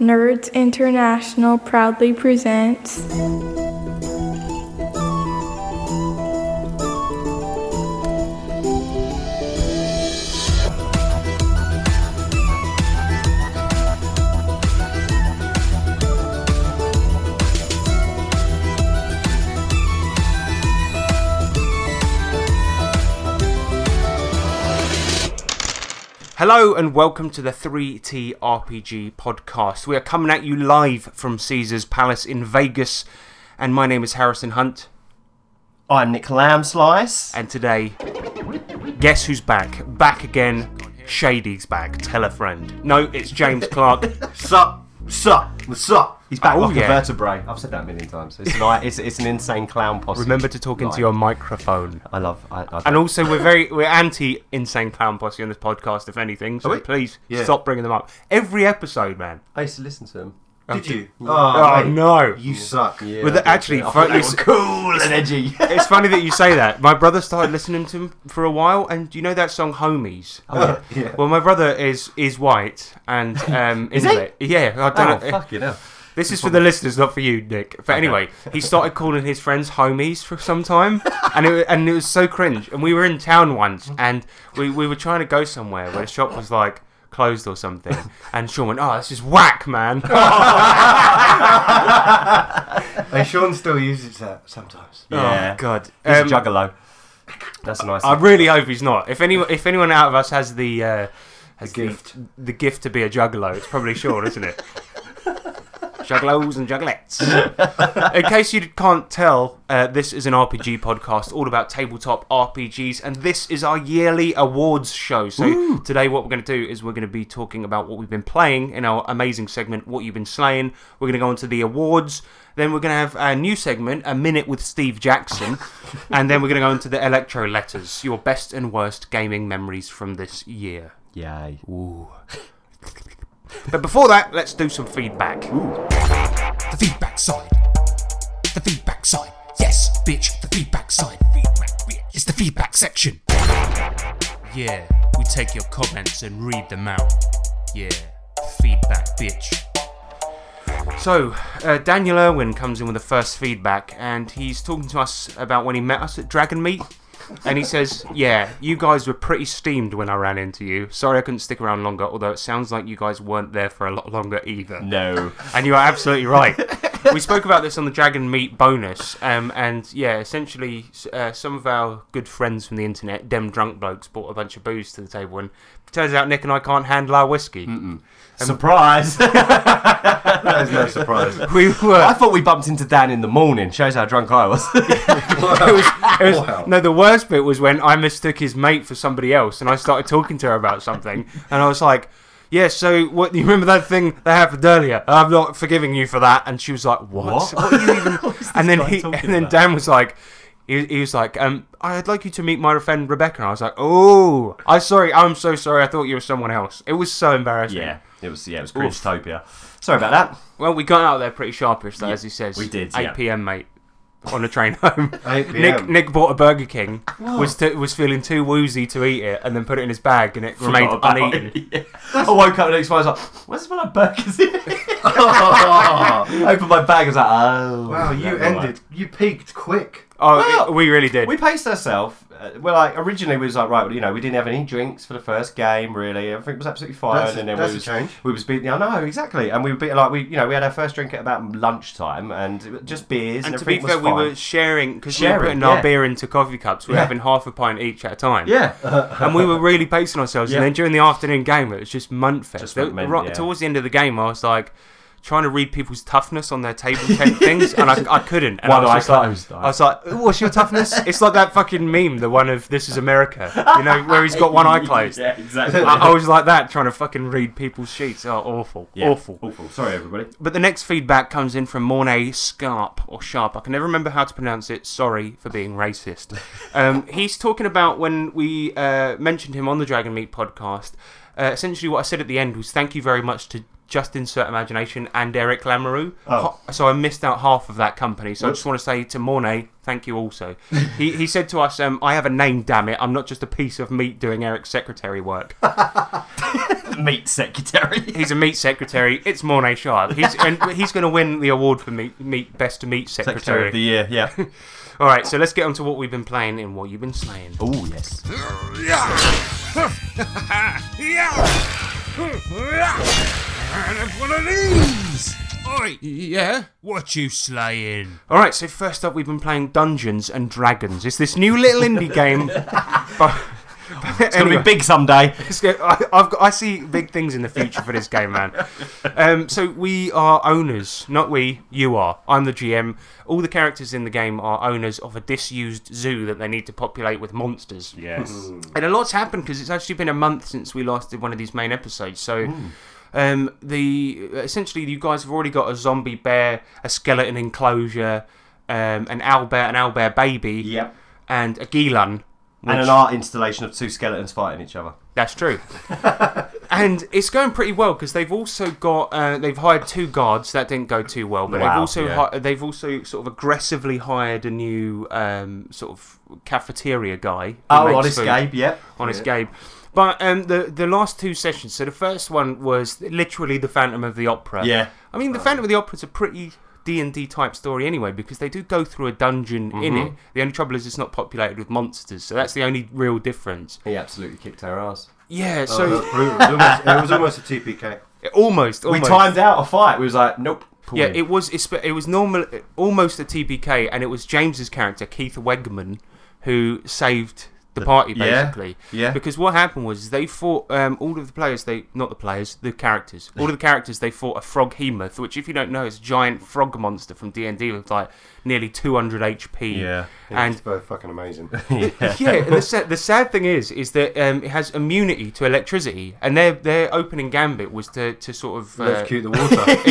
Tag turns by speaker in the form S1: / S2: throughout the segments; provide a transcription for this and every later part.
S1: Nerds International proudly presents.
S2: Hello and welcome to the 3T RPG podcast. We are coming at you live from Caesar's Palace in Vegas, and my name is Harrison Hunt.
S3: I'm Nick Lambslice.
S2: And today, guess who's back? Back again. Shady's back. Tell a friend. No, it's James Clark.
S3: Sup, sup, what's up? He's back
S2: Oh,
S3: like
S2: yeah.
S3: a vertebrae. I've said that a million times. It's an, i- it's, it's an insane clown posse.
S2: Remember to talk into
S3: Right.
S2: your microphone.
S3: I love. I, I
S2: And also, we're very we're anti insane clown posse on this podcast, if anything.
S3: Are
S2: So
S3: we?
S2: please
S3: Yeah.
S2: stop bringing them up every episode, man.
S3: I used to listen to him.
S4: Did you? Oh,
S2: Oh,
S4: mate,
S2: no!
S4: You suck.
S3: Yeah,
S2: With
S3: I
S2: the,
S3: did.
S2: actually, fir-
S3: I thought they were cool and edgy.
S2: It's funny that you say that. My brother started listening to him for a while, and you know that song "Homies."
S3: Oh, yeah.
S4: Yeah.
S2: Well, my brother is is white and um,
S3: Is
S2: invalid. Yeah, I
S3: Oh,
S2: don't. know.
S3: fucking hell.
S2: This is for the listeners, not for you, Nick. But anyway, he started calling his friends homies for some time, and it wa- and it was so cringe. And we were in town once,
S3: Mm-hmm.
S2: and we, we were trying to go somewhere where the shop was like closed or something. And Sean went, "Oh, this is whack, man."
S4: Hey, Sean still uses that sometimes.
S3: Yeah.
S2: Oh, God,
S3: He's
S2: Um,
S3: a juggalo. That's a nice.
S2: I
S3: one.
S2: really hope he's not. If anyone, if anyone out of us has the uh, has the
S4: The
S2: gift,
S4: gift.
S2: the, gift to be a juggalo, it's probably Sean, isn't it? Juggalos and juggalettes. In case you can't tell, uh, this is an RPG podcast all about tabletop RPGs, and this is our yearly awards show. So today, what we're going to do is we're going to be talking about what we've been playing in our amazing segment, "What You've Been Slaying." We're going to go into the awards. Then we're going to have a new segment, a minute with Steve Jackson, and then we're going to go into the electro letters, your best and worst gaming memories from this year.
S3: Yay.
S2: But before that, let's do some feedback.
S5: the feedback side. The feedback side. Yes, bitch, the feedback side. Feedback, bitch. It's the feedback section. Yeah, we take your comments and read them out. Yeah, feedback, bitch.
S2: So, uh, Daniel Irwin comes in with the first feedback, and he's talking to us about when he met us at Dragon Meet. And he says, Yeah, you guys were pretty steamed when I ran into you. Sorry I couldn't stick around longer, although it sounds like you guys weren't there for a lot longer either.
S3: No.
S2: And you are absolutely right. we spoke about this on the Dragon Meat bonus, um, and yeah, essentially, s- uh, some of our good friends from the internet, dem drunk blokes, brought a bunch of booze to the table, and turns out Nick and I can't handle our whiskey.
S3: Surprise.
S4: That is no surprise.
S2: We
S3: I
S2: were.
S3: thought we bumped into Dan in the morning. Shows how drunk I was.
S2: It was, it was-
S4: Wow.
S2: No, the worst bit was when I mistook his mate for somebody else, and I started talking to her about something, and I was like. Yeah, so what you remember that thing that happened earlier? I'm not forgiving you for that. And she was like, "What?
S3: What?
S2: are you even?" and then
S3: guy
S2: he,
S3: talking
S2: and then
S3: about?
S2: Dan was like, he, he was like, um, I'd like you to meet my friend Rebecca. And I was like, oh, I'm sorry, I'm so sorry. I thought you were someone else. It was so embarrassing.
S3: yeah. It was. Yeah. It was Cringetopia. Sorry about that.
S2: Well, we got out there pretty sharpish, though, as he says.
S3: we did,
S2: 8
S3: yeah.
S2: p.m., mate, on the train home.
S4: 8
S2: Nick
S4: p.m..
S2: Nick bought a Burger King. Was t- was feeling too woozy to eat it, and then put it in his bag, and it remained
S3: Forgot about
S2: uneaten.
S3: it. Yeah. I woke up the next morning. I was like, "Where's this one of burgers in?" I opened my bag. I was like, "Oh."
S4: Wow, you
S3: that one."
S4: ended. You peaked quick.
S2: Oh,
S3: Well,
S2: it- we really did.
S3: We paced ourselves. Uh, well, like originally we was like, right, well, you know, we didn't have any drinks for the first game. Really, everything was absolutely fine.
S4: That's a-
S3: and then
S4: that's
S3: we
S4: a
S3: was
S4: change.
S3: we was beating. I know exactly. And we were beating like we, you know, we had our first drink at about lunchtime and it was just beers. And,
S2: and to be
S3: everything
S2: fair,
S3: was
S2: we
S3: fine.
S2: were sharing because we were
S3: Sharing,
S2: putting our
S3: yeah.
S2: beer into coffee cups. We were
S3: Yeah.
S2: having half a pint each at a time.
S3: yeah.
S2: and we were really pacing ourselves.
S3: Yeah.
S2: And then during the afternoon game, it was just munt fest.
S3: Just went men-
S2: right,
S3: yeah.
S2: Towards the end of the game, I was like trying to read people's toughness on their table tent things, and I, I couldn't. And I
S3: One
S2: was
S3: eye
S2: just like-
S3: closed.
S2: I was like, "What's your toughness?" it's like that fucking meme, the one of "This is America," you know, where he's got one eye closed. Uh, oh,
S3: Yeah, exactly.
S2: I, I was like that, trying to fucking read people's sheets. Oh, awful,
S3: Yeah,
S2: awful.
S3: Awful. Sorry, everybody.
S2: But the next feedback comes in from Mornay Scarp or Sharp. I can never remember how to pronounce it. Sorry for being racist. Um, he's talking about when we uh, mentioned him on the Dragon Meat podcast. Uh, essentially, what I said at the end was thank you very much to Just Insert Imagination and Eric Lamoureux.
S3: Oh.
S2: Ha- So I missed out half of that company. So I just want to say to Mornay, thank you also. he, he said to us, um, I have a name, damn it. I'm not just a piece of meat doing Eric's secretary work.
S6: the meat secretary.
S2: He's a meat secretary. It's Mornay Sharp. He's and he's going to win the award for meat, meat best meat secretary.
S6: Secretary of the year, yeah.
S2: All right, so let's get on to what we've been playing and what you've been slaying.
S6: Oh, yes.
S5: And it's one of these. Oi, yeah? What you slaying?
S2: All right, so first up, we've been playing Dungeons and Dragons. It's this new little indie game. but,
S6: It's going to be big someday.
S2: It's go- I, I've got, I see big things in the future for this game, man. Um, so we are owners, not we. You are. I'm the GM. All the characters in the game are owners of a disused zoo that they need to populate with monsters.
S6: Yes.
S3: Hmm.
S2: And a lot's happened because it's actually been a month since we last did one of these main episodes. So, um, the essentially you guys have already got a zombie bear, a skeleton enclosure, um, an owlbear, an owlbear baby,
S3: Yep.
S2: and a gelan.
S3: And an art installation of two skeletons fighting each other.
S2: That's true. and it's going pretty well because they've also got uh, they've hired two guards that didn't go too well, but they've
S6: Wow,
S2: also
S6: yeah.
S2: hi- they've also sort of aggressively hired a new um, sort of cafeteria guy. who
S3: Oh,
S2: makes
S3: honest
S2: food.
S3: Gabe, yep.
S2: Honest Gabe. But um, the the last two sessions. So the first one was literally the Phantom of the Opera.
S6: Yeah.
S2: I mean, the Phantom of the Opera's a pretty D and D type story anyway, because they do go through a dungeon in it. The only trouble is it's not populated with monsters, so that's the only real difference.
S3: He absolutely kicked our ass.
S2: Yeah. So
S4: Oh, that's brutal. It was almost- it was almost a TPK.
S2: almost, almost.
S3: We timed out a fight. We was like, nope. pull
S2: Yeah,
S3: him.
S2: it was it's- it was normal, almost a TPK, and it was James's character Keith Wegman who saved the party
S6: yeah,
S2: basically.
S6: yeah.
S2: Because what happened was they fought um, all of the players. They not the players, the characters. All of the characters they fought a frog hemoth, which if you don't know is a giant frog monster from D and D with like nearly 200 HP.
S6: Yeah.
S2: And
S4: It's both fucking amazing.
S2: yeah, and the, sa- the sad thing is, is that um, it has immunity to electricity, and their their opening gambit was to, to sort of uh,
S4: Let's cute the water.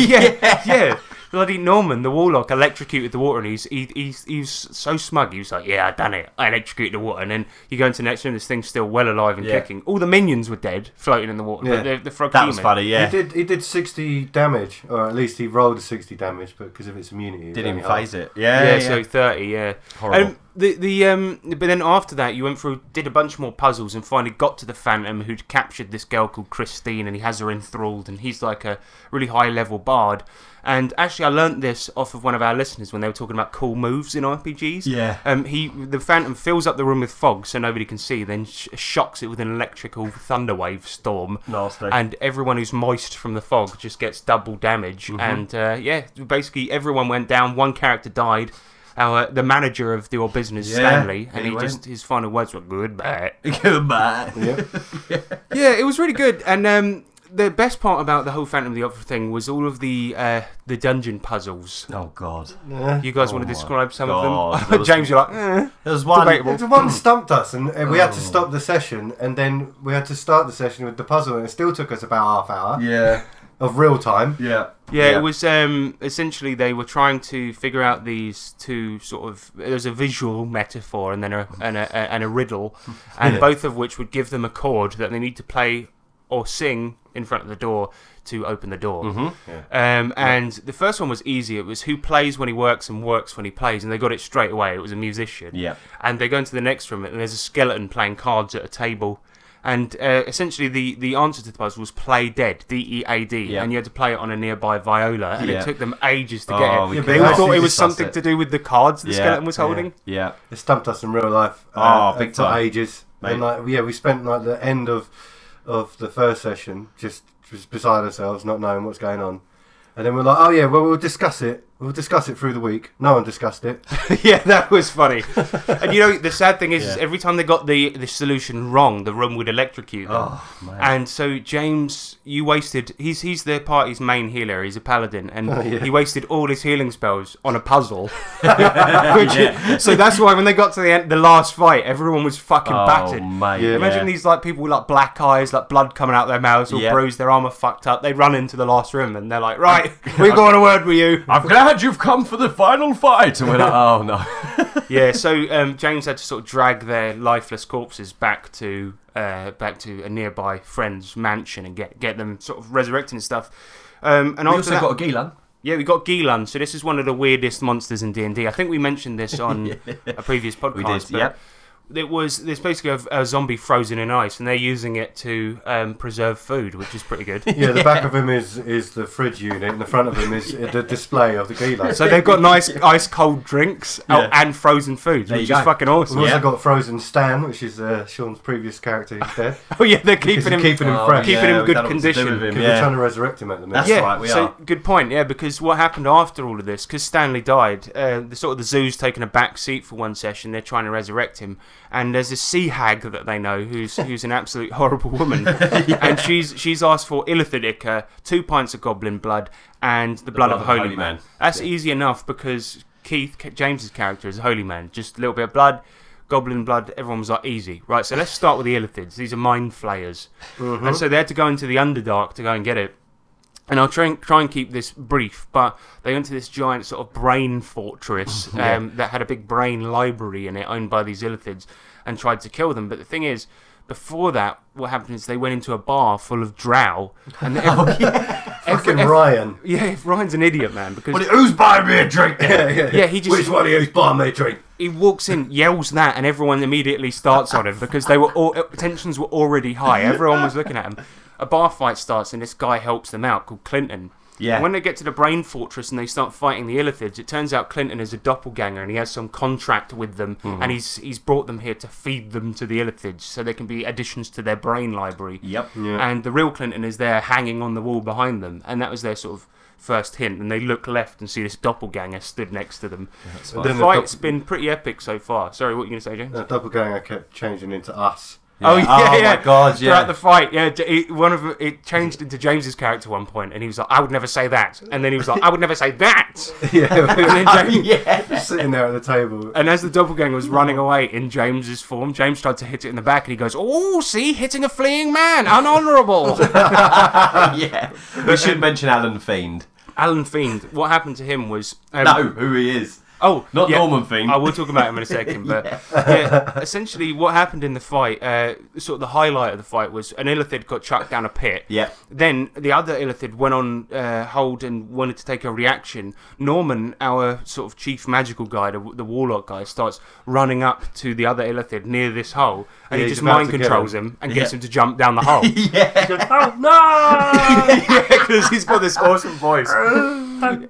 S2: yeah, yeah. Bloody Norman, the warlock, electrocuted the water, and he's he, he's he's so smug. He was like, "Yeah, I done it. I electrocuted the water." And then you go into the next room, this thing's still well alive and
S3: Yeah.
S2: kicking. All the minions were dead, floating in the water.
S4: Yeah.
S2: But the, the frog
S6: That was
S2: demon-
S6: funny, yeah.
S4: He did. He did sixty damage, or at least he rolled a sixty damage, but because of its immunity, it was
S6: Didn't
S4: only
S6: even phase
S4: half.
S6: it. Yeah,
S2: Yeah,
S6: yeah.
S2: so thirty, yeah.
S6: Horrible.
S2: Um, the the um, but then after that, you went through, did a bunch more puzzles, and finally got to the Phantom, who'd captured this girl called Christine, and he has her enthralled, and he's like a really high level bard. And actually, I learnt this off of one of our listeners when they were talking about cool moves in RPGs.
S6: Yeah.
S2: Um, he the Phantom fills up the room with fog so nobody can see, then sh- shocks it with an electrical thunderwave storm.
S6: Nasty.
S2: And everyone who's moist from the fog just gets double damage. And uh, yeah, basically everyone went down. One character died. Our the manager of the Or business,
S4: Yeah,
S2: Stanley, and
S4: he
S2: he,
S4: went.
S2: just his final words were goodbye.
S6: Goodbye.
S2: yeah, it was really good. And um, the best part about the whole Phantom of the Opera thing was all of the uh, the dungeon puzzles.
S6: Oh, God.
S2: You guys want
S6: my
S2: to describe some of
S6: God, there
S2: them?
S6: was-
S2: James, you're like, eh.
S6: There was one.
S2: Debatable.
S4: The one stumped us, and uh, we had to
S6: Oh.
S4: stop the session, and then we had to start the session with the puzzle, and it still took us about half hour
S3: Yeah.
S4: of real time.
S3: Yeah.
S2: Yeah, it was um, essentially they were trying to figure out these two sort of. There's a visual metaphor and then a and a, a- and a riddle, and both of which would give them a chord that they need to play or sing in front of the door to open the door. Mm-hmm. Um, and the first one was easy. It was who plays when he works and works when he plays, and they got it straight away. It was a musician.
S6: Yeah.
S2: And they go into the next room, and there's a skeleton playing cards at a table. And uh, essentially, the, the answer to the puzzle was play dead, D E A D,
S6: Yeah.
S2: and you had to play it on a nearby viola, and
S6: Yeah.
S2: it took them ages to
S6: Oh,
S2: get
S6: we
S2: it.
S6: Yeah,
S2: they
S6: could
S2: all
S6: have
S2: thought it
S6: actually
S2: was
S6: discussed
S2: something
S6: it.
S2: to do with the cards the
S6: Yeah,
S2: skeleton was holding.
S6: Yeah.
S4: It stumped us in real life. uh,
S6: Oh, big
S4: for
S6: time.
S4: ages. And
S6: Mate.
S4: like, yeah, we spent like the end of of the first session just, just beside ourselves, not knowing what's going on. And then we're like, oh yeah, well we'll discuss it. We'll discuss it through the week. No one discussed it.
S2: yeah, that was funny. and you know, the sad thing is, is
S6: Yeah.
S2: every time they got the, the solution wrong, the room would electrocute them.
S6: Oh, man.
S2: And so James, you wasted. He's he's the party's main healer. He's a paladin, and
S6: Oh,
S2: he wasted all his healing spells on a puzzle. Which- So that's why when they got to the end, the last fight, everyone was fucking
S6: oh,
S2: battered.
S6: mate.
S4: Yeah.
S2: Imagine
S6: yeah.
S2: these like people with like black eyes, like blood coming out their mouths, all
S6: Yeah.
S2: bruised, their armor fucked up. They run into the last room and they're like, "Right, we're going to word with you."
S6: I'm glad you've come for the final fight. And we're like, oh, no.
S2: yeah, so um, James had to sort of drag their lifeless corpses back to uh, back to a nearby friend's mansion and get get them sort of resurrected and stuff. Um, and after
S3: We also
S2: that-
S3: got a Gilan.
S2: yeah, we got Gilan. So this is one of the weirdest monsters in D and I think we mentioned this on a previous podcast.
S6: did,
S2: but
S6: yep.
S2: it was there's basically a, a zombie frozen in ice, and they're using it to um, preserve food, which is pretty good.
S4: Yeah, the back of him is is the fridge unit, and the front of him is the display of the gila.
S2: So they've got nice ice cold drinks oh,
S3: Yeah.
S2: and frozen foods,
S3: There
S2: which
S3: you
S2: is
S3: go.
S2: fucking awesome.
S4: We've
S3: Yeah.
S4: also got Frozen Stan, which is uh, Sean's previous character. He's dead.
S2: Oh yeah, they're
S4: Because
S2: keeping
S4: they're
S2: him
S4: keeping him
S3: Oh,
S4: fresh.
S2: Keeping him
S3: we
S2: good
S3: don't know what to do
S2: condition.
S3: with him,
S4: Because
S3: yeah.
S4: We're trying to resurrect him at the minute.
S3: That's
S2: yeah,
S3: right, we
S2: so
S3: are.
S2: good point. Yeah, because what happened after all of this? Because Stanley died, uh, the sort of the zoo's taken a back seat for one session. They're trying to resurrect him, and there's this sea hag that they know who's who's an absolute horrible woman, and she's she's asked for ilithidica, two pints of goblin blood, and the, blood, of a holy, man. That's easy enough because Keith K- James's character is a holy man, just a little bit of blood. Goblin blood, everyone was like, easy. Right, so let's start with the Illithids. These are mind flayers. And so they had to go into the Underdark to go and get it and I'll try and try and keep this brief, but they went to this giant sort of brain fortress um, that had a big brain library in it, owned by these Illithids, and tried to kill them. But the thing is, before that, what happened is they went into a bar full of drow, and every, every-
S4: Fucking
S2: every-
S4: Ryan.
S2: yeah, Ryan's an idiot, man, because
S3: Who's buying me a drink?
S2: yeah, he just
S4: Which one of you's buying me a drink?
S2: he walks in, yells that, and everyone immediately starts on him because they were all, tensions were already high. Everyone was looking at him. A bar fight starts, and this guy helps them out called Clinton.
S3: Yeah.
S2: When they get to the Brain Fortress and they start fighting the Illithids, it turns out Clinton is a doppelganger and he has some contract with them, and he's he's brought them here to feed them to the Illithids so they can be additions to their brain library.
S3: Yep.
S2: And the real Clinton is there hanging on the wall behind them, and that was their sort of first hint. And they look left and see this doppelganger stood next to them. the
S4: Then the
S2: fight's
S4: dopp- Uh,
S2: been pretty epic so far. Sorry, what were you going to say, James?
S4: That double gang I kept changing into us.
S2: Oh yeah,
S3: Oh, my
S2: yeah.
S3: God, yeah.
S2: Throughout the fight, yeah, d- it, one of it changed into James's character at one point, and he was like, "I would never say that," and then he was like, "I would never say that."
S4: Yeah, we
S2: And,
S4: were
S2: then James,
S3: Yeah.
S4: sitting there at the table.
S2: and as the doppelganger was running away in James's form, James tried to hit it in the back, and he goes, "Oh, see, hitting a fleeing man, unhonorable."
S3: yeah. We should mention Alan Fiend.
S2: Alan Fiend, what happened to him was um,
S3: No, who he is.
S2: Oh,
S6: Not
S2: yeah.
S6: Norman Fiend.
S2: I will talk about him in a second, but yeah, essentially what happened in the fight, uh, sort of the highlight of the fight was an Illithid got chucked down a pit.
S3: Yeah.
S2: Then the other Illithid went on uh, hold and wanted to take a reaction. Norman, our sort of chief magical guy, the, the warlock guy, starts running up to the other Illithid near this hole, and
S4: Yeah,
S2: he
S4: he's
S2: just
S4: about
S2: mind
S4: to get
S2: controls him.
S4: him.
S2: and gets
S3: Yeah.
S2: him to jump down the hole.
S3: Yeah.
S2: oh no! because he's got this awesome voice.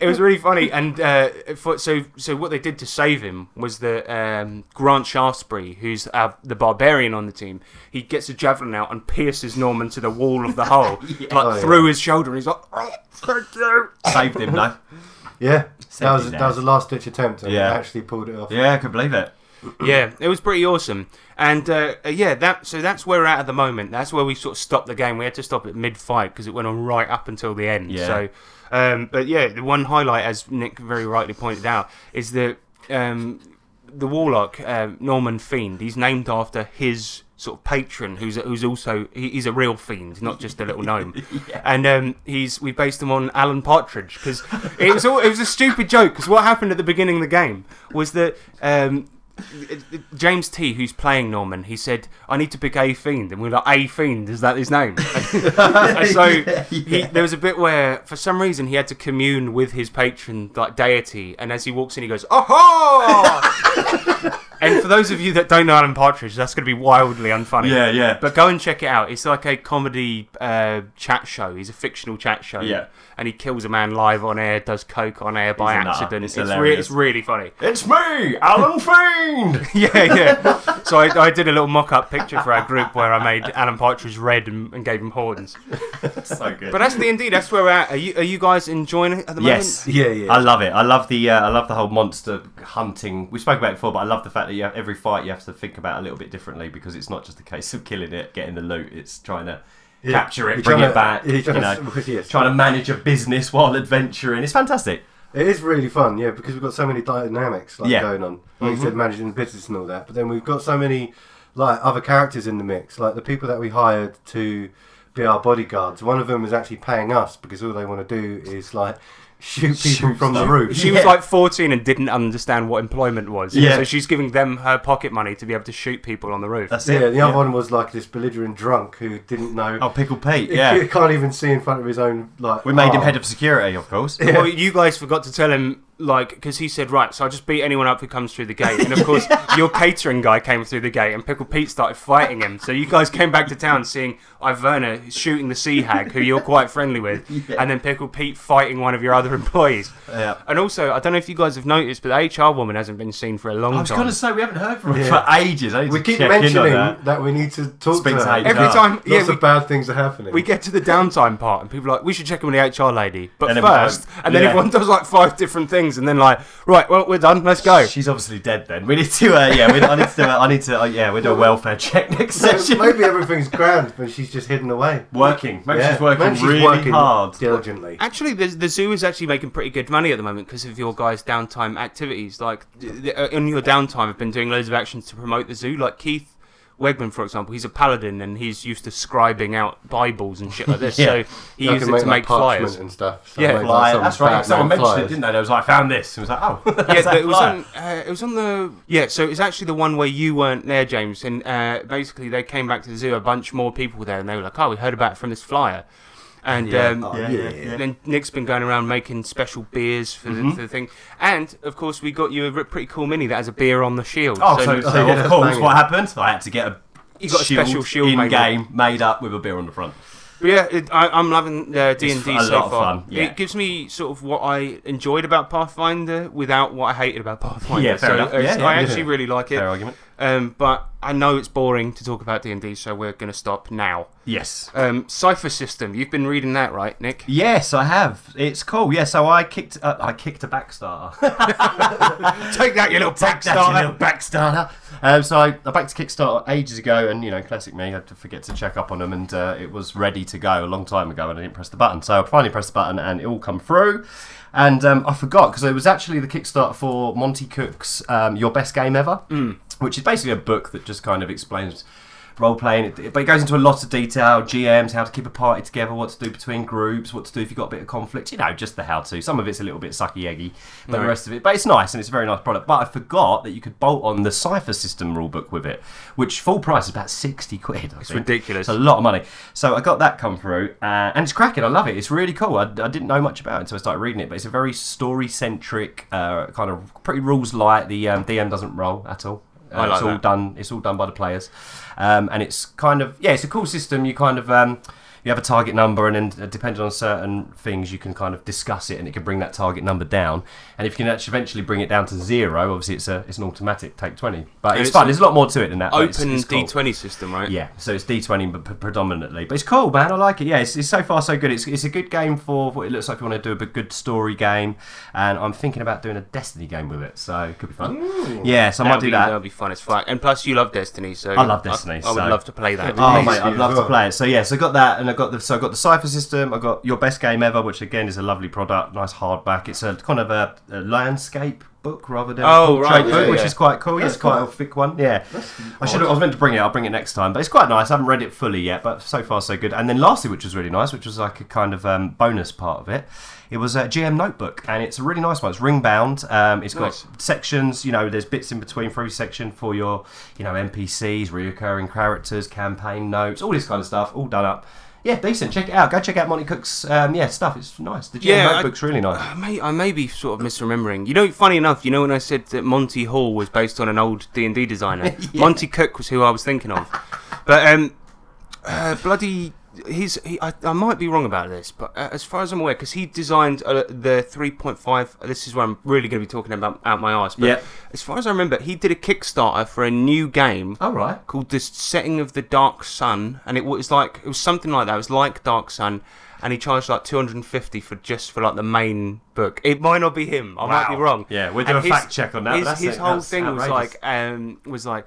S2: it was really funny, and uh, for, so so what they did to save him was that um, Grant Shaftesbury, who's uh, the barbarian on the team, he gets a javelin out and pierces Norman to the wall of the hole, like
S4: Oh, yeah.
S2: through his shoulder. and He's like, oh, thank you.
S3: Saved him, though.
S4: Yeah, that was
S3: his
S4: that
S3: ass.
S4: was the last ditch attempt, and
S3: Yeah.
S4: they actually pulled it off.
S3: Yeah, I could believe it.
S2: yeah, it was pretty awesome. And uh, uh, yeah, that so that's where we're at at the moment. That's where we sort of stopped the game. We had to stop it mid fight because it went on right up until the end.
S3: Yeah.
S2: So, um, but yeah, the one highlight, as Nick very rightly pointed out, is that um, the warlock uh, Norman Fiend. He's named after his sort of patron, who's who's also he, he's a real fiend, not just a little gnome. And um, he's we based him on Alan Partridge because it was all, it was a stupid joke because what happened at the beginning of the game was that. Um, James T, who's playing Norman, he said, "I need to pick a fiend," and we we're like, "A fiend is that his name?" And so He, there was a bit where, for some reason, he had to commune with his patron, like deity, and as he walks in, he goes, "Oh!" and for those of you that don't know Alan Partridge, that's going to be wildly unfunny.
S6: Yeah, yeah.
S2: But go and check it out. It's like a comedy uh, chat show. He's a fictional chat show.
S6: Yeah.
S2: And he kills a man live on air, does coke on air by
S3: He's a nut.
S2: accident.
S3: It's
S2: it's, re-
S3: hilarious.
S2: it's really funny.
S6: It's me, Alan Fiend.
S2: Yeah, yeah. So I, I did a little mock-up picture for our group where I made Alan Partridge red and, and gave him horns.
S3: So good.
S2: But that's the indeed. That's where we're at. Are you are you guys enjoying it at the moment?
S3: yes.
S4: Yeah, yeah.
S3: I love it. I love the uh, I love the whole monster hunting. We spoke about it before, but I love the fact that you have, every fight you have to think about a little bit differently because it's not just a case of killing it, getting the loot. It's trying to capture it,
S4: You're
S3: bring
S4: trying
S3: it
S4: to-
S3: back.
S4: you're
S3: You
S4: trying
S3: know,
S4: to- yes.
S3: trying to manage a business while adventuring. It's fantastic.
S4: It is really fun, yeah, because we've got so many dynamics like
S3: Yeah. Mm-hmm.
S4: going on. Like you said, managing the business and all that. But then we've got so many like other characters in the mix, like the people that we hired to be our bodyguards. One of them is actually paying us because all they want to do is like shoot people from the roof.
S2: She was
S3: Yeah.
S2: like 14 and didn't understand what employment was.
S3: Yeah.
S2: So she's giving them her pocket money to be able to shoot people on the roof.
S3: That's
S4: Yeah,
S3: it.
S4: the other one was like this belligerent drunk who didn't know.
S3: Oh, Pickle Pete.
S4: he
S3: Yeah,
S4: can't even see in front of his own like.
S3: we made him
S4: arm.
S3: head of security, of course.
S2: Well, you guys forgot to tell him like because he said right, so I'll just beat anyone up who comes through the gate. And of course, your catering guy came through the gate, and Pickle Pete started fighting him. So you guys came back to town, seeing Iverna shooting the sea hag who you're quite friendly with, and then Pickle Pete fighting one of your other employees.
S3: Yeah.
S2: And also, I don't know if you guys have noticed, but the HR woman hasn't been seen for a long
S3: I was
S2: time.
S3: going to say we haven't heard from him
S4: Yeah.
S3: for ages. I need
S4: We
S3: to
S4: keep
S3: check in on
S4: mentioning
S3: that.
S4: that. we need to talk
S3: Speak
S4: to
S3: to
S4: her.
S3: HR.
S2: Every time, yeah,
S4: Lots
S2: we-
S4: of bad things are happening.
S2: We get to the downtime part, and people are like, we should check in with the HR lady, but
S3: And then we
S2: first,
S3: don't.
S2: and then
S3: Yeah.
S2: everyone does like five different things, and then like, right, well, we're done, let's go.
S3: She's obviously dead. Then we need to. Uh, yeah, we, I need to. Do, a- I need to. Uh, yeah, we do a welfare check next
S4: So
S3: session.
S4: maybe everything's grand, but she's just hidden away.
S3: working. Maybe
S4: Yeah,
S3: she's working
S4: maybe she's
S3: really
S4: working
S3: hard.
S4: diligently.
S2: Actually, the, the zoo is actually making pretty good money at the moment because of your guys' downtime activities. Like, th- th- uh, in your downtime, I've been doing loads of actions to promote the zoo. Like Keith Wegman, for example, he's a paladin and he's used to scribing out Bibles and shit like this.
S3: Yeah.
S2: So he
S4: I
S2: used
S4: can
S2: it to
S4: like,
S2: make
S4: parchment
S2: flyers.
S4: and stuff. So
S2: Yeah,
S4: maybe
S3: Fly-
S4: some
S3: that's right.
S4: bad
S3: Someone
S4: man
S3: mentioned it,
S4: flyers.
S3: didn't they? They was like, I found this. It was like, oh,
S2: yeah,
S3: that's that
S2: it was
S3: flyer.
S2: on. Uh, it was on the. Yeah, so it was actually the one where you weren't there, James. And uh, basically, they came back to the zoo. A bunch more people were there, and they were like, "Oh, we heard about it from this flyer." And um,
S3: Oh, yeah,
S4: yeah.
S3: yeah. Mm-hmm.
S2: then Nick's been going around making special beers for, the, for the thing. And of course, we got you a r- pretty cool mini that has a beer on the shield.
S3: Oh, so, so,
S4: yeah,
S3: of
S4: that's
S3: course,
S4: banging.
S3: what happened? I had to get a.
S2: You got a special shield
S3: in
S2: made
S3: game made up with a beer on the front.
S2: But yeah, it, I, I'm loving D and D so
S3: It's a lot
S2: far.
S3: of fun, yeah.
S2: It gives me sort of what I enjoyed about Pathfinder without what I hated about Pathfinder.
S3: Yeah, fair
S2: so
S3: enough.
S2: it's-
S3: Yeah, yeah,
S2: I
S3: yeah.
S2: actually really like it.
S3: Fair argument.
S2: Um, but I know it's boring to talk about D and D, so we're going to stop now.
S3: Yes.
S2: Um, Cipher system. You've been reading that, right, Nick?
S3: Yes, I have. It's cool. Yeah, so I kicked. Uh, I kicked a backstarter.
S2: Take that, you little
S3: That's your little Backstarter. Um, so I, I backed to Kickstarter ages ago, and you know, classic me, I had to forget to check up on them, and uh, it was ready to go a long time ago, and I didn't press the button. So I finally pressed the button, and it all come through. And um, I forgot because it was actually the Kickstarter for Monty Cook's um, Your Best Game Ever,
S2: Mm.
S3: which is basically a book that just kind of explains role playing, it, but it goes into a lot of detail. GMs, how to keep a party together, what to do between groups, what to do if you've got a bit of conflict. You know, just the how to. Some of it's a little bit sucky eggy, but the rest of it. But it's nice and it's a very nice product. But I forgot that you could bolt on the Cipher System rulebook with it, which full price is about sixty quid. I
S2: It's
S3: think.
S2: ridiculous.
S3: It's a lot of money. So I got that come through, uh, and it's cracking. I love it. It's really cool. I, I didn't know much about it until I started reading it, but it's a very story centric uh, kind of pretty rules light. The um, DM doesn't roll at all. Uh,
S2: I like
S3: it's all
S2: that.
S3: done. It's all done by the players, um, and it's kind of yeah, it's a cool system. You kind of um, you have a target number, and then uh, depending on certain things, you can kind of discuss it, and it can bring that target number down. And if you can actually eventually bring it down to zero, obviously it's a it's an automatic take twenty. But
S2: And Oh,
S3: it's,
S2: it's
S3: fun.
S2: an
S3: There's a lot more to it than that. but it's-
S2: Open
S3: it's cool.
S2: D20 system, right?
S3: Yeah, so it's D20 but p- predominantly. But it's cool, man. I like it. Yeah, it's, it's so far so good. It's, it's a good game for what it looks like if you want to do a bit good story game. And I'm thinking about doing a Destiny game with it, so it could be fun. Yeah, so
S2: That'll
S3: I might do
S2: be,
S3: that.
S2: That'll be fun as fuck. And plus, you love Destiny, so
S3: I love Destiny,
S2: I, I would
S3: so-
S2: love to play that.
S3: Oh
S4: Nice
S3: mate, I'd
S4: view
S3: love
S4: as
S3: to
S4: well.
S3: play it. So yeah, so I got that, and I got the so I got the Cipher system. I got your best game ever, which again is a lovely product, nice hardback. It's a kind of a, a landscape book rather than a
S2: Oh,
S3: portrait
S2: right,
S3: book,
S2: yeah,
S3: which
S4: yeah.
S3: is quite cool. Yeah,
S4: That's
S3: it's quite
S4: cool.
S3: a thick one. Yeah, I should I was meant to bring it. I'll bring it next time, but it's quite nice. I haven't read it fully yet, but so far so good. And then lastly, which was really nice, which was like a kind of um, bonus part of it. It was a GM notebook, and it's a really nice one. It's ring bound. Um, it's got
S2: Nice.
S3: sections. You know, there's bits in between for every section for your, you know, NPCs, reoccurring characters, campaign notes, all this kind of stuff, all done up. Yeah, decent. Check it out. Go check out Monty Cook's. Um, yeah, stuff. It's nice. The GM
S2: Yeah, I-
S3: notebook's really nice.
S2: I may, I may be sort of misremembering. You know, funny enough, you know when I said that Monty Hall was based on an old D and D designer, Monty Cook was who I was thinking of. But um, uh, bloody, he's he, I, I might be wrong about this, but uh, as far as I'm aware, because he designed uh, the 3.5. This is where I'm really going to be talking about out my ass. But
S3: Yeah.
S2: as far as I remember, he did a Kickstarter for a new game
S3: All right.
S2: called The Setting of the Dark Sun, and it was like it was something like that. It was like Dark Sun, and he charged like two hundred and fifty for just for like the main book. It might not be him. I might be
S3: Wow.
S2: wrong.
S3: Yeah, we'll do
S2: And
S3: a fact check on that, but
S2: His,
S3: that's
S2: his
S3: it.
S2: whole
S3: That's
S2: thing was
S3: outrageous.
S2: like um, was like,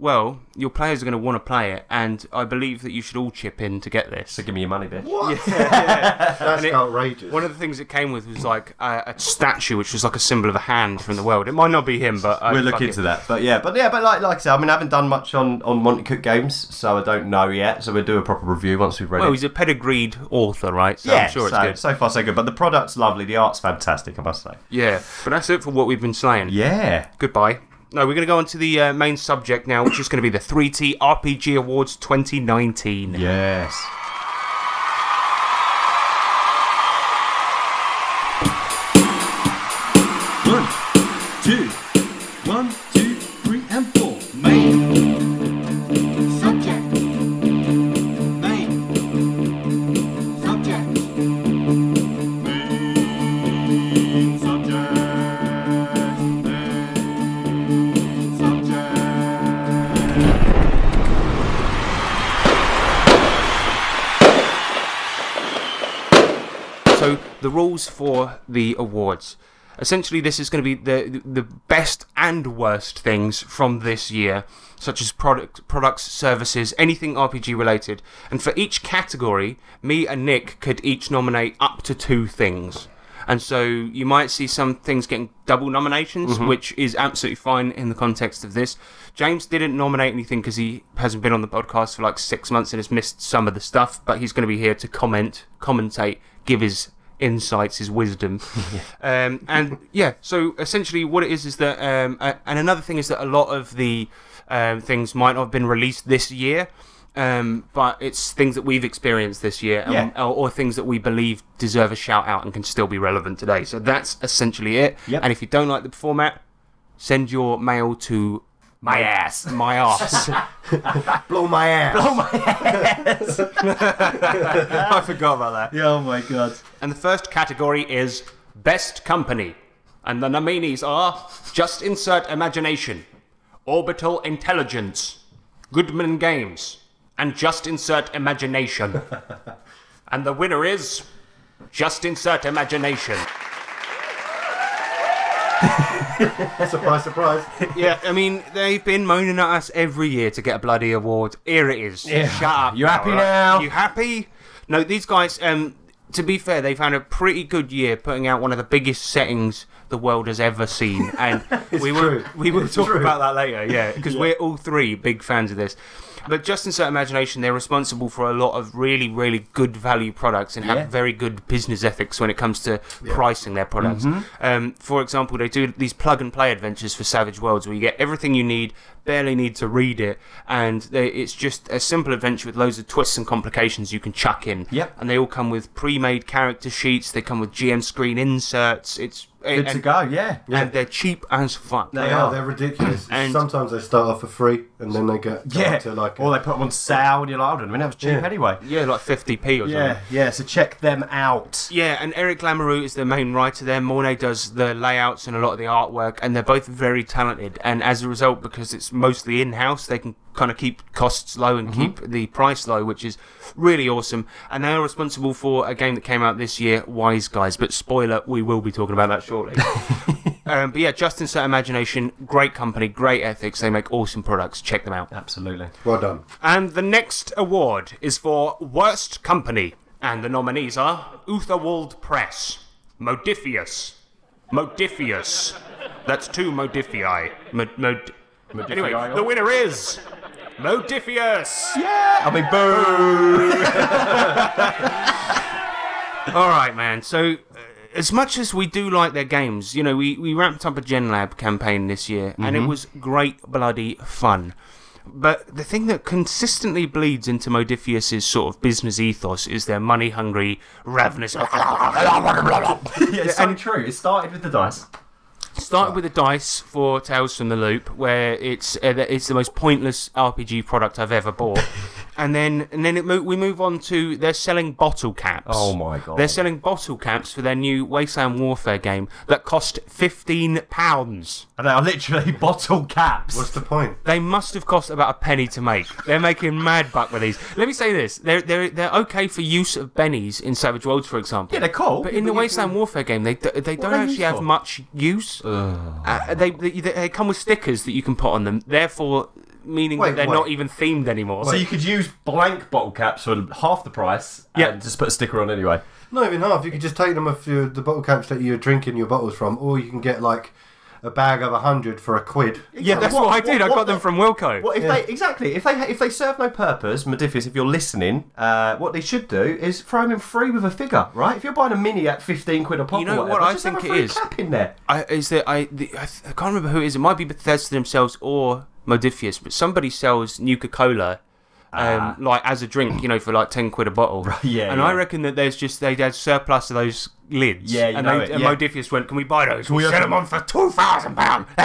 S2: well, your players are going to want to play it, and I believe that you should all chip in to get this.
S3: So give me your money, bitch.
S4: That's
S2: it-
S4: outrageous.
S2: One of the things it came with was like a, a statue, which was like a symbol of a hand from the world. It might not be him, but uh,
S3: we'll look
S2: fuck it.
S3: into that. But yeah, but yeah, but like like I said, I mean, I haven't done much on on Monty Cook games, so I don't know yet. So we'll do a proper review once we've read
S2: Well,
S3: it.
S2: he's a pedigreed author, right? So
S3: yeah,
S2: I'm sure it's
S3: so,
S2: good.
S3: so far so good. But the product's lovely. The art's fantastic, I must say.
S2: Yeah, but that's it for what we've been saying.
S3: Yeah.
S2: Goodbye. No, we're going to go on to the uh, main subject now, which is going to be the 3T RPG Awards 2019.
S3: Yes.
S7: two. One, two, three, and four. Main. Subject. Main. Subject. Main subject. Main subject.
S2: So the rules for the awards. Essentially, this is going to be the the best and worst things from this year, such as product products, services, anything RPG related. And for each category, me and Nick could each nominate up to two things. And so you might see some things getting double nominations, which is absolutely fine in the context of this. James didn't nominate anything because he hasn't been on the podcast for like six months and has missed some of the stuff, but he's going to be here to comment, commentate, give his insights, his wisdom. Um, and yeah, so essentially what it is is that, um, uh, and another thing is that a lot of the um, things might not have been released this year. Um, but it's things that we've experienced this year, and,
S3: Yeah.
S2: or, or things that we believe deserve a shout out and can still be relevant today. So that's essentially it.
S3: Yep.
S2: And if you don't like the format, send your mail to
S3: My ass.
S2: my ass.
S4: Blow my ass.
S2: I forgot about that.
S3: Yeah, oh my god.
S2: And the first category is best company, and the nominees are just insert imagination, orbital intelligence, Goodman Games, and just insert imagination. and the winner is just insert imagination.
S4: surprise, surprise.
S2: Yeah, I mean, they've been moaning at us every year to get a bloody award. Here it is. Shut up.
S3: You happy
S2: alright?
S3: now?
S2: You happy? No, these guys, um, to be fair, they've had a pretty good year putting out one of the biggest settings the world has ever seen. And we will,
S4: true.
S2: we will
S4: It's
S2: talk
S4: true.
S2: about that later, yeah, because we're all three big fans of this. But just in Certain Imagination, they're responsible for a lot of really, really good value products and
S3: Yeah.
S2: have very good business ethics when it comes to pricing their products.
S3: Mm-hmm.
S2: Um, for example, they do these plug and play adventures for Savage Worlds where you get everything you need, barely need to read it, and they, it's just a simple adventure with loads of twists and complications you can chuck in.
S3: Yep.
S2: And they all come with pre made character sheets, they come with GM screen inserts. It's
S3: Good to
S2: and,
S3: go, yeah.
S2: and they're cheap as fuck.
S4: They are. They're ridiculous.
S2: And-
S4: Sometimes they start off for free, and then they get
S3: Yeah.
S4: up to like.
S3: or they put them on sale and you're like, hold on a minute, that was cheap
S4: Yeah.
S3: anyway.
S2: Yeah, like 50p or something.
S3: Yeah, yeah, so check them out.
S2: Yeah, and Eric Lamoureux is the main writer there. Mornay does the layouts and a lot of the artwork, and they're both very talented. And as a result, because it's mostly in house, they can kind of keep costs low and keep the price low, which is really awesome. And they are responsible for a game that came out this year, Wise Guys. But spoiler, we will be talking about that shortly. um, but yeah, Justin Set Imagination, great company, great ethics. They make awesome products. Check them out.
S3: Absolutely.
S4: well done.
S2: And the next award is for Worst Company. And the nominees are Utherwald Press, Modifius, Modifius. That's two Modifii. Mod- mod- anyway, the winner is Modifius.
S3: Yeah! I mean, boo!
S2: All right, man. So, uh, as much as we do like their games, you know, we, we ramped up a Gen Lab campaign this year, and it
S3: Mm-hmm.
S2: was great bloody fun. But the thing that consistently bleeds into Modifius's sort of business ethos is their money hungry, ravenous.
S3: yeah, it's so true. It started with the dice.
S2: Started with the dice for Tales from the Loop, where it's uh, the- it's the most pointless RPG product I've ever bought. And then, and then it mo- we move on to they're selling bottle caps.
S3: Oh my God.
S2: They're selling bottle caps for their new Wasteland Warfare game that cost fifteen pounds.
S3: And they are literally bottle caps.
S4: What's the point?
S2: They must have cost about a penny to make. They're making mad buck with these. Let me say this: they're they're, they're okay for use of bennies in Savage Worlds, for example.
S3: yeah, they're cool.
S2: But in the Wasteland Warfare game, they d- they don't
S3: they
S2: actually
S3: used
S2: have
S3: for?
S2: much use. Uh, they, they they come with stickers that you can put on them, therefore meaning that
S4: Wait,
S2: they're
S4: wait.
S2: not even themed anymore.
S3: so you could use blank bottle caps for half the price
S2: Yeah.
S3: and just put a sticker on anyway.
S4: Not even half. You could just take them off your, the bottle caps that you're drinking your bottles from, or you can get like a bag of a hundred for a quid.
S2: yeah, that's what, I did. I got them from Wilco.
S3: Well, if they exactly if they if they serve no purpose, Modifius, if you're listening, uh, what they should do is throw them in free with a figure, right? If you're buying a mini at fifteen quid a pop,
S2: You
S3: or
S2: know
S3: whatever,
S2: what I
S3: just have a
S2: think it
S3: free
S2: is?
S3: Cap in there.
S2: I, is that I, the, I th- I can't remember who it is. It might be Bethesda themselves or Modifius, but somebody sells Nuka Cola um, like as a drink, you know, for like ten quid a bottle.
S3: Ah. yeah,
S2: And
S3: yeah.
S2: I reckon that there's just they had surplus of those lids.
S3: Yeah, you
S2: and
S3: know
S2: they,
S3: it,
S2: and
S3: yeah.
S2: Modifius went, "Can we buy those?
S3: we
S2: sell
S3: open
S2: them on for two thousand pound."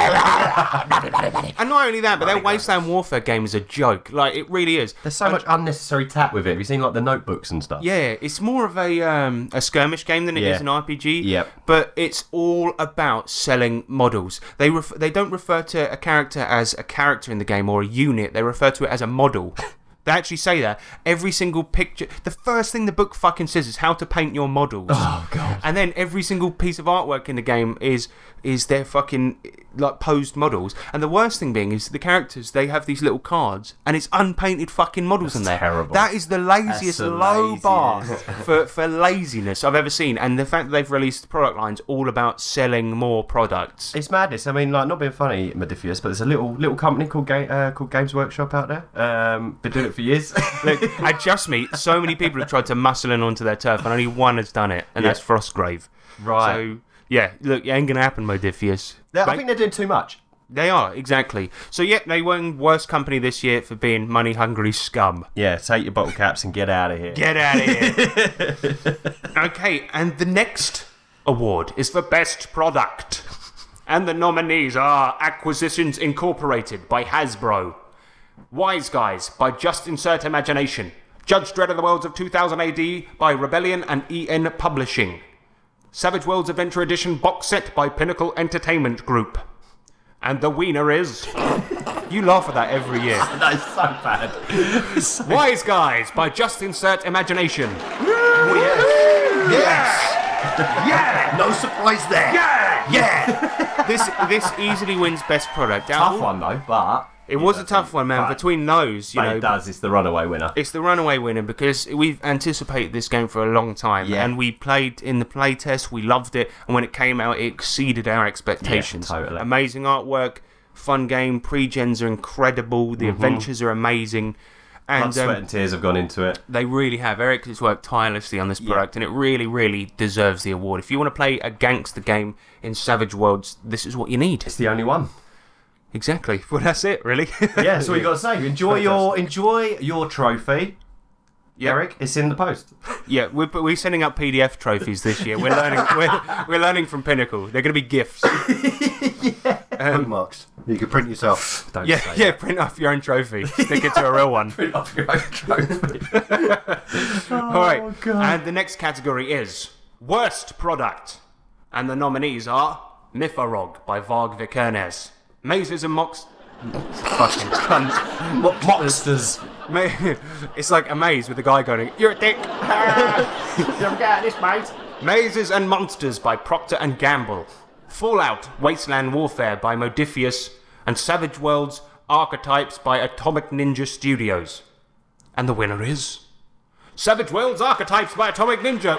S2: and not only that, but their Wasteland Warfare game is a joke. Like it really is.
S3: There's so much unnecessary tap with it. Have you seen like the notebooks and stuff?
S2: Yeah, it's more of a um, a skirmish game than it is
S3: Yeah.
S2: an RPG.
S3: Yep.
S2: But it's all about selling models. They ref- they don't refer to a character as a character in the game or a unit. They refer to it as a model. they actually say that every single picture. The first thing the book fucking says is how to paint your models. Oh god. And then every single piece of artwork in the game is is their fucking like posed models. And the worst thing being is the characters they have these little cards and it's unpainted fucking models in there.
S3: terrible.
S2: That is the laziest
S3: the
S2: low bar
S3: laziest.
S2: for, for laziness I've ever seen. And the fact that they've released product lines all about selling more products.
S3: It's madness. I mean, like not being funny, Modifius, but there's a little little company called Ga- uh, called Games Workshop out there. Um, been doing it for years.
S2: Look, and trust me, so many people have tried to muscle in onto their turf, and only one has done it, and
S3: Yeah.
S2: that's Frostgrave. So, yeah, look, it ain't going to happen, Modifius.
S3: Yeah, I
S2: Like,
S3: think they're doing too much.
S2: they are, exactly. So, yeah, they were in worst company this year for being money hungry scum.
S3: Yeah, take your bottle caps and get out of here.
S2: Get out of here. okay, and the next award is for Best Product. And the nominees are Acquisitions Incorporated by Hasbro, Wise Guys by Just Insert Imagination, Judge Dredd of the Worlds of 2000 AD by Rebellion and EN Publishing, Savage Worlds Adventure Edition box set by Pinnacle Entertainment Group. And the wiener is. you laugh at that every year.
S3: That is so bad.
S2: Wise Guys by Just Insert Imagination.
S3: Oh,
S4: No surprise there.
S2: Yeah! Yeah! this this easily wins best product. Now,
S3: Tough one though, but
S2: It was a tough one, man.
S3: But-
S2: Between those, you
S3: but
S2: know,
S3: it does. It's the runaway winner.
S2: it's the runaway winner because we've anticipated this game for a long time,
S3: Yeah.
S2: and we played in the playtest. We loved it, and when it came out, it exceeded our expectations.
S3: Yeah, totally.
S2: Amazing artwork, fun game. Pre-gens are incredible. The adventures are amazing.
S3: Mm-hmm. Blood,
S2: And
S3: sweat,
S2: um,
S3: and tears have gone into it.
S2: they really have. Eric has worked tirelessly on this product, and it really, really deserves the award. If you want to play a gangster game in Savage Worlds, this is what you need.
S3: It's the only one.
S2: Exactly. Well, that's it, really.
S3: Yeah, that's all you got to say. Enjoy your enjoy your trophy, Eric. It's in the post.
S2: Yeah, we're, but we're sending out PDF trophies this year. We're learning. We're, we're learning from Pinnacle. They're going to be gifts.
S4: Print marks. You could print yourself.
S3: Don't
S2: Yeah,
S3: say
S2: yeah. Print off your own trophy. Stick it to a real one.
S3: Print off your own trophy.
S2: All right. And the next category is worst product, and the nominees are Mifarog by Varg Vikernes, Mazes and Mox. Fucking cunt.
S3: Monsters.
S2: Ma- It's like a maze with a guy going, "You're a dick."
S3: Never get out of this, mate.
S2: Mazes and Monsters by Procter and Gamble, Fallout: Wasteland Warfare by Modifius, and Savage Worlds: Archetypes by Atomic Ninja Studios. And the winner is Savage Worlds: Archetypes by Atomic Ninja.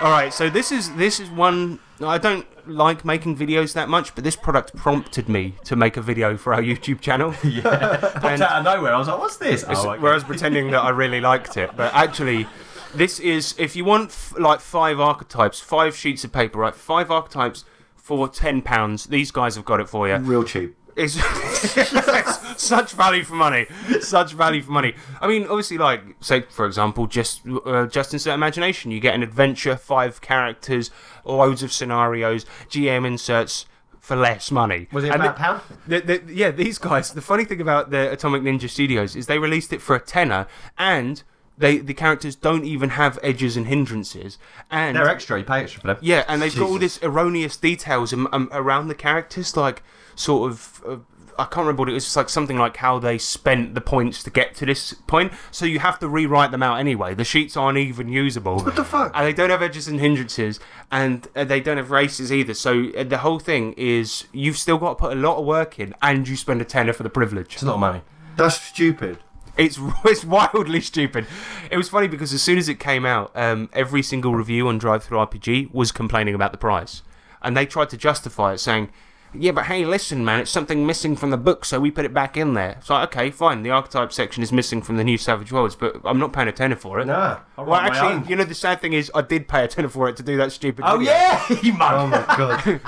S2: All right, so this is this is one I don't like making videos that much, but this product prompted me to make a video for our YouTube channel.
S3: Popped out of nowhere. I was like, what's this? Oh, okay.
S2: Whereas pretending that I really liked it, but actually, this is if you want f- like five archetypes, five sheets of paper, right? Five archetypes for ten pounds. These guys have got it for you.
S4: Real cheap.
S2: It's, it's such value for money. Such value for money. I mean, obviously, like say for example, just uh, just insert imagination. You get an adventure, five characters, loads of scenarios, GM inserts for less money.
S3: Was it
S2: And
S3: about a
S2: the-
S3: pound?
S2: the, the, yeah, these guys. The funny thing about the Atomic Ninja Studios is they released it for a tenner, and they the characters don't even have edges and hindrances, and
S3: They're extra. You pay extra for them.
S2: yeah, and they've got all this erroneous details um, um, around the characters, like sort of. Uh, I can't remember what it was. It's like something like how they spent the points to get to this point. So you have to rewrite them out anyway. The sheets aren't even usable. What
S4: the fuck?
S2: And they don't have edges and hindrances, and uh, they don't have races either. So uh, the whole thing is you've still got to put a lot of work in, and you spend a tenner for the privilege.
S3: It's a lot of money.
S4: That's stupid.
S2: It's it's wildly stupid. It was funny because as soon as it came out, um, every single review on Drive Through RPG was complaining about the price, and they tried to justify it, saying, "Yeah, but hey, listen, man, it's something missing from the book, so we put it back in there." It's like, okay, fine, the archetype section is missing from the new Savage Worlds, but I'm not paying a tenner for it.
S3: Nah.
S2: Well, actually, you know, the sad thing is, I did pay a tenner for it to do that stupid.
S3: Oh
S2: video.
S3: yeah, you
S4: Oh
S3: mug.
S4: my god.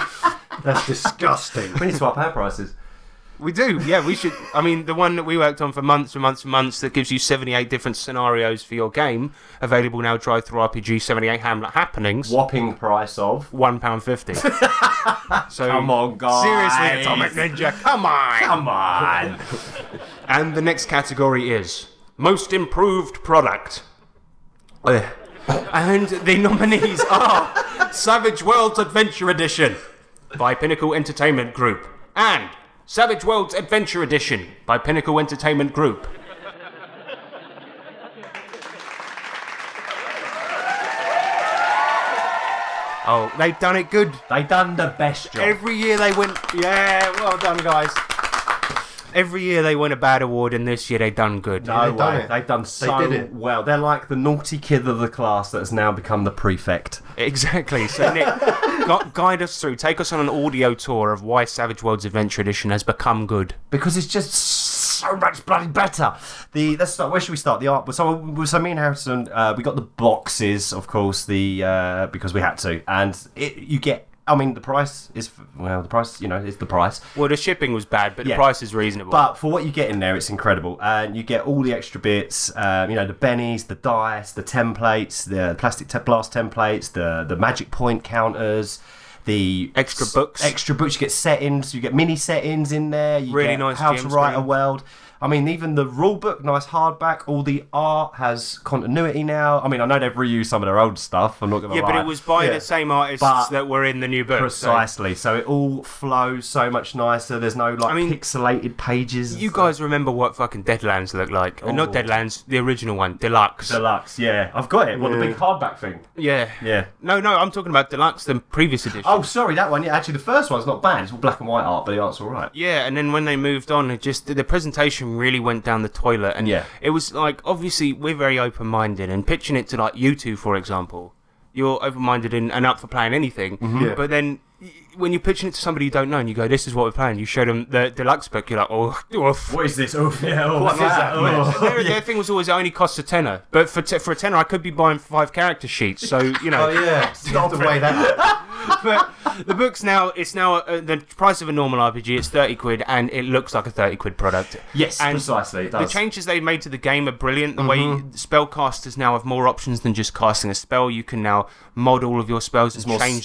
S4: That's disgusting.
S3: We need to up our prices.
S2: We do, yeah. We should. I mean, the one that we worked on for months and months and months that gives you 78 different scenarios for your game, available now. Drive through RPG 78 Hamlet happenings.
S3: Whopping price of.
S2: One pound fifty. so
S3: Come on, guys.
S2: seriously, Atomic Ninja, come on.
S3: Come on.
S2: And the next category is most improved product. Ugh. And the nominees are Savage Worlds Adventure Edition by Pinnacle Entertainment Group and Savage Worlds Adventure Edition by Pinnacle Entertainment Group. Oh, they've done it good.
S3: they done the best job.
S2: Every year they win. Yeah, well done, guys. Every year they win a bad award, and this year they done good.
S3: No
S4: They've done
S3: way.
S4: it.
S3: They've done so
S4: did it.
S3: well. They're like the naughty kid of the class that has now become the prefect.
S2: Exactly. So, Nick, gu- guide us through. Take us on an audio tour of why Savage Worlds Adventure Edition has become good.
S3: because it's just so much bloody better. The let's start. Where should we start? The art. So, so me and Harrison, uh, we got the boxes, of course, the uh, because we had to, and it, you get. I mean, the price is well, the price. You know, it's the price.
S2: Well, the shipping was bad, but
S3: Yeah.
S2: the price is reasonable.
S3: But for what you get in there, it's incredible, and you get all the extra bits. Um, you know, the bennies, the dice, the templates, the plastic te- blast templates, the the magic point counters. The
S2: Extra books.
S3: extra books. You get settings. You get mini settings in there. You
S2: Really
S3: get
S2: nice
S3: How to
S2: GM
S3: write a
S2: screen.
S3: world. I mean, even the rule book, nice hardback. All the art has continuity now. I mean, I know they've reused some of their old stuff. I'm not gonna
S2: yeah,
S3: lie.
S2: but it was by
S4: Yeah.
S2: the same artists
S3: But-
S2: that were in the new book. so-
S3: precisely. So. it all flows so much nicer. There's no like
S2: I mean,
S3: pixelated pages. and
S2: You
S3: stuff.
S2: guys remember what fucking Deadlands looked like? Uh, Not
S3: Oh.
S2: Deadlands, the original one, Deluxe.
S3: Deluxe, yeah. I've got it. Well, the big hardback thing.
S2: yeah.
S3: Yeah.
S2: No, no, I'm talking about Deluxe, the previous edition.
S3: Oh, sorry, that one. Yeah, actually, the first one's not bad. It's all black and white art, but the art's all right.
S2: Yeah, and then when they moved on, it just the presentation really went down the toilet, and
S3: Yeah.
S2: it was like obviously we're very open minded, and pitching it to like you two, for example, you're open minded and, and up for playing anything,
S4: Mm-hmm. Yeah.
S2: but then. y- When you're pitching it to somebody you don't know, and you go, "This is what we're playing," you show them the deluxe book. You're like, "Oh, oof."
S3: What is this? Oh, yeah. Oh,
S4: What is that?
S2: Their, their thing was always it only costs a tenner, but for t- for a tenner, I could be buying five character sheets. So you know,
S4: Oh yeah, stop the way that.
S2: but the book's now it's now uh, the price of a normal RPG. It's thirty quid, and it looks like a thirty quid product.
S3: Yes,
S2: And
S3: precisely. It
S2: The
S3: does. Mm-hmm.
S2: changes they've made to the game are brilliant. The way spellcasters now have more options than just casting a spell. You can now mod all of your spells and
S3: more
S2: change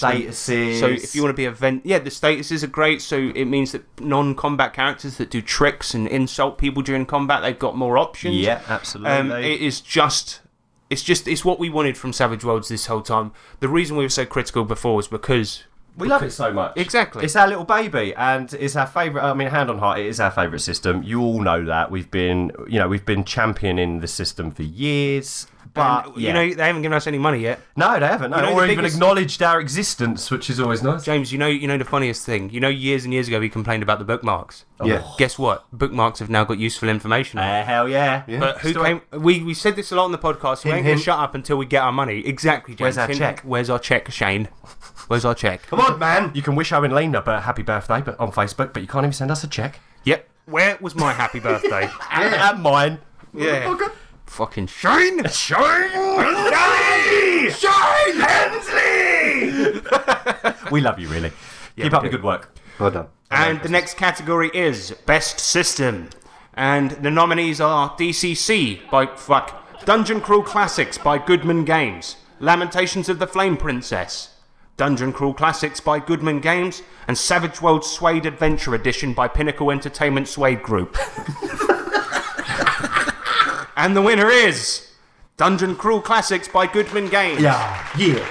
S2: Them.
S3: statuses.
S2: So if you want to be a vent, yeah, the statuses are great. So it means that non-combat characters that do tricks and insult people during combat, they've got more options.
S3: yeah, absolutely.
S2: Um, it is just, it's just, it's what we wanted from Savage Worlds this whole time. The reason we were so critical before was because
S3: we love it so much.
S2: Exactly.
S3: It's our little baby, and it's our favorite. I mean, hand on heart, it is our favorite system. You all know that. We've been, you know, we've been championing the system for years. But
S2: and, um,
S3: yeah.
S2: you know they haven't given us any money yet.
S3: no, they haven't. No,
S2: you know
S3: or
S2: the
S3: even
S2: biggest-
S3: acknowledged our existence, which is always nice.
S2: James, you know, you know the funniest thing. You know, years and years ago, we complained about the bookmarks.
S4: Yeah.
S2: Guess what? Bookmarks have now got useful information. on them.
S3: Uh, hell yeah.
S4: Yeah.
S2: but who
S4: Still-
S2: came? We, we said this a lot on the podcast. We
S4: Hint,
S2: ain't gonna
S4: hint.
S2: shut up until we get our money. Exactly, James.
S3: Where's our
S2: Hint-
S3: check?
S2: Where's our check, Shane? Where's our check?
S4: Come on, man.
S3: You can wish Owen Lane a b- happy birthday but on Facebook, but you can't even send us a check.
S2: Yep. Where was my happy birthday?
S3: And, and mine.
S2: yeah.
S3: Motherfucker.
S2: Fucking Shane.
S3: Shine! Shine! Hensley! we love you, really. Keep up
S2: we do.
S3: the good work.
S4: Well done.
S2: And the next category is Best System. And the nominees are DCC by fuck, Dungeon Crawl Classics by Goodman Games, Lamentations of the Flame Princess, Dungeon Crawl Classics by Goodman Games, and Savage World Suede Adventure Edition by Pinnacle Entertainment Suede Group. and the winner is Dungeon Crawl Classics by Goodman Games.
S3: Yeah, yeah.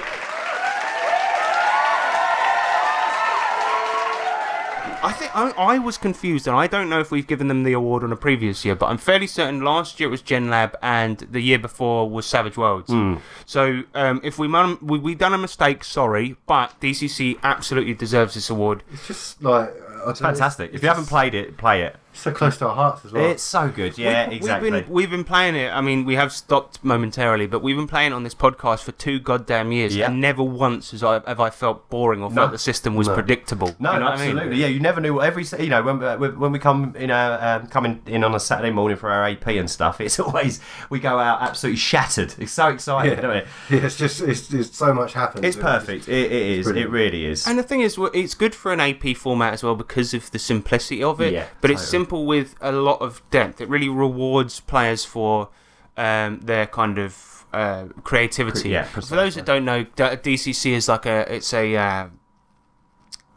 S2: I think I, I was confused, and I don't know if we've given them the award on a previous year, but I'm fairly certain last year it was Gen Lab, and the year before was Savage Worlds.
S3: Hmm.
S2: So um, if we, mun- we we done a mistake, sorry, but DCC absolutely deserves this award.
S4: It's just like I don't know,
S3: Fantastic. If you haven't played it, play it.
S4: So close to our hearts as well.
S3: It's so good. Yeah,
S2: We-
S3: exactly.
S2: We've been, we've been playing it. I mean, we have stopped momentarily, but we've been playing it on this podcast for two goddamn years,
S3: Yeah.
S2: and never once has I, have I felt boring or felt the system was predictable.
S3: No,
S2: You know what I mean?
S3: absolutely. Yeah, you never knew what every you know when uh, when we come you know um, coming in on a Saturday morning for our AP and stuff. It's always we go out absolutely shattered. It's so exciting,
S4: Yeah.
S3: don't it?
S4: Yeah, it's just it's, it's so much happens.
S3: It's perfect. It, it is. It
S4: brilliant.
S3: really is.
S2: And the thing is, well, it's good for an AP format as well because of the simplicity of it.
S3: Yeah,
S2: but it's
S3: totally.
S2: simple with a lot of depth. It really rewards players for um, their kind of uh, creativity.
S3: Cre- yeah,
S2: for those that don't know, D- DCC is like a it's a uh,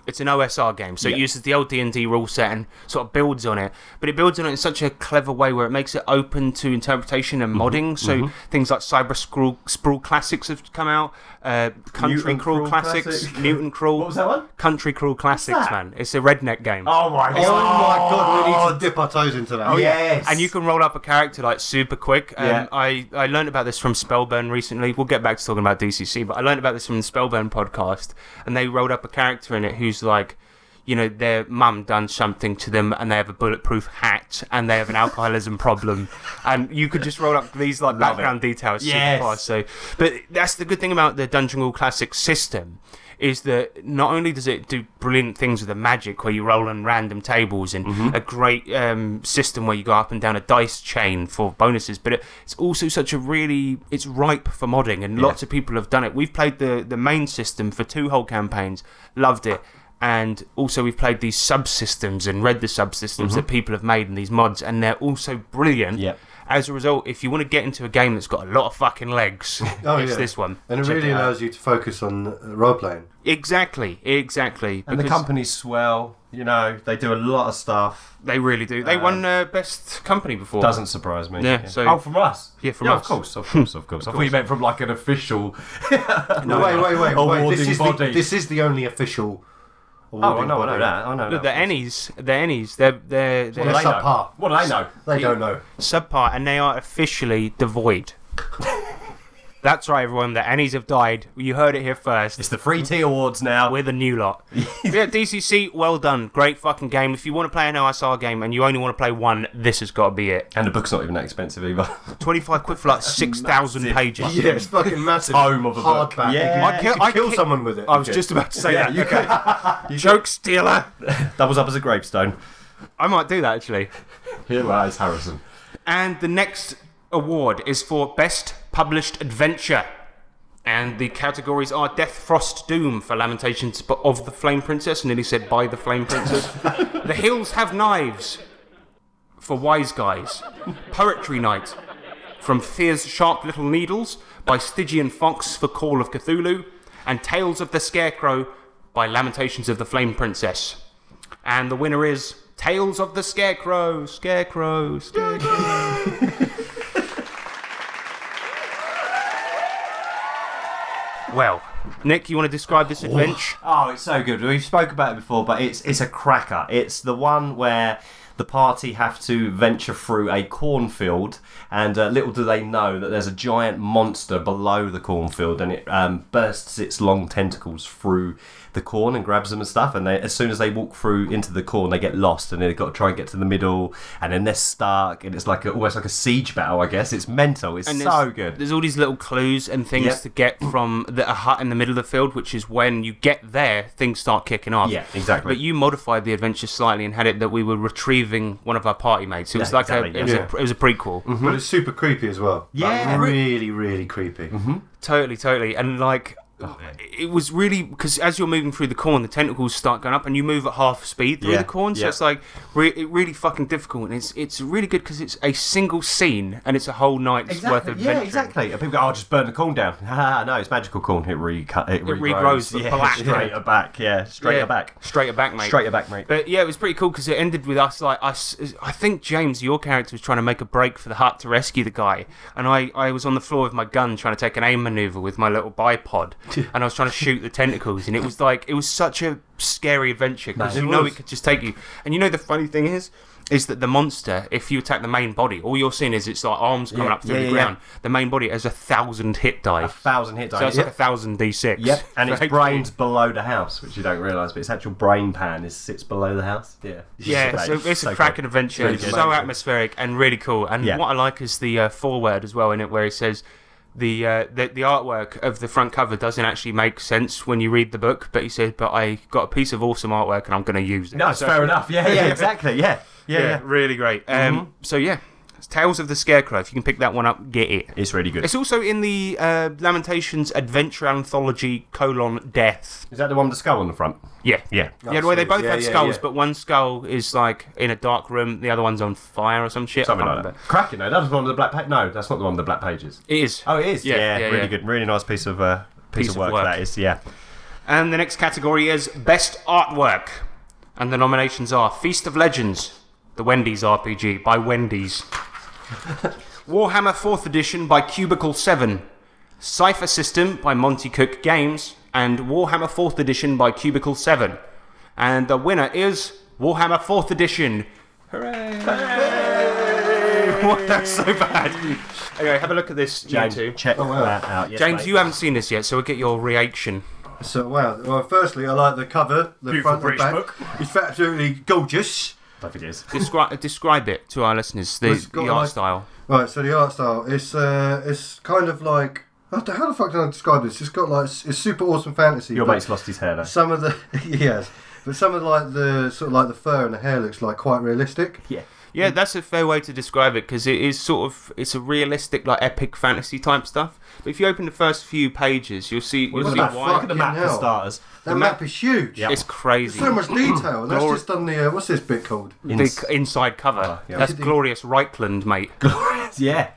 S2: it's an OSR game, so it
S3: Yeah.
S2: uses the old D and D rule set and sort of builds on it. But it builds on it in such a clever way where it makes it open to interpretation
S3: Mm-hmm,
S2: and modding. So things like Cyber Scroll, Sprawl classics have come out, uh, Country
S3: Mutant
S2: Crawl
S3: Crawl
S2: classics,
S3: Classic.
S2: Mutant Crawl.
S3: What was that one?
S2: Country Crawl Classics,
S3: that?
S2: man. It's a redneck game.
S3: Oh my
S4: Oh, my god, we
S3: god!
S4: need to Oh, dip our toes into that.
S3: yes.
S2: And you can roll up a character like super quick. Um,
S3: Yeah.
S2: I, I learned about this from Spellburn recently. We'll get back to talking about DCC, but I learned about this from the Spellburn podcast. And they rolled up a character in it who's like, you know, their mum done something to them and they have a bulletproof hat and they have an alcoholism problem. And you could just roll up these like
S3: Love it.
S2: background details
S3: Yes.
S2: super fast. So, but that's the good thing about the Dungeon Crawl Classic system is that not only does it do brilliant things with the magic where you roll on random tables and a great um, system where you go up and down a dice chain for bonuses, but it, it's also such a really it's ripe for modding and lots of people have done it. We've played the the main system for two whole campaigns, loved it. And also, we've played these subsystems and read the subsystems that people have made in these mods, and they're also brilliant.
S3: Yep.
S2: As a result, if you want to get into a game that's got a lot of fucking legs,
S4: Oh,
S2: it's
S4: yeah.
S2: this one.
S4: And it
S2: Check
S4: really
S2: out.
S4: allows you to focus on uh, role playing.
S2: Exactly, exactly.
S3: And the
S2: because
S3: company's swell. You know they do a lot of stuff.
S2: they really do. They won uh, best company before.
S3: Doesn't surprise me.
S2: Yeah, so-
S3: oh, from us.
S2: Yeah, from us.
S3: Of course, of course, of course. I thought you meant from like an official.
S4: No, wait, wait, wait. wait. This,
S3: Awarding
S4: is the,
S3: body.
S4: this is the only official.
S3: Oh, I
S4: awarding
S3: know, I know
S4: body.
S3: that. I know
S2: Look,
S3: that.
S2: the Ennies, the Ennies, they're they're, they're
S4: They're
S3: they know?
S4: subpar.
S3: What do they know?
S4: They don't know.
S2: subpar, and they are officially devoid. That's right, everyone. The Ennies have died. You heard it here first.
S3: It's the free tea awards now.
S2: We're the new lot. yeah, DCC, well done. Great fucking game. If you want to play an OSR game and you only want to play one, this has got to be it.
S3: And the book's not even that expensive either.
S2: 25 quid for like 6,000
S3: massive
S2: pages.
S4: Yeah, it's fucking massive.
S3: Tome of a book.
S4: Hardback.
S2: I
S3: Yeah.
S4: You could- you
S2: kill-
S4: could
S2: I
S4: kill
S2: kill-
S4: someone with it.
S2: I was just about to say that.
S3: you could.
S2: Joke stealer.
S3: Doubles up as a gravestone.
S2: I might do that actually.
S3: Here lies Harrison.
S2: And the next award is for Best Published Adventure. And the categories are Death Frost Doom for Lamentations of the Flame Princess, nearly said by the Flame Princess. the Hills Have Knives for Wise Guys. Poetry Night from Fear's Sharp Little Needles by Stygian Fox for Call of Cthulhu. And Tales of the Scarecrow by Lamentations of the Flame Princess. And the winner is Tales of the Scarecrow, Scarecrow, Scarecrow. well, Nick, you want to describe this adventure?
S3: Oh, it's so good. We've spoke about it before, but it's it's a cracker. It's the one where the party have to venture through a cornfield, and uh, little do they know that there's a giant monster below the cornfield, and it um, bursts its long tentacles through the corn and grabs them and stuff. And they, as soon as they walk through into the corn, they get lost, and they've got to try and get to the middle, and then they're stuck, and it's like a, almost like a siege battle, I guess. It's mental. It's
S2: And
S3: so
S2: there's-
S3: good.
S2: There's all these little clues and things
S3: Yep.
S2: to get from the, a hut in the middle of the field, which is when you get there, things start kicking off.
S3: Yeah, exactly.
S2: But you modified the adventure slightly and had it that we were retrieving one of our party mates. It was
S3: Yeah, Mm.
S2: like a,
S3: exactly,
S2: it was
S4: yeah.
S2: a it was a prequel.
S4: But it's super creepy as well.
S3: Yeah. Mm-hmm.
S4: Like, really, really creepy.
S2: Totally, totally. And like,
S3: Oh,
S2: it was really because as you're moving through the corn, the tentacles start going up, and you move at half speed through
S3: Yeah,
S2: the corn. So
S3: yeah.
S2: it's like re- it really fucking difficult, and it's it's really good because it's a single scene and it's a whole night's worth of
S3: yeah,
S2: adventure.
S3: exactly. And people go, "Oh, just burn the corn down." Ah, no, it's magical corn. It recut. It,
S2: regrows the
S3: yeah,
S2: black.
S3: straight aback. Yeah, straight
S2: Yeah,
S3: aback.
S2: straight back, mate.
S3: Straight aback, mate.
S2: But yeah, it was pretty cool because it ended with us like us. I think James, your character, was trying to make a break for the hut to rescue the guy, and I, I was on the floor with my gun trying to take an aim maneuver with my little bipod, and I was trying to shoot the tentacles, and it was like it was such a scary adventure because
S3: No, it
S2: you know
S3: was.
S2: it could just take you. And you know the funny thing is, is that the monster, if you attack the main body, all you're seeing is its like arms coming
S3: Yeah,
S2: up through
S3: yeah,
S2: the
S3: yeah,
S2: ground. The main body has a thousand hit die.
S3: A thousand hit
S2: So
S3: dice.
S2: it's like a thousand d6.
S3: Yep, and its
S2: Right.
S3: brain's below the house, which you don't realise, but its actual brain pan is sits below the house. Yeah,
S2: Yeah, so it's a cracking adventure.
S3: Really
S2: It's
S3: good.
S2: so atmospheric and really cool. And
S3: Yeah.
S2: what I like is the uh, foreword as well in it, where it says the, uh, the the artwork of the front cover doesn't actually make sense when you read the book. But he said, "But I got a piece of awesome artwork, and I'm going to use it."
S3: No, it's
S2: So-
S3: fair enough. Yeah, yeah, exactly. Yeah,
S2: Yeah,
S3: yeah, yeah. Mm-hmm.
S2: really great. Um, So yeah, it's Tales of the Scarecrow. If you can pick that one up, get it.
S3: It's really good.
S2: It's also in the uh, Lamentations Adventure Anthology colon Death.
S3: Is that the one with the skull on the front?
S2: Yeah,
S3: Yeah.
S2: yeah, the way they
S4: Absolutely.
S2: both
S4: Yeah,
S2: have
S4: yeah,
S2: skulls,
S4: yeah.
S2: but one skull is like in a dark room, the other one's on fire or some shit. I
S3: Something
S2: can't
S3: like that.
S2: remember.
S3: Cracking though. That was one of the black. Pa- no, that's not the one with the black pages.
S2: It is.
S3: Oh, it is.
S2: Yeah,
S3: Yeah,
S2: yeah,
S3: really
S2: yeah.
S3: good. Really nice piece of uh, piece, of work, that is. Yeah.
S2: And the next category is Best Artwork. And the nominations are Feast of Legends, the Wendy's RPG by Wendy's, Warhammer 4th Edition by Cubicle 7, Cypher System by Monty Cook Games, and Warhammer 4th Edition by Cubicle 7. And the winner is Warhammer 4th Edition. Hooray! What? That's so bad. Okay, have a look at this,
S3: James,
S2: you two.
S3: check
S4: Oh, wow.
S3: that out. Yes,
S2: James,
S3: mate.
S2: you haven't seen this yet, so we'll get your reaction.
S4: So wow. Well, firstly, I like the cover, the front
S3: British
S4: and back.
S3: book.
S4: It's absolutely gorgeous.
S3: I think it is.
S2: Describe uh, describe it to our listeners. The,
S4: It's got
S2: the art
S4: like-
S2: style.
S4: Right. So the art style, it's uh, it's kind of like how the how the fuck can I describe this? It's got like it's super awesome fantasy.
S3: Your
S4: but
S3: mate's lost his hair though.
S4: Some of the yes, but some of like the sort of like the fur and the hair looks like quite realistic.
S3: Yeah.
S4: Mm.
S2: Yeah, that's a fair way to describe it because it is sort of it's a realistic like epic fantasy type stuff. But if you open the first few pages, you'll see you'll
S3: Look
S2: see
S3: at
S4: the
S3: that-
S2: why
S3: look at the map
S4: Fucking
S3: for
S4: hell.
S3: starters.
S4: That
S2: The
S4: map
S2: map-
S4: is huge.
S3: Yeah.
S2: it's crazy.
S4: So much detail. That's
S2: Glor-
S4: just done the uh, what's this bit called?
S2: the c- inside cover.
S4: Oh,
S2: That's glorious Reichland, mate.
S3: Yeah.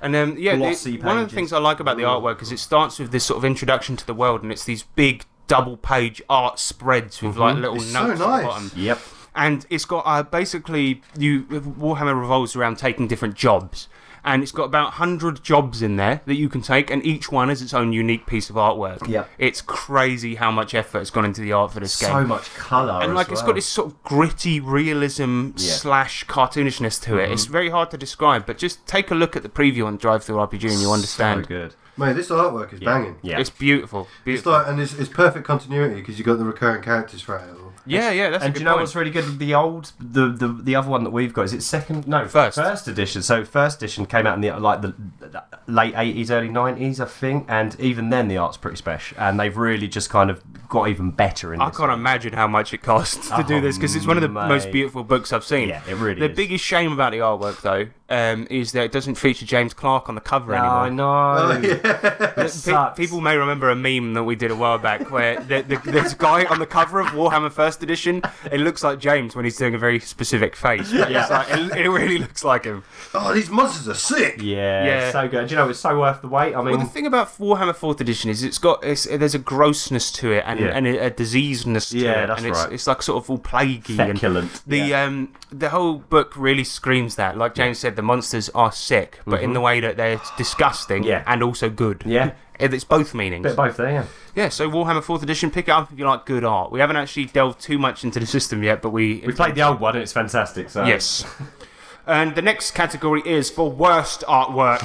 S2: And um, yeah, the-
S3: Glossy
S2: one of the
S3: pages.
S2: things I like about the artwork is it starts with this sort of introduction to the world, and it's these big double-page art spreads with like little
S4: Mm-hmm. It's so
S2: notes at
S4: nice.
S2: the bottom.
S3: Yep.
S2: and it's got uh, basically you Warhammer revolves around taking different jobs, and it's got about hundred jobs in there that you can take, and each one is its own unique piece of artwork.
S3: Yeah.
S2: it's crazy how much effort has gone into the art for this
S3: So
S2: game.
S3: much colour.
S2: and like
S3: as
S2: it's
S3: well.
S2: got this sort of gritty realism
S3: Yeah. Mm-hmm.
S2: slash cartoonishness to it. It's very hard to describe, but just take a look at the preview on Drive Through RPG and you
S3: So
S2: understand.
S3: good.
S4: Mate, this artwork is banging.
S3: Yeah.
S2: It's beautiful.
S4: It's
S2: Beautiful.
S4: like and it's, it's perfect continuity because you got the recurring characters throughout it all.
S2: yeah, yeah. That's a
S3: and
S2: good
S3: do you know
S2: point.
S3: what's really good? The old, the, the the other one that we've got is it second? No,
S2: First.
S3: First edition. So first edition came out in the like the, the late eighties, early nineties, I think. And even then, the art's pretty special. And they've really just kind of got even better in.
S2: I
S3: this.
S2: can't imagine how much it costs to do
S3: Oh,
S2: this because it's one of the
S3: mate.
S2: most beautiful books I've seen.
S3: Yeah, it really
S2: The
S3: is.
S2: biggest shame about the artwork, though, um, is that it doesn't feature James Clark on the cover
S3: Oh, I
S2: anymore.
S3: know. It
S2: Pe-
S3: sucks.
S2: people may remember a meme that we did a while back where the, the, there's a guy on the cover of Warhammer First Edition. It looks like James when he's doing a very specific face. But it's like- it, it really looks like him.
S4: Oh, these monsters are sick.
S3: Yeah,
S2: Yeah.
S3: so good. Do you know it's so worth the wait? I mean,
S2: Well, the thing about Warhammer Fourth Edition is it's got it's, there's a grossness to it and,
S3: Yeah.
S2: and a, a diseaseness to
S3: Yeah,
S2: it,
S3: that's
S2: and it's,
S3: right.
S2: it's like sort of all plaguey
S3: Feculent.
S2: And the um the whole book really screams that. Like James said, the monsters are sick, but in the way that they're disgusting
S3: Mm-hmm. Yeah.
S2: and also good.
S3: Yeah.
S2: And it's both meanings.
S3: bit of both there. Yeah.
S2: Yeah, so Warhammer Fourth Edition, pick it up if you like good art. We haven't actually delved too much into the system yet, but we
S3: We played the old one and it's fantastic. So
S2: Yes. Um, And the next category is for worst artwork.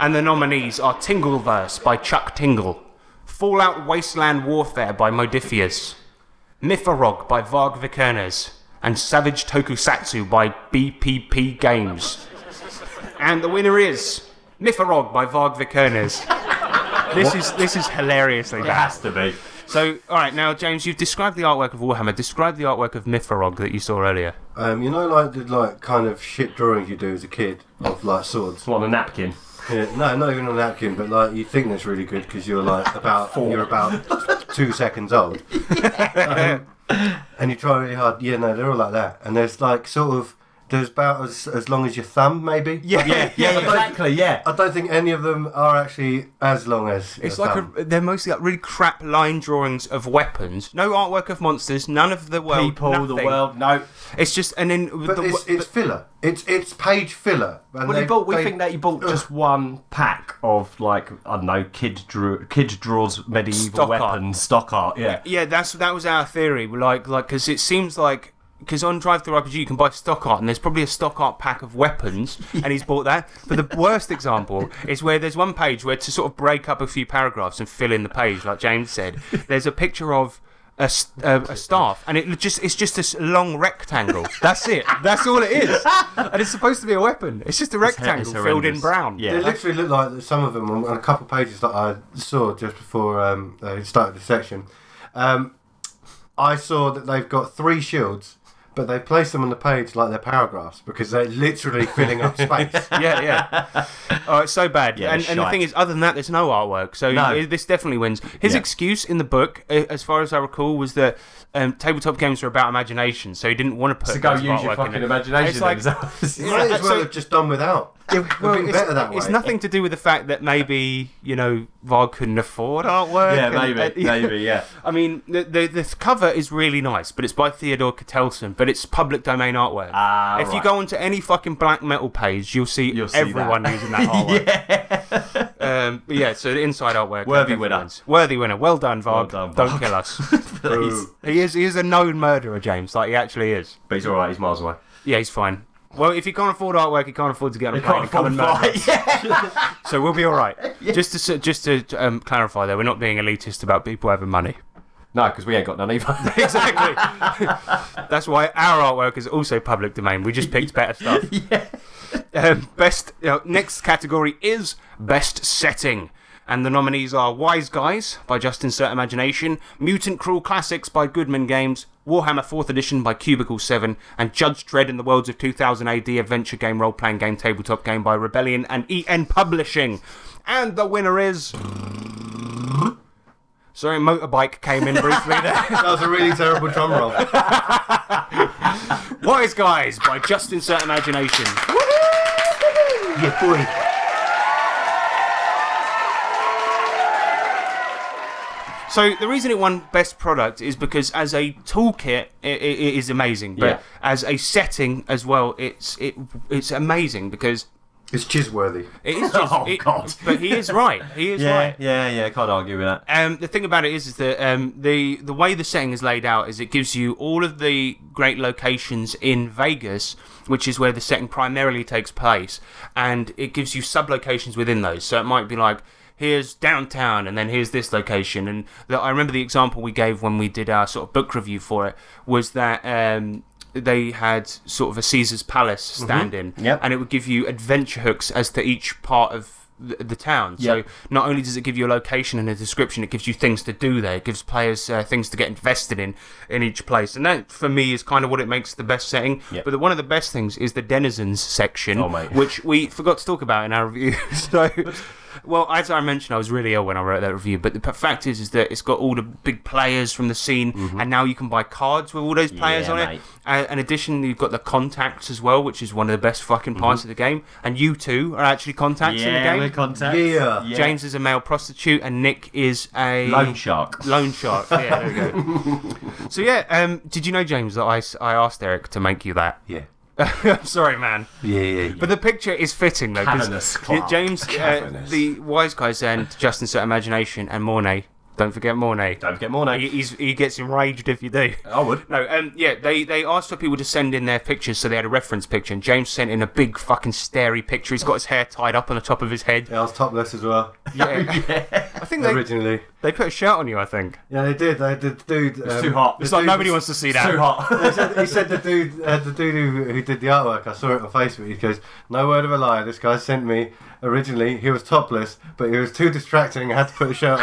S2: and the nominees are Tingleverse by Chuck Tingle, Fallout Wasteland Warfare by Modifius, Mifarog by Varg Vikernes, and Savage Tokusatsu by BPP Games. And the winner is Mifarog by Varg Vikernes. This is this is hilariously
S3: it
S2: bad.
S3: has to be.
S2: So, all right, now James, you've described the artwork of Warhammer. Describe the artwork of Mifarog that you saw earlier.
S4: Um, you know, like the like kind of shit drawings you do as a kid of like swords.
S3: It's on a napkin.
S4: Yeah, no, not even on a napkin, but like you think that's really good because you're like about you you're about two seconds old, Um, and you try really hard. Yeah, no, they're all like that, and there's like sort of there's about as as long as your thumb, maybe.
S3: Yeah, yeah, exactly. Yeah.
S4: I don't think any of them are actually as long as. your
S2: It's like
S4: thumb.
S2: a, they're mostly like really crap line drawings of weapons. No artwork of monsters. None of the world.
S3: People, the
S2: nothing.
S3: world. No,
S2: It's just and then with
S4: But
S2: the,
S4: it's,
S2: wo-
S4: it's filler. It's it's page filler. And
S3: Well, he
S4: they-
S3: bought. We
S4: they-
S3: think that you bought just one pack of like I don't know, kid drew, kid draws medieval
S2: Stock art.
S3: weapons, stock art. Yeah,
S2: yeah, that's that was our theory. Like like because it seems like because on Drive Through RPG you can buy stock art, and there's probably a stock art pack of weapons, and he's bought that. But the worst example is where there's one page where to sort of break up a few paragraphs and fill in the page, like James said. There's a picture of. A, s- a- a staff, and it just it's just this long rectangle. That's it. That's all it is. And it's supposed to be a weapon. It's just a rectangle filled in
S3: horrendous.
S2: brown.
S3: Yeah.
S4: They literally look like that some of them on on a couple of pages that I saw just before um, they started the section. Um, I saw that they've got three shields, but they place them on the page like they're paragraphs because they're literally filling up space.
S2: yeah, yeah. Oh, it's so bad.
S3: Yeah,
S2: and, and the
S3: shite.
S2: thing is, other than that, there's no artwork. So
S3: No.
S2: i- this definitely wins. His
S3: Yeah.
S2: excuse in the book, a- as far as I recall, was that um, tabletop games are about imagination, so he didn't want to put
S3: So go
S2: loads
S3: use
S2: of
S3: your
S2: artwork in
S3: fucking
S2: it.
S3: imagination.
S2: It's like-
S3: then, is that-
S4: Might as well
S2: so-
S4: have just done without. It would
S2: Well,
S4: have been
S2: it's,
S4: better that way.
S2: it's nothing to do with the fact that maybe you know Varg couldn't afford artwork.
S3: yeah,
S2: and-
S3: maybe,
S2: and-
S3: maybe, yeah.
S2: I mean, the, the the cover is really nice, but it's by Theodore Catelson, but it's public domain artwork.
S3: Ah,
S2: if you
S3: right.
S2: go onto any fucking black metal page, you'll see
S3: You'll see
S2: everyone
S3: that.
S2: using that artwork. Um, but yeah, so the inside artwork.
S3: Worthy
S2: definitely
S3: winner.
S2: wins. Worthy winner. Well done, Varg.
S3: Well done, Varg.
S2: Don't kill us.
S3: Please.
S2: he is. He is a known murderer, James. Like he actually is.
S3: But he's all right. He's miles away.
S2: Yeah, he's fine. Well, if he can't afford artwork, he can't afford to get on a plane and come and murder. us. So we'll be all right. Just to s- just to um, clarify, though, we're not being elitist about people having money.
S3: No, because we ain't got none either.
S2: exactly. That's why our artwork is also public domain. We just picked better stuff. Um, best you know, next category is best setting. And the nominees are Wise Guys by Just Insert Imagination, Mutant Cruel Classics by Goodman Games, Warhammer 4th Edition by Cubicle 7, and Judge Dredd in the Worlds of 2000 AD Adventure Game Role Playing Game Tabletop Game by Rebellion and EN Publishing. And the winner is. Sorry, motorbike came in briefly there.
S4: That was a really terrible drum roll.
S2: Wise Guys by Just Insert Imagination.
S4: yeah, boy.
S2: So the reason it won Best Product is because as a toolkit, it, it, it is amazing. But
S3: Yeah.
S2: as a setting as well, it's it it's amazing because
S4: It's chisworthy.
S2: it is just.
S3: Oh,
S2: it-
S3: God.
S2: But he is right. He is right.
S3: yeah, yeah. Can't argue with that.
S2: Um, the thing about it is, is that um, the the way the setting is laid out is it gives you all of the great locations in Vegas, which is where the setting primarily takes place, and it gives you sub locations within those. So it might be like here's downtown, and then here's this location. And the, I remember the example we gave when we did our sort of book review for it was that. Um, they had sort of a Caesar's Palace stand in,
S3: Yep.
S2: and it would give you adventure hooks as to each part of the, the town.
S3: Yeah.
S2: So not only does it give you a location and a description, it gives you things to do there. It gives players uh, things to get invested in in each place, and that for me is kind of what it makes the best setting.
S3: Yeah.
S2: But the, one of the best things is the denizens section,
S3: Oh, mate.
S2: which we forgot to talk about in our review. so. Well, as I mentioned, I was really ill when I wrote that review, but the p- fact is, is that it's got all the big players from the scene, and now you can buy cards with all those players
S3: Mm-hmm. Yeah,
S2: on it.
S3: mate.
S2: Uh, in addition, you've got the contacts as well, which is one of the best fucking parts of the game. And you two are actually contacts in the
S3: Mm-hmm. Yeah,
S2: game.
S3: we're contacts.
S4: Yeah.
S2: James is a male prostitute, and Nick is a
S3: Loan shark.
S2: Loan shark. Yeah, there we go. so yeah, um, did you know James that I, s- I asked Eric to make you that?
S4: Yeah.
S2: I'm sorry, man.
S4: Yeah, yeah, yeah.
S2: But the picture is fitting though,
S3: Cavernous
S2: because
S3: Clark.
S2: James, uh,
S3: Cavernous.
S2: the wise guys, and Justin Set Imagination and Mornay. Don't forget Mornay.
S3: Don't forget more now.
S2: He, he's, he gets enraged if you do.
S3: I would.
S2: No, um, yeah, they, they asked for people to send in their pictures, so they had a reference picture. And James sent in a big fucking stary picture. He's got his hair tied up on the top of his head.
S4: Yeah, I was topless as well,
S2: Yeah, I think they,
S4: originally.
S2: they put a shirt on you. I think
S4: Yeah, they did. They did. The dude. um, It's
S3: too hot.
S2: it's like nobody wants to see that.
S4: He said, he said the dude, uh, the dude who, who did the artwork. I saw it on Facebook. He goes, "No word of a lie. This guy sent me. Originally, he was topless, but he was too distracting. I had to put a shirt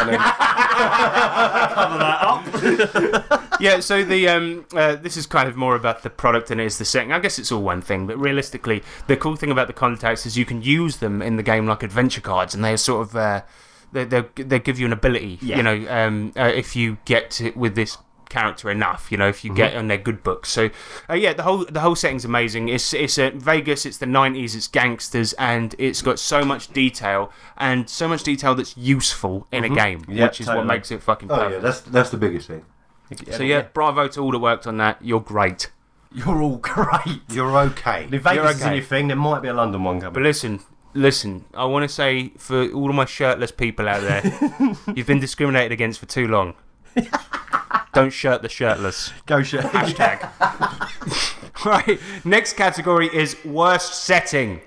S4: on him.
S2: yeah, so the um, uh, this is kind of more about the product than it is the setting. I guess it's all one thing, but realistically, the cool thing about the contacts is you can use them in the game like adventure cards, and they're sort of uh, they they they give you an ability.
S3: Yeah.
S2: You know, um, uh, if you get it with this character enough, you know, if you get
S3: Mm-hmm.
S2: on their good books. So, uh, yeah, the whole the whole setting's amazing. It's it's uh, Vegas, it's the '90s, it's gangsters, and it's got so much detail and so much detail that's useful in a game,
S3: Mm-hmm. Yeah,
S2: which is what
S3: totally.
S2: makes it fucking
S4: Oh
S2: perfect.
S4: yeah, that's that's the biggest thing.
S2: So yeah, bravo to all that worked on that. You're great.
S3: you're all great.
S4: You're okay.
S3: If Vegas
S2: You're
S3: is in
S2: okay.
S3: your thing, there might be a London one coming.
S2: But listen, listen, I want to say for all of my shirtless people out there, you've been discriminated against for too long. Don't shirt the shirtless.
S3: Go shit.
S2: Hashtag. right. Next category is worst setting.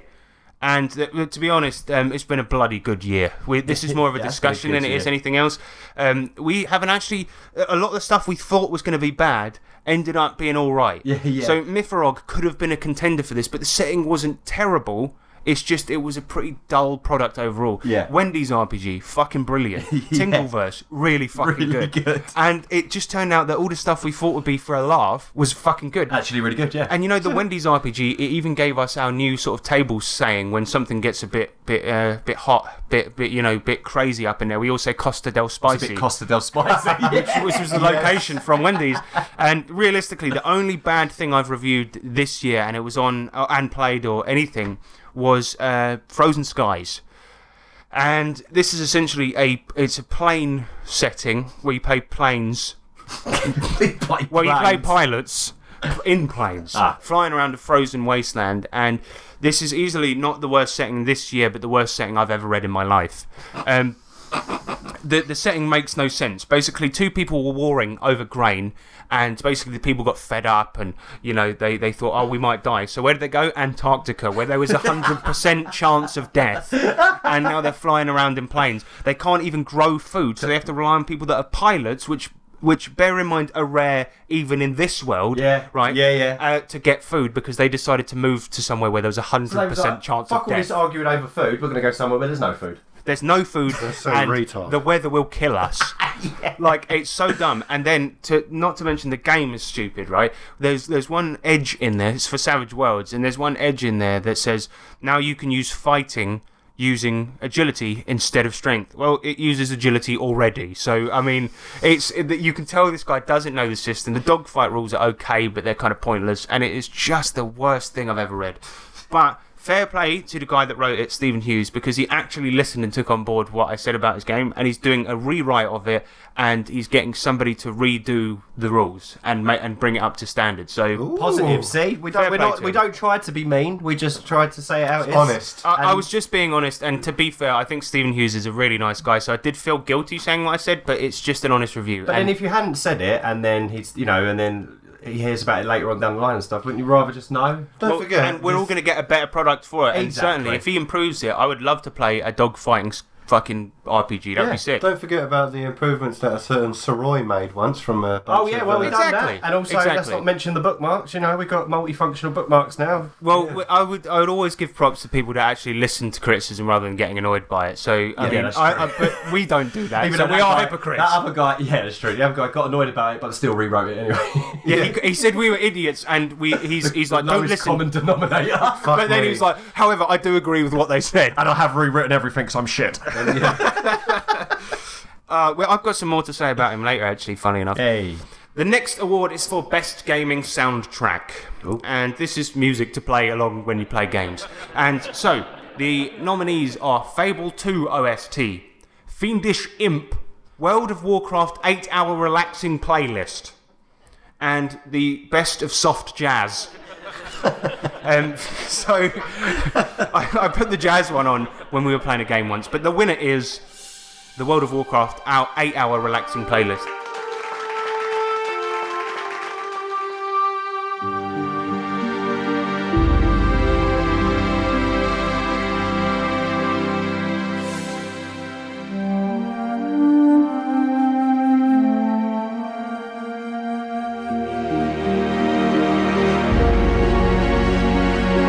S2: And uh, to be honest, um, it's been a bloody good year. We, this is more of a
S3: Yeah, it's been a
S2: discussion
S3: good
S2: than it is
S3: year.
S2: anything else. Um, we haven't actually. A lot of the stuff we thought was going to be bad ended up being all right.
S3: Yeah, yeah.
S2: So Mithrog could have been a contender for this, but the setting wasn't terrible. It's just it was a pretty dull product overall.
S3: Yeah.
S2: Wendy's RPG, fucking brilliant. Tingleverse, really fucking
S3: Really good.
S2: And it just turned out that all the stuff we thought would be for a laugh was fucking good.
S3: Actually, really good. Yeah.
S2: And you know the Wendy's RPG, it even gave us our new sort of table saying when something gets a bit, bit, uh, bit hot, bit, bit, you know, bit crazy up in there. We all say Costa del
S3: It's
S2: Spicy,
S3: a bit Costa del Spicy.
S2: which, which was the location from Wendy's. And realistically, the only bad thing I've reviewed this year, and it was on uh, and played or anything, was uh, Frozen Skies. And this is essentially a it's a plane setting where you play planes well, you play pilots in planes, flying around a frozen wasteland, and this is easily not the worst setting this year, but the worst setting I've ever read in my life. Um, the the setting makes no sense. Basically, two people were warring over grain, and basically the people got fed up, and you know they, they thought, oh, we might die. So where did they go? Antarctica, where there was a hundred percent chance of death, and now they're flying around in planes. They can't even grow food, so they have to rely on people that are pilots, which. Which bear in mind are rare even in this world,
S3: Yeah,
S2: right?
S3: yeah, yeah.
S2: Uh, to get food because they decided to move to somewhere where there was a hundred
S3: So they was
S2: percent
S3: like,
S2: chance
S3: Fuck
S2: of
S3: all
S2: death.
S3: this arguing over food. We're going to go somewhere where there's no food.
S2: There's no food,
S4: so
S2: and
S4: retard.
S2: the weather will kill us. Like it's so dumb. And then to not to mention the game is stupid, right? There's there's one edge in there. It's for Savage Worlds, and there's one edge in there that says now you can use fighting using agility instead of strength. Well, it uses agility already, so I mean, it's it, you can tell this guy doesn't know the system. The dogfight rules are okay, but they're kind of pointless, and it is just the worst thing I've ever read. But fair play to the guy that wrote it, Stephen Hughes, because he actually listened and took on board what I said about his game, and he's doing a rewrite of it, and he's getting somebody to redo the rules and ma- and bring it up to standard. So
S3: Positive. See, we
S2: Fair
S3: don't. We're
S2: play
S3: not.
S2: to
S3: We
S2: him.
S3: don't try to be mean. We just try to say it out. It's
S4: honest.
S2: I, I
S3: And-
S2: was just being honest, and to be fair, I think Stephen Hughes is a really nice guy, so I did feel guilty saying what I said, but it's just an honest review.
S3: But then
S2: and
S3: if you hadn't said it, and then he's, you know, and then he hears about it later on down the line and stuff, wouldn't you rather just know?
S4: Don't
S2: well,
S4: forget.
S2: and we're all going to get a better product for it. And certainly,
S3: Exactly.
S2: if he improves it, I would love to play a dog fighting s- fucking RPG. That'd
S3: Yeah,
S2: be sick.
S4: Don't forget about the improvements that a certain Soroy made once from a. bunch
S3: Oh yeah,
S4: of,
S3: well
S4: uh,
S3: we
S2: Exactly.
S3: done that, and also let's
S2: Exactly.
S3: not mention the bookmarks. You know, we've got multifunctional bookmarks now.
S2: Well, w I I would I would always give props to people that actually listen to criticism rather than getting annoyed by it. So I
S3: Yeah,
S2: mean,
S3: that's
S2: I,
S3: true.
S2: I, but we don't do that.
S3: Even
S2: so
S3: though
S2: we
S3: that
S2: are
S3: guy-
S2: hypocrites.
S3: That other guy, yeah, that's true. The other guy got annoyed about it, but still rewrote it anyway.
S2: yeah, he, he said we were idiots, and we he's he's like
S3: The
S2: don't
S3: lowest
S2: listen.
S3: common denominator.
S4: Fuck
S2: But then
S4: me.
S2: he was like, however, I do agree with what they said.
S3: and I have rewritten everything because I'm shit.
S2: Uh, well, I've got some more to say about him later. Actually, funny enough.
S3: hey,
S2: The next award is for Best Gaming Soundtrack. And this is music to play along when you play games. And so, the nominees are Fable 2 OST, Fiendish Imp, World of Warcraft 8 Hour Relaxing Playlist, and the Best of Soft Jazz. um, so, I, I put the jazz one on when we were playing a game once, but the winner is the World of Warcraft our 8 Hour Relaxing Playlist.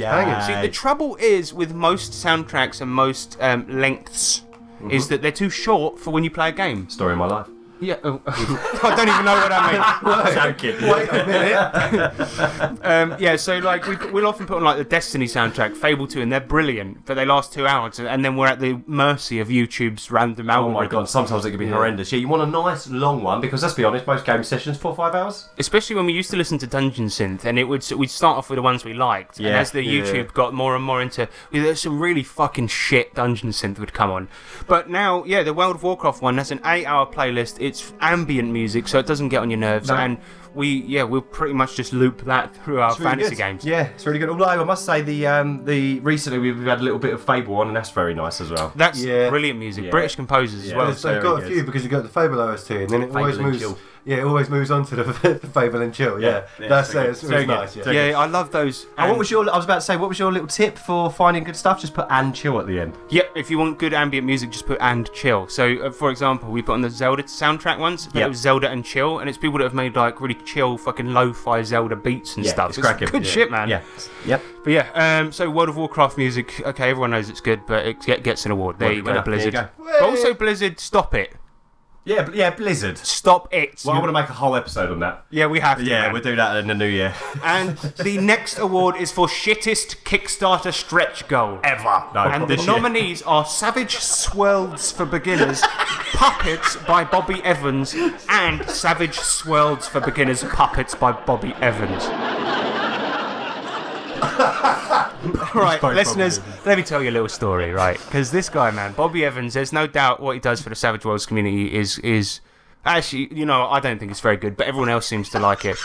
S3: yeah,
S2: See, the trouble is with most soundtracks and most um, lengths is that they're too short for when you play a game.
S3: story of my life.
S2: Yeah, oh, I don't even know what I mean.
S3: Wait a minute.
S2: Um, yeah, so like we, we'll often put on like the Destiny soundtrack, Fable Two, and they're brilliant, but they last two hours, and- and then we're at the mercy of YouTube's random
S3: Oh
S2: algorithm.
S3: my god, sometimes it can be horrendous. Yeah, you want a nice long one because let's be honest, most game sessions four five hours.
S2: Especially when we used to listen to Dungeon Synth, and it would we'd start off with the ones we liked, and
S3: Yeah,
S2: as the
S3: yeah.
S2: YouTube got more and more into, there's some really fucking shit Dungeon Synth would come on. But now, yeah, the World of Warcraft one has an eight-hour playlist. It's ambient music, so it doesn't get on your nerves,
S3: No.
S2: and we yeah we'll pretty much just loop that through our
S3: It's really
S2: fantasy
S3: good.
S2: games.
S3: Yeah, it's really good. Although I must say the um, the recently we've we've had a little bit of Fable on, and that's very nice as well.
S2: That's
S4: Yeah.
S2: brilliant music.
S3: Yeah.
S2: British composers as
S3: Yeah.
S2: well.
S3: It's
S4: They've
S3: very
S4: got a
S3: good.
S4: few because you've got the Fable OST, and then it always
S3: Fable and
S4: moves.
S3: Chill.
S4: Yeah, it always moves on to the, the Fable and Chill. Yeah,
S3: Yeah,
S4: that's
S3: very
S4: it.
S3: good.
S4: It's, it's
S3: Very good.
S4: nice. Yeah.
S3: Very
S2: Yeah, I love those.
S3: And what was your? I was about to say, what was your little tip for finding good stuff? Just put and chill at the end.
S2: Yep, if you want good ambient music, just put and chill. So, uh, for example, we put on the Zelda soundtrack once, but
S3: Yep.
S2: it was Zelda and chill, and it's people that have made like really chill, fucking lo fi Zelda beats and
S3: Yeah,
S2: stuff.
S3: it's cracking.
S2: good
S3: Yeah.
S2: shit, man.
S3: Yeah. Yep.
S2: But yeah, um, so World of Warcraft music, okay, everyone knows it's good, but it get- gets an award. There
S3: Well,
S2: you
S3: fair
S2: go,
S3: enough. There you
S2: Blizzard.
S3: go.
S2: But also, Blizzard, stop it.
S3: Yeah. bl- Yeah. Blizzard.
S2: Stop it.
S3: Well, I want to make a whole episode on that.
S2: yeah, we have to.
S3: Yeah,
S2: man.
S3: we'll do that in the new year.
S2: And the next award is for shittest Kickstarter stretch goal ever.
S3: No,
S2: and the
S3: this year.
S2: nominees are Savage Swirls for Beginners, Puppets by Bobby Evans, and Savage Swirls for Beginners, Puppets by Bobby Evans. right,
S3: Bobby
S2: listeners, let me tell you a little story, right? Because this guy, man, Bobby Evans, there's no doubt what he does for the Savage Worlds community is is actually, you know, I don't think it's very good, but everyone else seems to like it.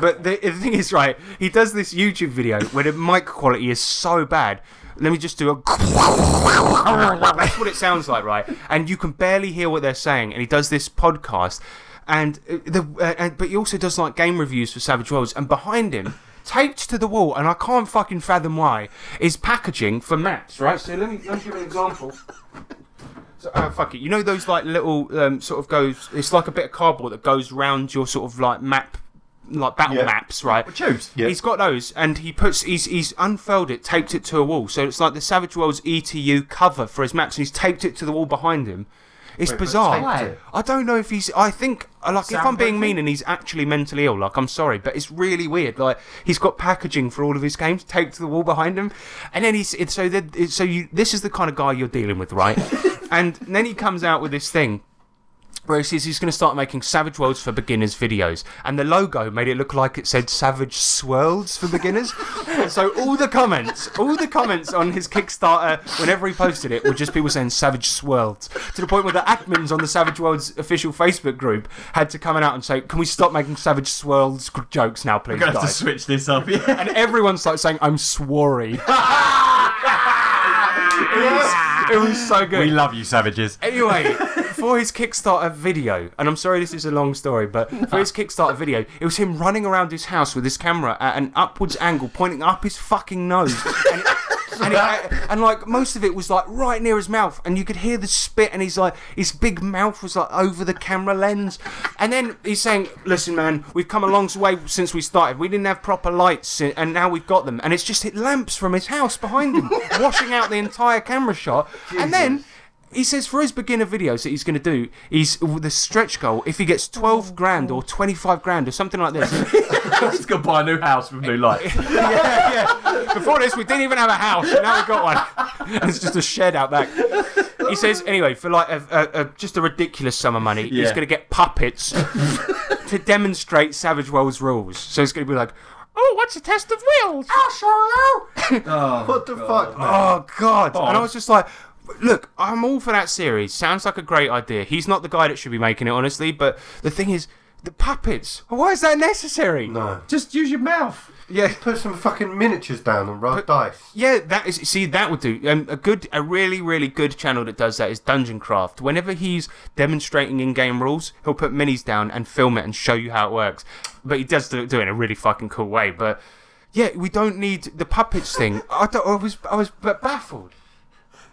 S2: But the, the thing is, right, he does this YouTube video where the mic quality is so bad. Let me just do a. That's what it sounds like, right? And you can barely hear what they're saying. And he does this podcast, and uh, the uh, and, but he also does like game reviews for Savage Worlds. And behind him, taped to the wall, and I can't fucking fathom why, is packaging for maps, right? So let me let me give you an example. So, oh, fuck it. You know those like little um, sort of goes. It's like a bit of cardboard that goes round your sort of like map, like battle
S4: Yeah.
S2: maps, right?
S3: Choose.
S4: Yeah.
S2: He's got those, and he puts he's he's unfurled it, taped it to a wall. So it's like the Savage Worlds ETU cover for his maps, and he's taped it to the wall behind him. It's bizarre.
S3: taped it?
S2: I don't know if he's. I think uh, like if I'm being mean, and he's actually mentally ill. Like I'm sorry, but it's really weird. Like he's got packaging for all of his games taped to the wall behind him, and then he's it's, so that it's- so you this is the kind of guy you're dealing with, right? and then he comes out with this thing where he says he's going to start making Savage Worlds for Beginners videos. And the logo made it look like it said Savage Swirls for Beginners. And so all the comments, all the comments on his Kickstarter, whenever he posted it, were just people saying Savage Swirls. To the point where the admins on the Savage Worlds official Facebook group had to come out and say, can we stop making Savage Swirls g- jokes now, please,
S3: Gonna have to
S2: guys?
S3: switch this up. Yeah.
S2: and everyone started saying, I'm sorry. it, was, it was so good.
S3: We love you, savages.
S2: Anyway, for his Kickstarter video, and I'm sorry this is a long story, but for his Kickstarter video, it was him running around his house with his camera at an upwards angle, pointing up his fucking nose. And, and, it- and, like most of it was like right near his mouth, and you could hear the spit, and he's like, his big mouth was like over the camera lens. And then he's saying, Listen, man, we've come a long way since we started. We didn't have proper lights, and and now we've got them. And it's just hit lamps from his house behind him, washing out the entire camera shot. And then he says for his beginner videos that he's going to do, he's the stretch goal. If he gets twelve grand or twenty five grand or something like this,
S3: He's gonna buy a new house with new lights.
S2: yeah, yeah. Before this, we didn't even have a house. and Now we got one. And it's just a shed out back. He says, anyway, for like a, a, a, just a ridiculous sum of money, he's
S3: Yeah.
S2: going to get puppets to demonstrate Savage Worlds rules. So it's going to be like, oh, what's a test of wills? I'll show you.
S4: What the fuck, man?
S2: Oh God! And I was just like, look, I'm all for that series. Sounds like a great idea. He's not the guy that should be making it, honestly. But the thing is, the puppets. Why is that necessary?
S4: No.
S3: Just use your mouth.
S2: Yeah.
S4: Put some fucking miniatures down and roll dice.
S2: Yeah, that is. See, that would do. Um, a good, a really, really good channel that does that is Dungeon Craft. Whenever he's demonstrating in-game rules, he'll put minis down and film it and show you how it works. But he does do, do it in a really fucking cool way. But yeah, we don't need the puppets thing. I, don't, I was, I was b- baffled.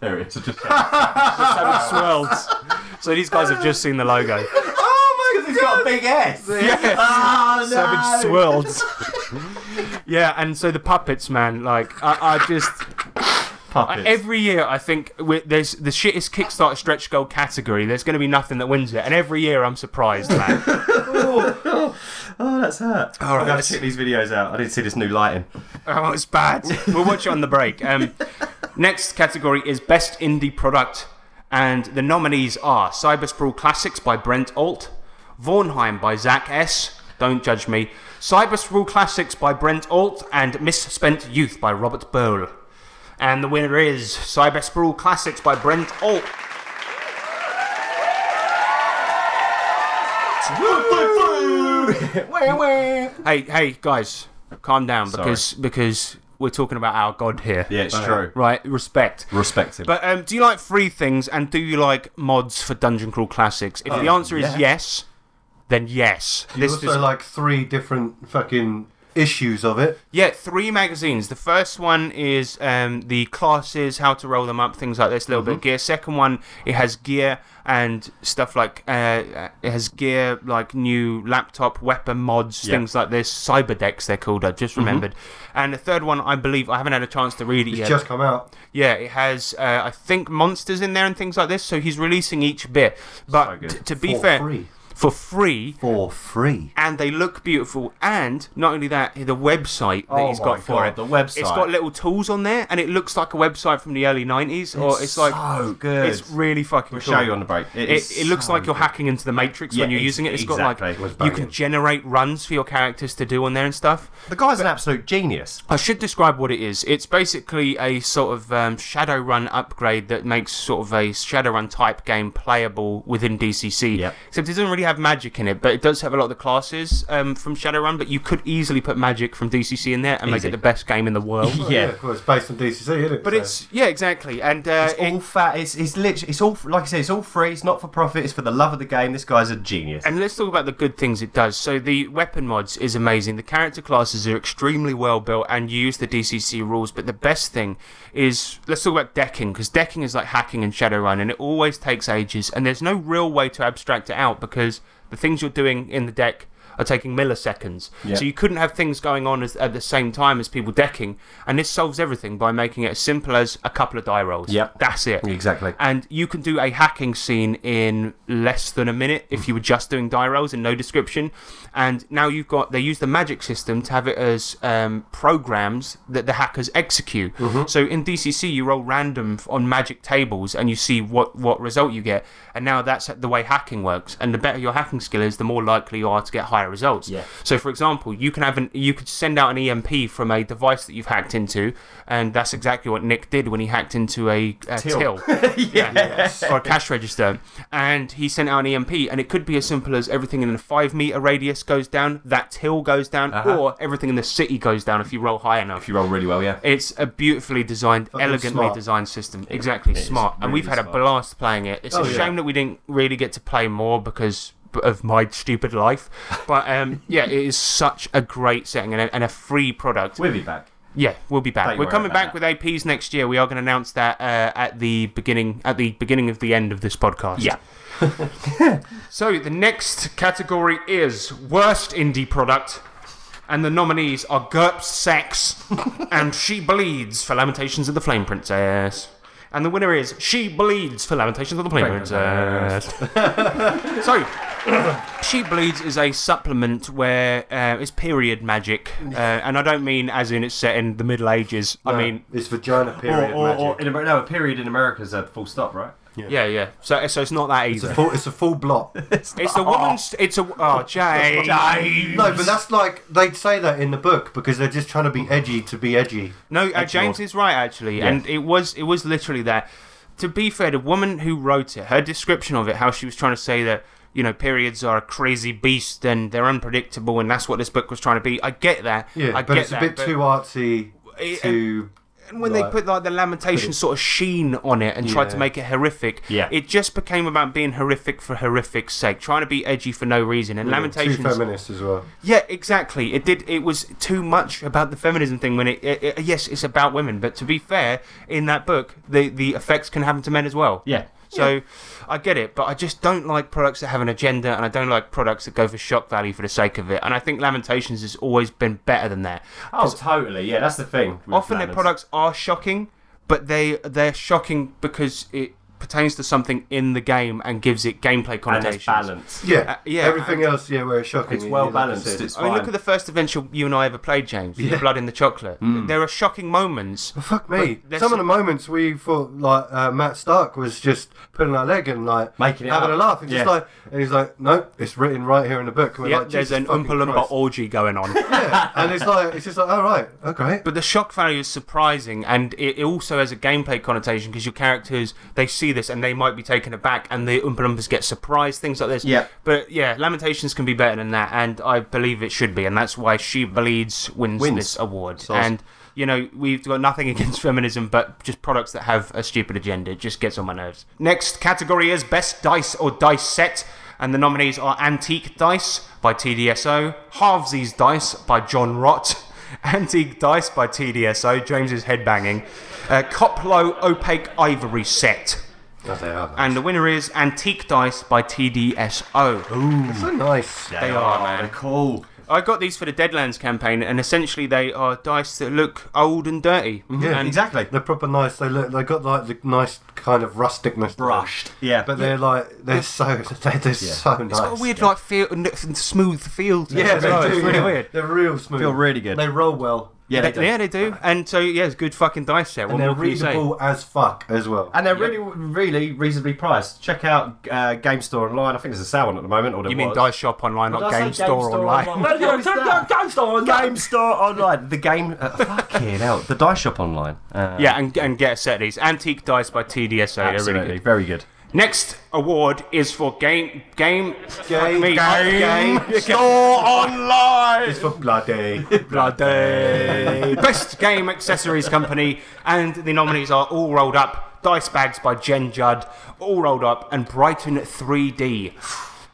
S3: There it is. Just
S2: swirls. So these guys have just seen the logo. Oh
S3: he's got a big Ah, ass.
S2: Savage swirls. yeah, and so the puppets, man. Like I, I just I-
S3: Puppets.
S2: every year, I think we- there's the shittest Kickstarter stretch goal category. There's going to be nothing that wins it, and every year I'm surprised, man.
S3: Oh, that's hurt. All right, I'm gonna check these videos out. I didn't see this new lighting.
S2: Oh, it's bad. We'll watch it on the break. Um, next category is Best Indie Product, and the nominees are Cyber Sprawl Classics by Brent Alt, Vornheim by Zach S. Don't judge me. Cyber Sprawl Classics by Brent Alt, and Misspent Youth by Robert Bowl. And the winner is Cyber Sprawl Classics by Brent Alt. hey, hey, guys, calm down
S3: Sorry.
S2: because because we're talking about our God here.
S3: Yeah, it's true.
S2: Right, respect.
S3: Respect him.
S2: But um, do you like free things and do you like mods for Dungeon Crawl Classics? If the answer is
S3: yeah.
S2: yes, then yes.
S4: There's also
S2: is-
S4: like three different fucking issues of it.
S2: Yeah, three magazines. The first one is um, the classes, how to roll them up, things like this, a little bit of gear. Second one, it has gear and stuff like uh, it has gear like new laptop weapon mods,
S3: Yeah.
S2: things like this. Cyber decks, they're called. I just remembered. And the third one, I believe I haven't had a chance to read it
S4: It's
S2: yet.
S4: just come out.
S2: Yeah, it has uh, I think monsters in there and things like this. So he's releasing each bit,
S3: So
S2: but
S3: good.
S2: t- to be
S4: For
S2: fair,
S4: free.
S2: for free
S4: For free.
S2: and they look beautiful. And not only that, the website that
S3: Oh
S2: he's
S3: my
S2: got for
S3: God,
S2: it,
S3: the website.
S2: it's got little tools on there, and it looks like a website from the early '90s, or Oh, it's like
S3: so good.
S2: it's really fucking
S3: we'll
S2: cool.
S3: show you on the break.
S2: it,
S3: is
S2: it looks
S3: so
S2: like you're
S3: good.
S2: hacking into the matrix when
S3: Yeah,
S2: you're
S3: ex-
S2: using it. It's
S3: exactly. It was
S2: got like you
S4: banging.
S2: can generate runs for your characters to do on there and stuff.
S3: The guy's an absolute genius.
S2: I should describe what it is. It's basically a sort of um, Shadowrun upgrade that makes sort of a Shadowrun type game playable within DCC.
S3: Yep.
S2: Except it doesn't really have magic in it, but it does have a lot of the classes um, from Shadowrun. But you could easily put magic from DCC in there and make
S3: Easy.
S2: it the best game in the world.
S3: Yeah.
S4: well, it's based on DCC, isn't it?
S2: but
S4: So-
S2: it's yeah, exactly. And uh,
S3: It's all
S2: it-
S3: fat. It's it's literally it's all like I say. It's all free. It's not for profit. It's for the love of the game. This guy's a genius.
S2: and let's talk about the good things it does. So the weapon mods is amazing. The character classes are extremely well built and you use the DCC rules. But the best thing is let's talk about decking because decking is like hacking in Shadowrun and it always takes ages. And there's no real way to abstract it out because the things you're doing in the deck are taking milliseconds.
S3: Yeah.
S2: So you couldn't have things going on as, at the same time as people decking. And this solves everything by making it as simple as a couple of die rolls.
S3: Yeah.
S2: that's it.
S3: Exactly.
S2: And you can do a hacking scene in less than a minute if you were just doing die rolls and no description. And now you've got they use the magic system to have it as um, programs that the hackers execute. So in DCC you roll random f- on magic tables and you see what what result you get. And now that's the way hacking works. And the better your hacking skill is, the more likely you are to get higher results.
S3: Yeah.
S2: So for example, you can have an you could send out an EMP from a device that you've hacked into, and that's exactly what Nick did when he hacked into a, a till. yeah. Or a cash register. And he sent out an EMP, and it could be as simple as everything in a five meter radius goes down, that till goes down, or everything in the city goes down if you roll high enough.
S3: If you roll really well, yeah.
S2: It's a beautifully designed,
S4: Fucking
S2: elegantly
S4: smart.
S2: designed system. exactly
S3: it is
S2: smart, and
S3: really
S2: we've had a
S3: smart.
S2: blast playing it. It's
S4: Oh,
S2: a
S4: yeah.
S2: shame that we didn't really get to play more because b- of my stupid life. But um, yeah, it is such a great setting and a, and a free product.
S3: We'll be back.
S2: Yeah, we'll be back.
S3: Don't you
S2: We're
S3: worry
S2: coming back
S3: about
S2: with APs next year. We are going to announce that uh, at the beginning, at the beginning of the end of this podcast.
S3: Yeah.
S2: so the next category is worst indie product, and the nominees are GURPS Sex and She Bleeds for Lamentations of the Flame Princess. And the winner is She Bleeds for Lamentations of the Flame Princess. so, She Bleeds is a supplement where uh, it's period magic. Uh, and I don't mean as in it's set in the Middle Ages. I
S4: No,
S2: mean,
S4: it's vagina
S3: Or,
S4: period
S3: or,
S4: magic.
S3: or in Amer- no, a period in America is a full stop, right?
S2: yeah, yeah. So, so it's not that
S4: it's
S2: easy.
S4: a full, it's a full block.
S2: It's a woman's. It's a. Oh, Jay.
S4: No, but that's like they say that in the book because they're just trying to be edgy to be edgy.
S2: No, uh, James is right actually, and it was it was literally that. To be fair, the woman who wrote it, her description of it, how she was trying to say that you know periods are a crazy beast and they're unpredictable, and that's what this book was trying to be. I get that.
S4: Yeah,
S2: I
S4: but
S2: get
S4: it's a
S2: that,
S4: bit
S2: but-
S4: too artsy
S2: It-
S4: to.
S2: And when they
S4: Right.
S2: put like the lamentation sort of sheen on it and tried to
S4: Yeah.
S2: make it horrific,
S3: Yeah.
S2: it just became about being horrific for horrific's sake, trying to be edgy for no reason. And
S4: Too
S2: lamentations
S4: feminist as well.
S2: Yeah, exactly. It did. It was too much about the feminism thing. When it, it, it- yes, it's about women, but to be fair, in that book, the the effects can happen to men as well.
S3: Yeah.
S2: So, I get it, but I just don't like products that have an agenda, and I don't like products that go for shock value for the sake of it. And I think Lamentations has always been better than that.
S3: Oh, totally. Yeah, that's the thing. with
S2: Often their
S3: Lanners.
S2: products are shocking, but they they're shocking because it pertains to something in the game and gives it gameplay
S3: and
S2: connotations.
S3: it's balanced.
S4: Yeah,
S2: Uh, yeah,
S4: Everything else, yeah, where it's shocking.
S3: It's
S4: you-
S3: well
S4: like I
S3: balanced.
S4: said.
S3: It's
S2: I mean,
S3: fine.
S2: look at the first adventure you and I ever played, James. The blood in the chocolate.
S4: Mm.
S2: There are shocking moments.
S4: Fuck me.
S2: there's
S4: Some of
S2: some-
S4: the moments we thought like uh, Matt Stark was just putting our leg and like
S3: Making it
S4: having
S3: up.
S4: a laugh and just
S3: Yeah.
S4: like and he's like, nope, it's written right here in the book. And we're
S2: Yeah,
S4: like,
S2: there's
S4: Jesus
S2: an
S4: fucking
S2: Oompa Loompa
S4: Christ.
S2: orgy going on.
S4: Yeah, and it's like it's just like, all right, okay.
S2: but the shock value is surprising, and it it also has a gameplay connotation because your characters they see this and they might be taken aback, and the Oompa Loompas get surprised, things like this.
S3: Yeah.
S2: But yeah, Lamentations can be better than that, and I believe it should be, and that's why She Bleeds wins,
S3: Wins.
S2: this award.
S3: So-
S2: and you know, we've got nothing against feminism, but just products that have a stupid agenda. It just gets on my nerves. Next category is Best Dice or Dice Set, and the nominees are Antique Dice by TDSO, Halvesies Dice by John Rott, Antique Dice by TDSO, James's headbanging, uh, Coplo Opaque Ivory Set.
S4: Oh, they are.
S2: And the winner is Antique Dice by TDSO.
S4: That's so nice.
S2: They are, man.
S3: They're cool.
S2: I got these for the Deadlands campaign, and essentially they are dice that look old and dirty.
S4: Yeah,
S2: and
S3: Exactly.
S4: They're proper nice. They look. They got like the nice kind of rusticness. to them.
S3: Brushed. Yeah.
S4: But they're like they're so they're, they're so nice.
S2: It's got a weird, like, feel, n- smooth feel. to
S4: Yeah,
S2: it.
S4: they
S2: It's
S4: do.
S2: really
S4: yeah.
S2: weird.
S4: They're real smooth.
S3: Feel really good.
S4: They roll well.
S3: yeah, they,
S2: They-
S3: do.
S2: yeah, they do. And so, yeah, it's a good fucking dice set. What
S4: And they're
S2: more can you say?
S4: readable as fuck as well.
S3: And they're really, really reasonably priced. Check out uh, Game Store Online. I think there's a sale on at the moment. Or there
S2: You mean
S3: was.
S2: dice shop online,
S3: Did I
S2: not
S3: say
S2: game, store online?
S3: Well, yeah, it's that.
S6: Game store
S3: Game Store Online. The game. Uh, fucking hell. The Dice Shop Online. Uh,
S2: Yeah, and, and get a set of these. Antique dice by TDSO. They're
S3: Absolutely.
S2: really good.
S3: Very good.
S2: Next award is for game game
S4: Game,
S2: me.
S4: game, game.
S3: Store Online.
S4: It's for bloody.
S2: Bloody. Best game accessories company, and the nominees are All Rolled Up, Dice Bags by Jen Judd, All Rolled Up, and Brighton 3D.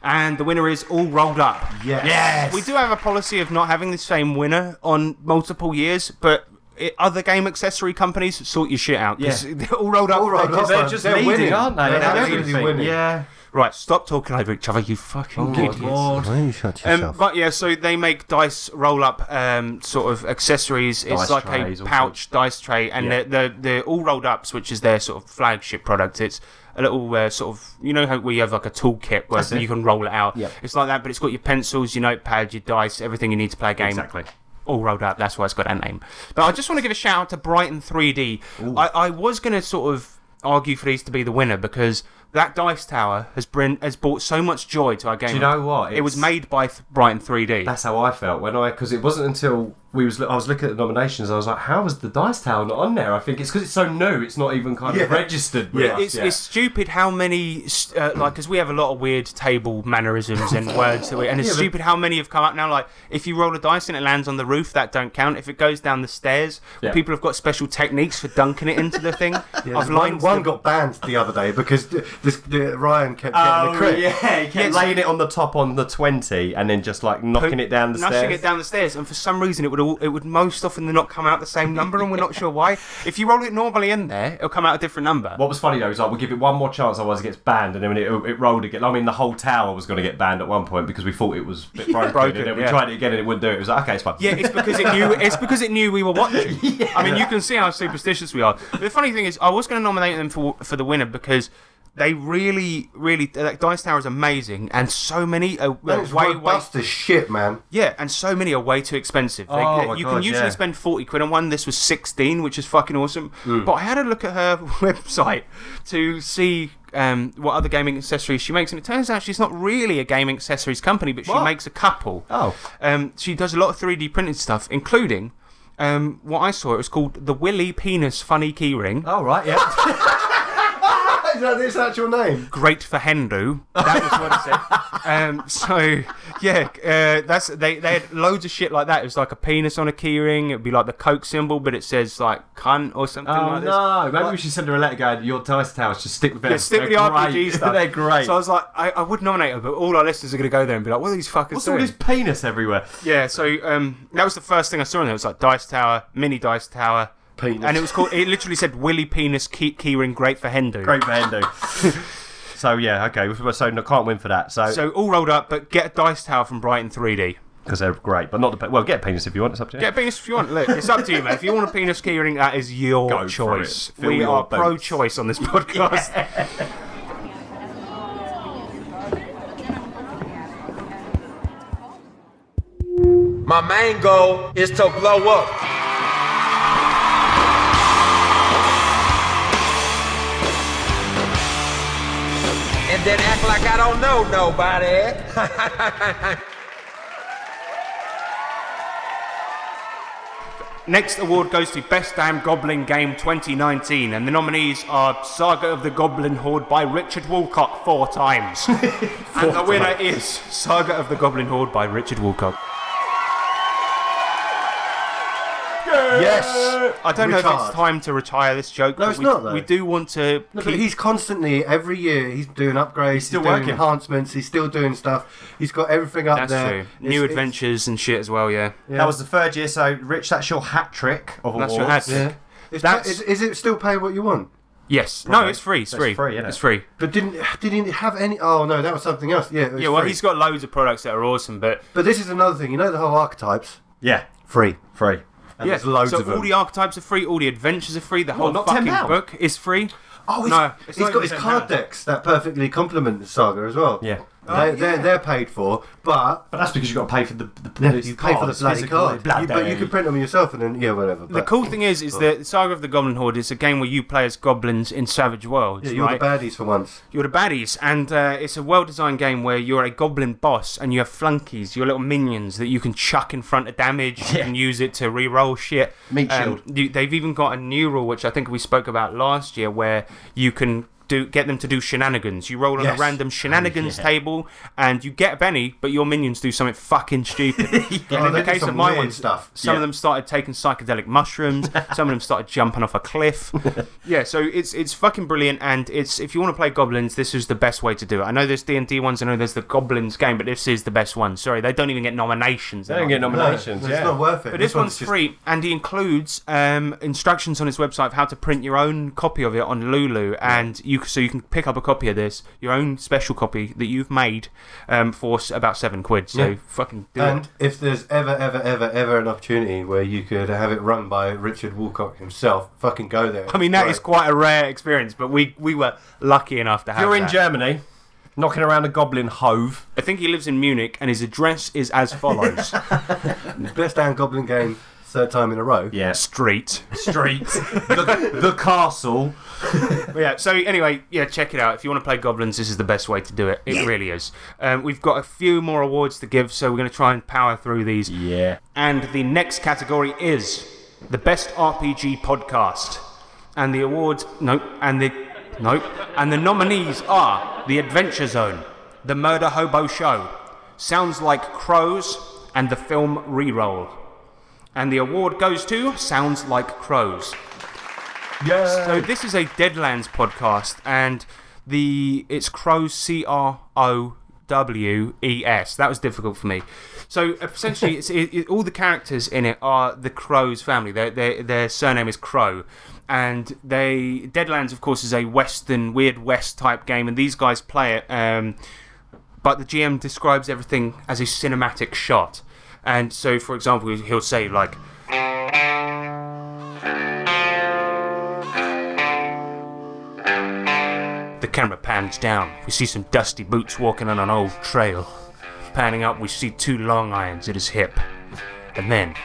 S2: And the winner is All Rolled Up.
S4: Yes.
S2: We do have a policy of not having the same winner on multiple years, but i other game accessory companies sort your shit out. 'cause they're all rolled up.
S4: All rolled
S2: They're just-
S4: up.
S3: They're just
S4: They're
S3: leading,
S4: winning.
S3: aren't they?
S4: They're
S3: Absolutely
S4: absolutely winning.
S3: Yeah.
S2: Right, stop talking over each other, you
S3: Oh,
S4: Oh,
S2: fucking idiots.
S4: Why you shut
S2: Um, but yeah, so they make dice roll up um, sort of accessories.
S3: Dice
S2: it's like
S3: trays,
S2: a
S3: all
S2: pouch dice tray, and
S3: Yeah.
S2: they're, they're, they're all rolled ups, which is their sort of flagship product. It's a little uh, sort of you know how where you have like a toolkit where you can roll it out.
S3: Yeah.
S2: It's like that, but it's got your pencils, your notepad, your dice, everything you need to play a game
S3: Exactly.
S2: all rolled up. That's why it's got that name. But I just want to give a shout out to Brighton 3D. I, I was going to sort of argue for these to be the winner because that dice tower has bring, has brought so much joy to our game.
S3: you know what?
S2: It was
S3: It's-
S2: made by th- Brighton 3D.
S3: That's how I felt when I because it wasn't until we was I was looking at the nominations I was like, how is the Dice Tower not on there? I think it's because it's so new. It's not even kind of
S4: Yeah.
S3: registered. With
S4: Yeah.
S3: us
S2: it's,
S3: yet.
S2: it's stupid how many s- uh, like because we have a lot of weird table mannerisms and words that we, and it's
S3: Yeah, but-
S2: stupid how many have come up now like if you roll a dice and it lands on the roof that don't count if it goes down the stairs
S3: Yeah.
S2: people have got special techniques for dunking it into the thing i've
S4: One,
S2: lined
S4: one
S2: the-
S4: got banned the other day because th- this the, Ryan kept getting
S3: Oh,
S4: the crit.
S3: yeah, he kept laying it on the top on the 20 and then just like knocking it down the
S2: nudging
S3: stairs.
S2: it down the stairs, and for some reason it would all, it would most often than not come out the same number, and we're not sure why. If you roll it normally in there, it'll come out a different number.
S3: What was funny though is like, we'll give it one more chance, otherwise it gets banned. And then when it, it rolled again, I mean, the whole tower was going to get banned at one point because we thought it was a bit broken.
S2: Broken,
S3: and then we
S2: yeah.
S3: tried it again and it wouldn't do it. It was like, okay, it's fine.
S2: Yeah, it's because it knew. It's because it knew we were watching. I mean, you can see how superstitious we are. The funny thing is, I was going to nominate them for for the winner because they really, really that Dice Tower is amazing, and so many are uh,
S4: That was
S2: way, way,
S4: robust as shit, man.
S2: yeah, and so many are way too expensive. They-
S3: Oh,
S2: they-
S3: my
S2: you
S3: God,
S2: can usually
S3: yeah.
S2: spend forty quid on one. This was sixteen, which is fucking awesome.
S3: Mm.
S2: But I had a look at her website to see um, what other gaming accessories she makes, and it turns out she's not really a gaming accessories company, but she
S3: What?
S2: makes a couple.
S3: Oh.
S2: Um, she does a lot of 3D printed stuff, including um, what I saw. It was called the Willy Penis Funny Keyring.
S3: All Oh, right, yeah.
S4: Is that his actual name?
S2: Great for Hendu. That was what it said. um, so yeah, uh, that's they, they had loads of shit like that. It was like a penis on a keyring. It'd be like the Coke symbol, but it says like cunt or something
S3: oh,
S2: like this.
S3: no. Maybe we should send her a letter going, your Dice Towers, just stick with them.
S2: Yeah, stick
S3: They're
S2: with the RPG
S3: great.
S2: stuff.
S3: They're great.
S2: So I was like, I, I would nominate her, but all our listeners are going to go there and be like, "What are these fuckers
S3: What's all
S2: doing?"
S3: this penis everywhere?
S2: Yeah, so um, that was the first thing I saw on there. It was like Dice Tower, Mini Dice Tower,
S4: Penis.
S2: and it was called. It literally said Willy Penis Key- Keyring, great for Hendu.
S3: Great for Hendo. so, yeah, okay. we- So, no, can't win for that. So,
S2: So all rolled up, but get a Dice Tower from Brighton 3D.
S3: because they're great. But not the pe- Well, get a penis if you want. It's up to you.
S2: Get a penis if you want. Look, it's up to you, man. If you want a penis keyring, that is your
S3: Go for
S2: choice.
S3: it. Fill
S2: We
S3: your
S2: are
S3: boots.
S2: pro-choice on this podcast.
S8: My main goal is to blow up. And then act like I don't know nobody.
S2: Next award goes to Best Damn Goblin Game 2019, and the nominees are Saga of the Goblin Horde by Richard Woolcock four times. and the winner is Saga of the Goblin Horde by Richard Woolcock.
S4: Yes.
S2: Uh, I don't know if
S4: Richard.
S2: it's time to retire this joke.
S4: No,
S2: but
S4: it's
S2: we,
S4: not, though.
S2: We do want to.
S4: No, but
S2: keep-
S4: he's constantly every year he's doing upgrades, he's
S3: still
S4: doing
S3: working.
S4: enhancements, he's still doing stuff. He's got everything up
S2: That's
S4: there.
S2: true.
S4: It's-
S2: New
S4: it's-
S2: adventures and shit as well. Yeah.
S4: Yeah.
S3: That was the third year, so Rich, that's your hat trick of awards.
S2: That's your hat.
S4: Yeah. It's
S2: That's-
S4: is, is it still pay what you want?
S2: Yes. No,
S3: Probably.
S2: it's free. It's
S3: It's
S2: free.
S3: free, innit?
S2: It's free.
S4: But didn't didn't it have any? Oh no, that was something else. Yeah. it was
S2: Yeah. Well,
S4: free.
S2: he's got loads of products that are awesome, but
S4: But this is another thing. You know the whole archetypes.
S3: Yeah,
S4: Free.
S3: free.
S4: And There's loads
S2: so
S4: of
S2: all
S4: them.
S2: the archetypes are free. All the adventures are free. The whole
S3: not
S2: fucking
S3: £10.
S2: book is free.
S4: oh, he's,
S2: no, it's
S4: he's
S2: not
S4: got
S2: even
S4: his
S2: £10.
S4: card decks that perfectly complement the saga as well.
S3: Yeah.
S4: They,
S2: Oh,
S4: they're, they're paid for, but
S3: But that's because you've got to pay for the the, these
S4: you pay for the
S3: cards,
S4: bloody
S3: physical,
S4: card.
S3: bloody
S4: You- but you can print them yourself and then, yeah, whatever.
S2: The
S4: but- Oh.
S2: cool thing is, is that Saga of the Goblin Horde is a game where you play as goblins in savage worlds.
S4: Yeah, you're
S2: right?
S4: the baddies for once.
S2: You're the baddies, and uh, it's a well designed game where you're a goblin boss and you have flunkies, your little minions that you can chuck in front of damage and use it to reroll shit.
S3: Meat
S2: Um,
S3: shield.
S2: you- they've even got a new rule, which I think we spoke about last year, where you can. Do, get them to do shenanigans. You roll on a
S3: Yes.
S4: Oh,
S2: random shenanigans table, and you get a penny, but your minions do something fucking stupid.
S4: Oh,
S2: And
S4: they
S2: in
S4: did
S2: the case
S4: some
S2: of my
S4: weird
S2: ones,
S4: stuff.
S2: some of
S3: Yeah.
S2: them started taking psychedelic mushrooms. some of them started jumping off a cliff. yeah, so it's it's fucking brilliant, and it's if you want to play goblins, this is the best way to do it. I know there's D and D ones, I know there's the goblins game, but this is the best one. Sorry, they don't even get nominations.
S3: They don't get nominations.
S4: No,
S3: yeah.
S4: It's not worth it.
S2: But this one's
S4: just-
S2: free, and he includes um, instructions on his website of how to print your own copy of it on Lulu, and you c- so you can pick up a copy of this, your own special copy that you've made um, for s- about seven quid. So
S4: Yeah.
S2: fucking do it.
S4: And if there's ever, ever, ever, ever an opportunity where you could have it run by Richard Woolcock himself, fucking go there.
S2: I mean, that is
S4: Right.
S2: quite a rare experience, but we, we were lucky enough to have
S3: You're in
S2: that.
S3: Germany, knocking around a goblin hove.
S2: I think he lives in Munich, and his address is as follows:
S4: best damn goblin game, third time in a row.
S3: Yeah.
S2: Street.
S3: Street, the, the castle.
S2: But yeah. So anyway, yeah, check it out. If you want to play goblins, this is the best way to do it. It really is. Um, we've got a few more awards to give, so we're going to try and power through these.
S3: Yeah.
S2: And the next category is the best RPG podcast. And the awards, no, and the, no, and the nominees are The Adventure Zone, The Murder Hobo Show, Sounds Like Crows, and the film Reroll. And the award goes to Sounds Like Crows. So this is a Deadlands podcast, and the it's Crows C R O W E S. That was difficult for me. So essentially, it's it, it- all the characters in it are the Crows family. Their their their surname is Crow, and they Deadlands, of course, is a Western weird West type game, and these guys play it. Um, but the GM describes everything as a cinematic shot. And so, for example, he'll say like, The camera pans down. We see some dusty boots walking on an old trail. Panning up, we see two long irons at his hip. And then,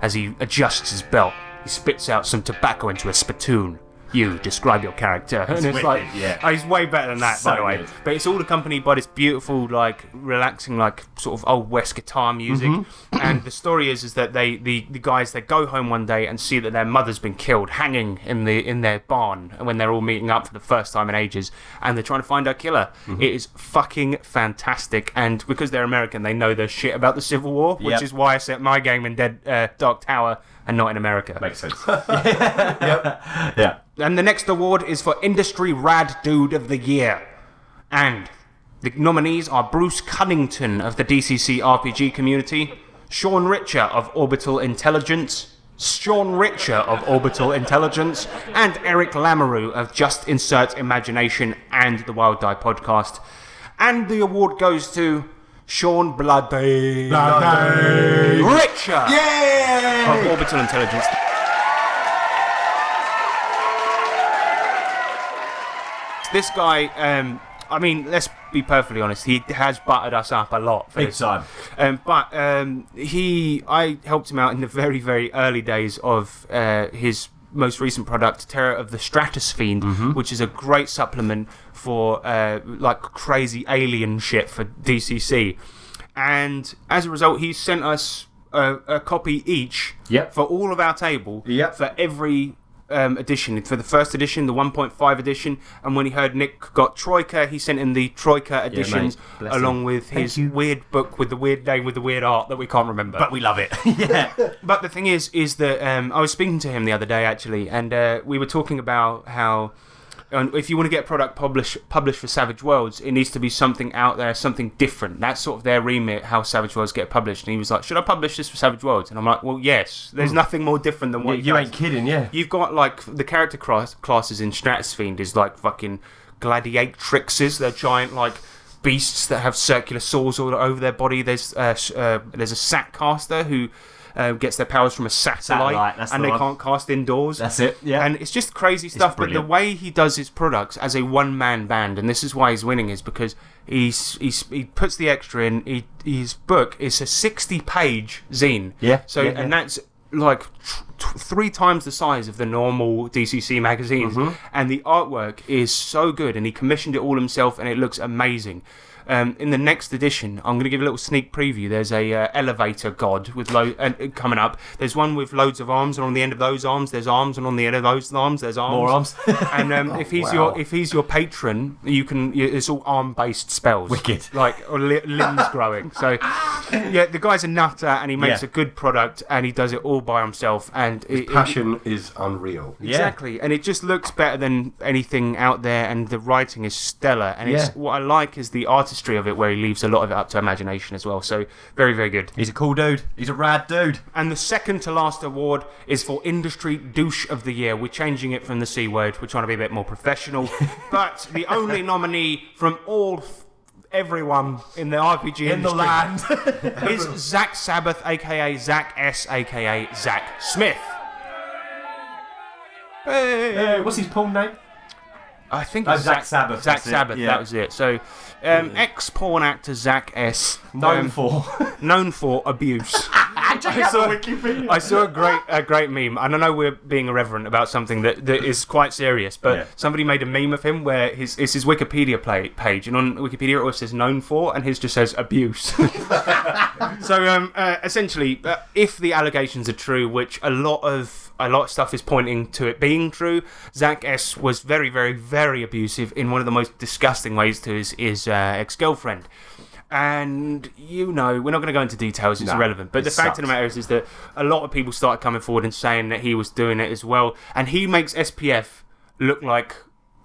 S2: as he adjusts his belt, he spits out some tobacco into a spittoon. You describe your character, and it's,
S3: wicked,
S2: like,
S3: yeah.
S2: oh, he's way better than that, by
S3: So
S2: the way.
S3: good.
S2: But it's all accompanied by this beautiful, like relaxing, like sort of old west guitar music. and the story is, is that they the, the guys they go home one day and see that their mother's been killed, hanging in the in their barn, and when they're all meeting up for the first time in ages, and they're trying to find our killer. It is fucking fantastic. And because they're American, they know their shit about the Civil War, which
S3: Yep.
S2: is why I set my game in Dead uh, Dark Tower and not in America.
S3: Makes sense. Yeah.
S2: And the next award is for Industry Rad Dude of the Year. And the nominees are Bruce Cunnington of the DCC RPG community, Sean Richer of Orbital Intelligence, Sean Richer of Orbital Intelligence, and Eric Lamoureux of Just Insert Imagination and the Wild Die podcast. And the award goes to Sean Bloody, Richer of Orbital Intelligence. This guy, um, I mean, let's be perfectly honest, he has buttered us up a lot for
S3: Big
S2: this.
S3: time.
S2: Um, but um, he, I helped him out in the very, very early days of uh, his most recent product, Terror of the Stratosphere,
S3: Mm-hmm.
S2: which is a great supplement for uh, like crazy alien shit for DCC. And as a result, he sent us uh, a copy each
S3: Yep.
S2: for all of our table
S3: Yep.
S2: for every um, edition. For the first edition, the 1.5 edition, and when he heard Nick got Troika, he sent in the Troika editions
S3: Bless him.
S2: along with his weird book with the weird name with the weird art that we can't remember.
S3: But we love it. yeah.
S2: But the thing is, is that um, I was speaking to him the other day actually, and uh, we were talking about how. And if you want to get a product published published for Savage Worlds, it needs to be something out there, something different. That's sort of their remit, how Savage Worlds get published. And he was like, "Should I publish this for Savage Worlds?" And I'm like, "Well, yes. There's nothing more different than what
S3: You
S2: guys-
S3: ain't kidding, yeah.
S2: You've got like the character class- classes in Stratsfiend is like fucking gladiatrixes. They're giant like beasts that have circular saws all over their body. There's uh, sh- uh, there's a sack caster who uh, gets their powers from a satellite,
S3: Satellite, that's
S2: and
S3: the
S2: they
S3: one.
S2: can't cast indoors.
S3: That's it, yeah.
S2: And it's just crazy stuff. But the
S3: brilliant.
S2: way he does his products as a one man band, and this is why he's winning, is because he's, he's he puts the extra in. He, his book is a sixty page zine.
S3: Yeah,
S2: So
S3: yeah,
S2: and
S3: yeah.
S2: that's like tr- tr- three times the size of the normal DCC magazines,
S3: Mm-hmm.
S2: and the artwork is so good. And he commissioned it all himself, and it looks amazing. Um, in the next edition, I'm going to give a little sneak preview. There's a uh, elevator god with lo- and, uh, coming up. There's one with loads of arms, and on the end of those arms, there's arms, and on the end of those arms, there's arms.
S3: More arms. Oh,
S2: and um, if he's your if he's your patron, you can. you- It's all arm based spells.
S3: Wicked.
S2: Like or li- limbs growing. So yeah, the guy's a nutter, and he makes
S3: Yeah.
S2: a good product, and he does it all by himself, and it, it,
S4: Passion is unreal.
S2: Exactly, and it just looks better than anything out there, and the writing is stellar. And it's
S3: Yeah.
S2: what I like is the artistry of it, where he leaves a lot of it up to imagination as well. So very, very good.
S3: He's a cool dude. He's a rad dude.
S2: And the second to last award is for Industry Douche of the Year. We're changing it from the C word. We're trying to be a bit more professional. but the only nominee from all f- everyone in the RPG
S3: In the
S2: industry
S3: land.
S2: is Zach Sabbath, aka Zach S, aka Zach Smith. Hey.
S3: what's his porn name?
S2: I think
S3: Oh,
S2: it's
S3: Zach Sabbath,
S2: Zach
S3: that's it,
S2: Sabbath,
S3: yeah.
S2: that was it. So, um, ex porn actor Zach S.
S3: Known
S2: um,
S3: for.
S2: known for abuse. I saw, I saw a great a great meme, and I know we're being irreverent about something that, that is quite serious, but
S3: Yeah.
S2: somebody made a meme of him where his it's his Wikipedia play, page, and on Wikipedia it always says known for, and his just says abuse. so um, uh, essentially, uh, if the allegations are true, which a lot of a lot of stuff is pointing to it being true, Zach S was very, very, very abusive in one of the most disgusting ways to his, his uh, ex girlfriend. And you know, we're not going to go into details; it's irrelevant. But
S3: it
S2: the fact
S3: sucks.
S2: of the matter is, is that a lot of people started coming forward and saying that he was doing it as well, and he makes SPF look like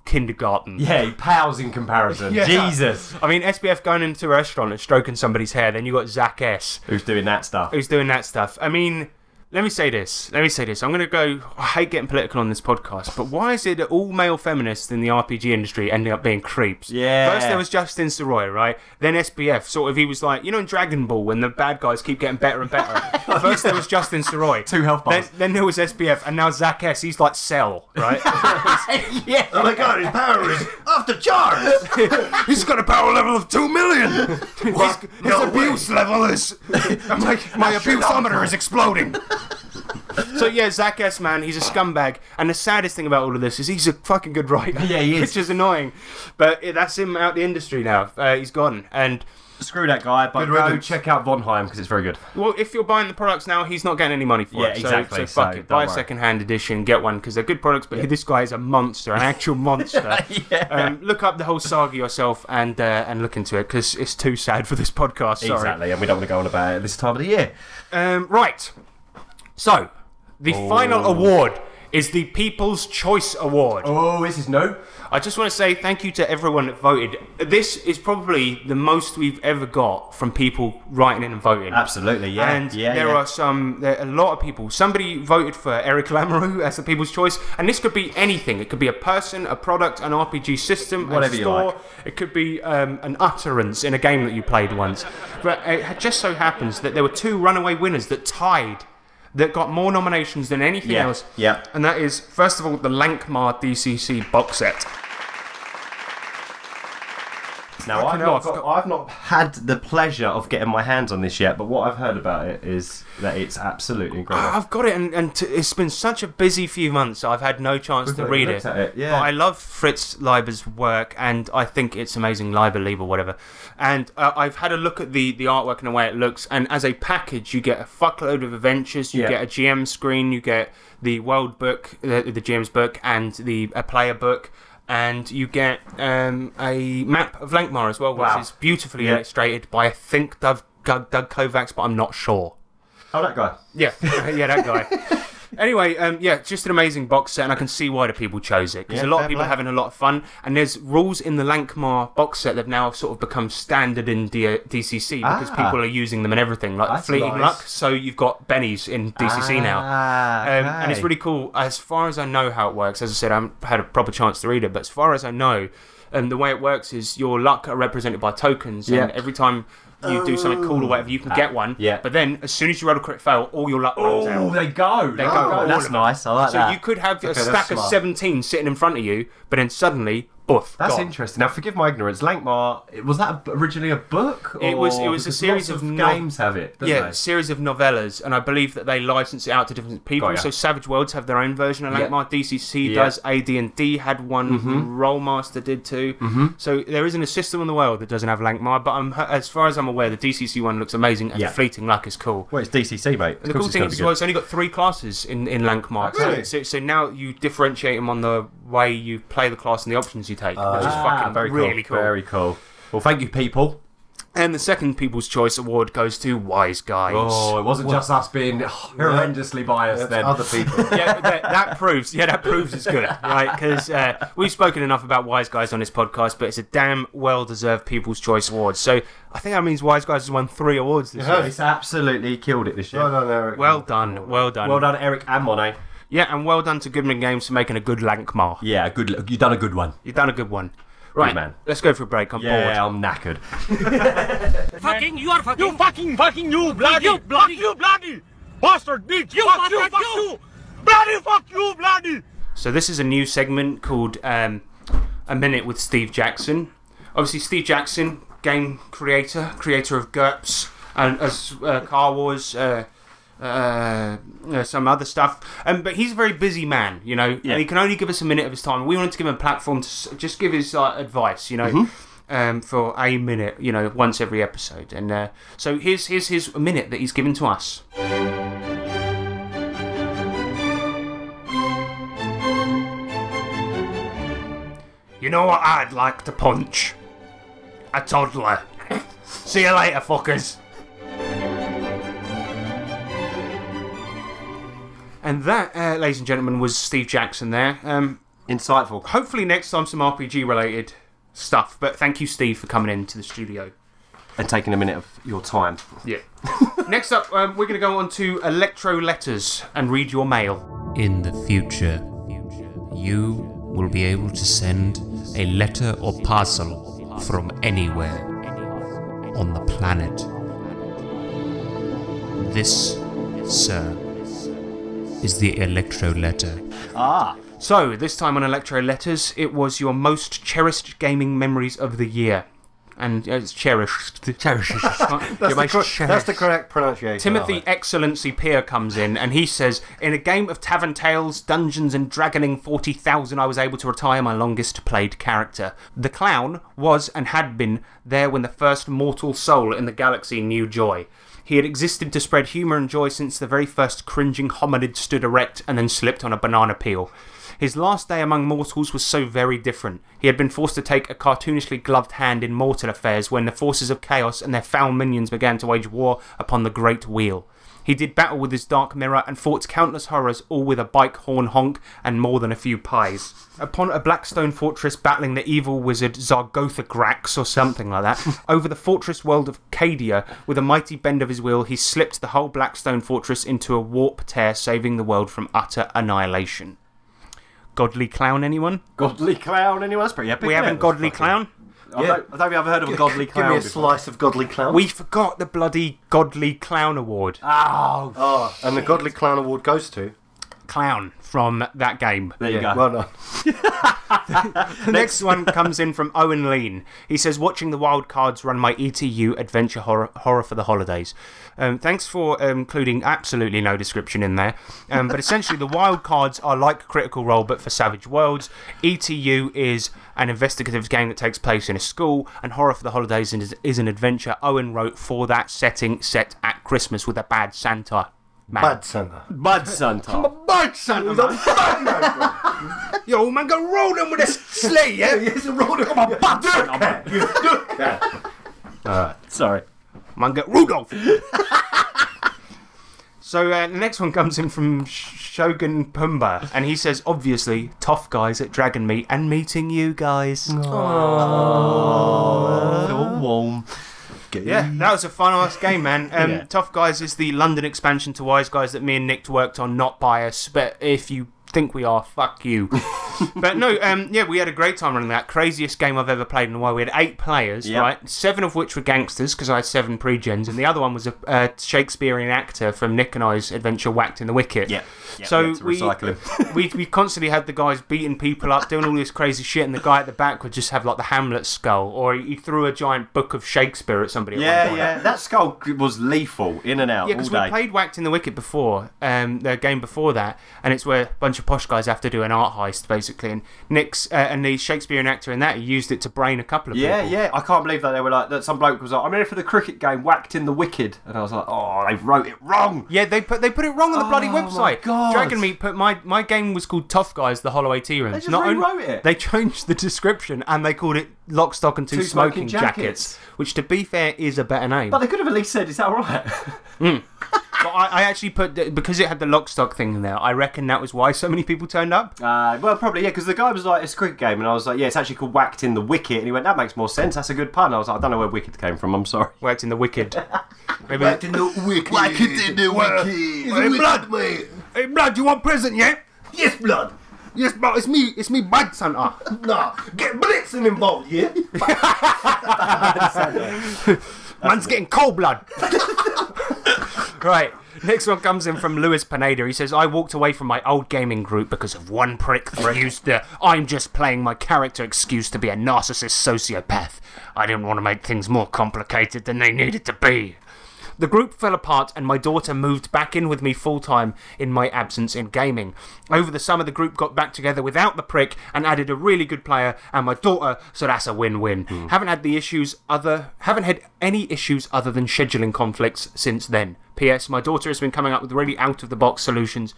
S2: kindergarten.
S3: Yeah, he pals in comparison. Jesus.
S2: I mean, SPF going into a restaurant and stroking somebody's hair, then you got Zach S
S3: Who's doing that stuff?
S2: who's doing that stuff. I mean, let me say this. Let me say this. I'm going to go. I hate getting political on this podcast, but why is it that all male feminists in the RPG industry ending up being creeps?
S3: Yeah.
S2: First there was Justin Soroy, right? Then SBF. Sort of, he was like, you know, in Dragon Ball when the bad guys keep getting better and better. First there was Justin Soroy.
S3: Two health
S2: Then,
S3: bars.
S2: then there was SBF, and now Zach S. He's like Cell, right?
S4: Oh my god, his power is off the charts!
S2: he's got a power level of two million.
S4: What? No way.
S2: level is. I'm like, my abuseometer is exploding. So yeah, Zach S. Man, he's a scumbag, and the saddest thing about all of this is he's a fucking good writer.
S3: Yeah, he is.
S2: which is annoying. But it- that's him out the industry now. Uh, he's gone, and
S3: Screw that guy, but
S4: Good
S3: go
S4: riddance.
S3: check out Von Heim because it's very good.
S2: well, if you're buying the products now, he's not getting any money for
S3: Yeah,
S2: it. So-
S3: exactly,
S2: So, fuck
S3: so
S2: it. Buy a
S3: don't worry.
S2: second-hand edition, get one because they're good products. But this guy is a monster, an actual monster. um, look up the whole saga yourself and uh, and look into it because it's too sad for this podcast. Sorry.
S3: Exactly, and we don't want to go on about it this time of the year.
S2: Um, right. So, the final award is the People's Choice Award.
S3: Oh, this is no.
S2: I just want to say thank you to everyone that voted. This is probably the most we've ever got from people writing in and voting.
S3: Absolutely, yeah.
S2: And
S3: yeah,
S2: there
S3: yeah.
S2: are some, there are a lot of people. Somebody voted for Eric Lamoureux as the People's Choice, and this could be anything. It could be a person, a product, an RPG system,
S3: Whatever
S2: a
S3: you
S2: store.
S3: like.
S2: It could be um, an utterance in a game that you played once. But it just so happens that there were two runaway winners that tied, that got more nominations than anything
S3: Yeah,
S2: else.
S3: yeah.
S2: And that is, first of all, the Lankmar DCC box set.
S3: Now I've
S2: Fucking hell,
S3: not,
S2: I've
S3: got, I've not had the pleasure of getting my hands on this yet, but what I've heard about it is that it's absolutely incredible.
S2: I've got it, and, and t- it's been such a busy few months. I've had no chance to
S3: Looked
S2: read
S3: at
S2: it.
S3: it, yeah.
S2: But I love Fritz Leiber's work, and I think it's amazing. Leiber, Lieber, whatever. And uh, I've had a look at the the artwork and the way it looks. And as a package, you get a fuckload of adventures. You
S3: Yeah.
S2: get a GM screen. You get the world book, the, the GM's book, and the a player book. And you get um, a map of Lankmar as well, which
S3: Wow.
S2: is beautifully
S3: Yeah.
S2: illustrated by I think Doug, Doug, Doug Kovacs, but I'm not sure.
S3: Oh, that guy.
S2: Yeah, yeah, that guy. anyway, um, yeah, just an amazing box set, and I can see why the people chose it because
S3: Yeah,
S2: a lot
S3: fair
S2: of people
S3: play.
S2: are having a lot of fun. And there's rules in the Lankmar box set that now have sort of become standard in D- DCC because
S3: Ah.
S2: people are using them and everything, like the
S3: That's
S2: fleeting
S3: nice.
S2: luck. So you've got Benny's in DCC now.
S3: Ah,
S2: Um, And it's
S3: okay.
S2: really cool. As far as I know how it works, as I said, I haven't had a proper chance to read it, but as far as I know, um, the way it works is your luck are represented by tokens,
S3: Yeah.
S2: and every time you do something cool or whatever, you can get one.
S3: yeah.
S2: But then, as soon as you roll a crit fail, all your luck rolls
S3: Oh,
S2: out.
S3: they go. They
S2: go, all of
S3: That's
S2: them.
S3: nice. I like
S2: So
S3: that.
S2: you could have a
S3: Okay, that's
S2: stack of
S3: smart.
S2: 17 sitting in front of you, but then suddenly, boof,
S3: That's
S2: gone.
S3: interesting. Now, forgive my ignorance. Lankmar it- was that originally a book?
S2: It was- it
S3: or-
S2: was a
S3: because
S2: series
S3: lots of
S2: of no-
S3: games have it. Don't
S2: Yeah,
S3: they?
S2: series of novellas, and I believe that they license it out to different people.
S3: Got ya.
S2: So Savage Worlds have their own version of
S3: Yeah.
S2: Lankmar. DCC
S3: Yeah.
S2: does. AD and D had one.
S3: Mm-hmm.
S2: Rollmaster did too. So there isn't a system in the world that doesn't have Lankmar. But I'm, as far as I'm aware, the DCC one looks amazing, and
S3: Yeah.
S2: the Fleeting Luck is cool.
S3: Well, it's DCC, mate.
S2: And the cool thing is, well, it's only got three classes in, in Lankmark.
S4: Really?
S2: So, so now you differentiate them on the way you play the class and the options you take, which is fucking
S3: Ah. very
S2: really cool.
S3: Very cool. Well, thank you, people.
S2: And the second People's Choice Award goes to Wise Guys.
S6: Oh, it wasn't just us being horrendously biased
S4: That's
S6: then.
S4: other people.
S2: yeah, but that, that proves. Yeah, that proves it's good, right? Because uh, we've spoken enough about Wise Guys on this podcast, but it's a damn well-deserved People's Choice Award. So I think that means Wise Guys has won three awards this year.
S4: Yeah.
S3: It's absolutely killed it this year.
S4: Well done, Eric.
S2: Well done, well done,
S3: Well done, Eric and Monet.
S2: Yeah, and well done to Goodman Games for making a good Lankmar.
S3: Yeah, good. You've done a good one.
S2: You've done a good one. Right,
S3: man.
S2: let's go for a break. I'm bored.
S3: Yeah, I'm knackered.
S9: fucking, you are fucking. You fucking, fucking, you bloody, you bloody, you bloody bastard, bitch, you, fuck you, fuck you, bloody, fuck you, bloody.
S2: So this is a new segment called um, "A Minute with Steve Jackson." Obviously, Steve Jackson, game creator, creator of GURPS and as uh, Car Wars, uh, uh, uh, some other stuff. Um, but he's a very busy man, you know,
S3: Yeah.
S2: and he can only give us a minute of his time. We wanted to give him a platform to s- just give his uh, advice, you know. Um, for a minute, you know, once every episode, and uh, so here's here's his minute that he's given to us. You know what I'd like to punch? A toddler. See you later, fuckers. And that, uh, ladies and gentlemen, was Steve Jackson there. Um,
S3: Insightful.
S2: hopefully, next time some RPG related stuff. But thank you, Steve, for coming into the studio.
S3: And taking a minute of your time.
S2: Yeah. next up, um, we're going to go on to Electro Letters and read your mail.
S5: In the future, you will be able to send a letter or parcel from anywhere on the planet. This, sir, is the electro letter.
S2: So, this time on Electro Letters, it was your most cherished gaming memories of the year. And uh, it's cherished.
S5: Cherish
S4: That's, the cor- that's the correct pronunciation.
S2: Timothy
S4: of it.
S2: Excellency Peer comes in and he says, In a game of Tavern Tales, Dungeons and Dragoning 40,000, I was able to retire my longest played character. The clown was and had been there when the first mortal soul in the galaxy knew joy. He had existed to spread humour and joy since the very first cringing hominid stood erect and then slipped on a banana peel. His last day among mortals was so very different. He had been forced to take a cartoonishly gloved hand in mortal affairs when the forces of chaos and their foul minions began to wage war upon the Great Wheel. He did battle with his dark mirror and fought countless horrors, all with a bike horn honk and more than a few pies. Upon a Blackstone fortress battling the evil wizard Zargothagrax or something like that, over the fortress world of Cadia, with a mighty bend of his wheel, he slipped the whole Blackstone fortress into a warp tear, saving the world from utter annihilation. Godly clown, anyone?
S3: Godly clown, anyone? That's pretty epic.
S2: We
S3: isn't
S2: haven't
S3: it?
S2: godly clown.
S3: I don't, I don't think I've heard of a godly
S4: Give
S3: clown.
S4: me a
S3: before.
S4: slice of Godly Clown.
S2: We forgot the bloody godly clown award.
S3: Oh,
S4: oh, and the Godly Clown Award goes to.
S2: clown from that game.
S3: There you
S4: Yeah,
S3: go.
S4: well done.
S2: The next one comes in from Owen Lean. He says, "Watching the wild cards run my ETU adventure horror, horror for the holidays." Um, thanks for um, including absolutely no description in there. Um, but essentially, the wild cards are like Critical Role, but for Savage Worlds. ETU is an investigative game that takes place in a school, and Horror for the Holidays is, is an adventure Owen wrote for that setting set at Christmas with a bad Santa. Man.
S4: Bad Santa.
S3: Bud Suntar.
S4: Bad Santa.
S2: Yo, man, go roll them with a sleigh, yeah?
S4: He's a roller. Come on, bad Santa. You do care.
S3: Sorry.
S2: Man, get Rudolph. so uh, the next one comes in from Sh- Shogun Pumba, and he says, obviously, tough guys at Dragon Meet and meeting you guys.
S3: Feel warm.
S2: Yeah, that was a fun ass game, man. Um,
S3: Mm. Yeah.
S2: Tough Guys is the London expansion to Wise Guys that me and Nick worked on, not by us, but if you think we are, fuck you. but no, um, yeah, we had a great time running that. Craziest game I've ever played in a while. We had eight players,
S3: Yep.
S2: right? Seven of which were gangsters, because I had seven pre gens, and the other one was a uh, Shakespearean actor from Nick and I's adventure Whacked in the Wicket.
S3: Yeah. Yeah,
S2: So
S3: yeah, to
S2: we,
S3: recycle
S2: we we constantly had the guys beating people up, doing all this crazy shit, and the guy at the back would just have like the Hamlet skull, or he threw a giant book of Shakespeare at somebody. at one
S3: Yeah,
S2: point.
S3: yeah. That skull was lethal, in and out
S2: Yeah,
S3: all
S2: because we
S3: day.
S2: played Whacked in the Wicket before, um, the game before that, and it's where a bunch of posh guys have to do an art heist, basically. And Nick's uh, and the Shakespearean actor in that he used it to brain a couple of
S3: yeah,
S2: people.
S3: yeah. I can't believe that they were like that. Some bloke was like, "I'm here for the cricket game, whacked in the wicked," and I was like, "Oh, they wrote it wrong."
S2: Yeah, they put they put it wrong on the bloody
S3: Oh, my
S2: website.
S3: God.
S2: Dragon Meat put my my game was called Tough Guys: The Holloway Tea Rooms.
S3: They just
S2: Not
S3: rewrote
S2: only-
S3: it.
S2: They changed the description and they called it Lock, Stock, and Two,
S3: Two
S2: Smoking,
S3: Smoking
S2: jackets.
S3: Jackets.
S2: which, to be fair, is a better name.
S3: But they could have at least said, "Is that all right?"
S2: But I, I actually put the- because it had the Lock, Stock thing in there. I reckon that was why so many people turned up.
S3: Uh, well, probably yeah, because the guy was like, "It's a cricket game," and I was like, "Yeah, it's actually called whacked in the wicket," and he went, "That makes more sense. That's a good pun." I was like, "I don't know where wicked came from. I'm sorry."
S2: Worked in the Wicked. Maybe
S4: Back in the wicked. in the
S2: Hey,
S4: wicked.
S2: blood. Hey, blood, you want present, yeah?
S4: Yes, blood.
S2: Yes, bro, it's me, it's me, Bad Santa.
S4: Nah, get blitzing involved, yeah?
S2: Man's getting cold blood. right, next one comes in from Luis Pineda. He says, I walked away from my old gaming group because of one prick that used the I'm just playing my character excuse to be a narcissist sociopath. I didn't want to make things more complicated than they needed to be. The group fell apart, and my daughter moved back in with me full time in my absence in gaming. Over the summer, the group got back together without the prick and added a really good player and my daughter, so that's a win-win.
S3: Hmm.
S2: Haven't had the issues other, haven't had any issues other than scheduling conflicts since then. P.S. My daughter has been coming up with really out-of-the-box solutions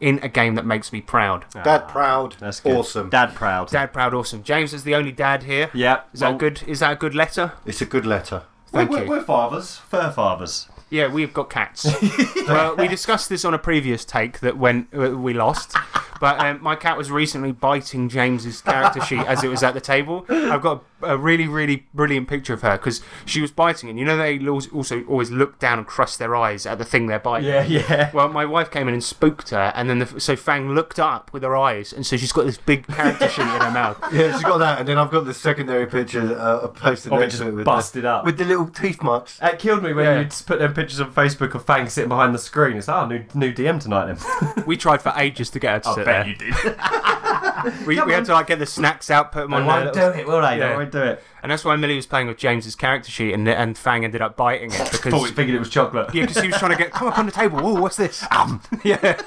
S2: in a game that makes me proud.
S4: Dad proud.
S3: That's good.
S4: awesome.
S3: Dad proud.
S2: Dad, proud, awesome. James is the only dad here.
S3: Yeah.
S2: Is
S3: Well-
S2: that good? Is that a good letter?
S4: It's a good letter.
S2: Thank
S3: we're,
S2: you.
S3: we're fathers, fair fathers.
S2: Yeah, we've got cats. well, we discussed this on a previous take that when uh, we lost. But um, my cat was recently biting James's character sheet as it was at the table. I've got a, a really, really brilliant picture of her because she was biting, and you know they al- also always look down and cross their eyes at the thing they're biting.
S3: Yeah, yeah.
S2: Well, my wife came in and spooked her, and then the, so Fang looked up with her eyes, and so she's got this big character sheet in her mouth.
S4: Yeah, she's got that, and then I've got the secondary picture uh, posted
S3: Of it
S4: next
S3: just
S4: to it with
S3: busted
S4: the,
S3: up.
S4: with the little teeth marks.
S3: It killed me when
S2: Yeah.
S3: you put them pictures on Facebook of Fang sitting behind the screen. It's like, oh, new, new DM tonight then.
S2: We tried for ages to get her to sit there.
S3: did.
S2: we we had to like get the snacks out, put them on. there. That was-
S3: it, will they?
S2: Yeah.
S3: They won't do it.
S2: And that's why Millie was playing with James's character sheet, and and Fang ended up biting it
S3: Thought we
S2: because
S3: figured it was chocolate.
S2: yeah, because he was trying to get come up on the table. Oh, what's this? yeah,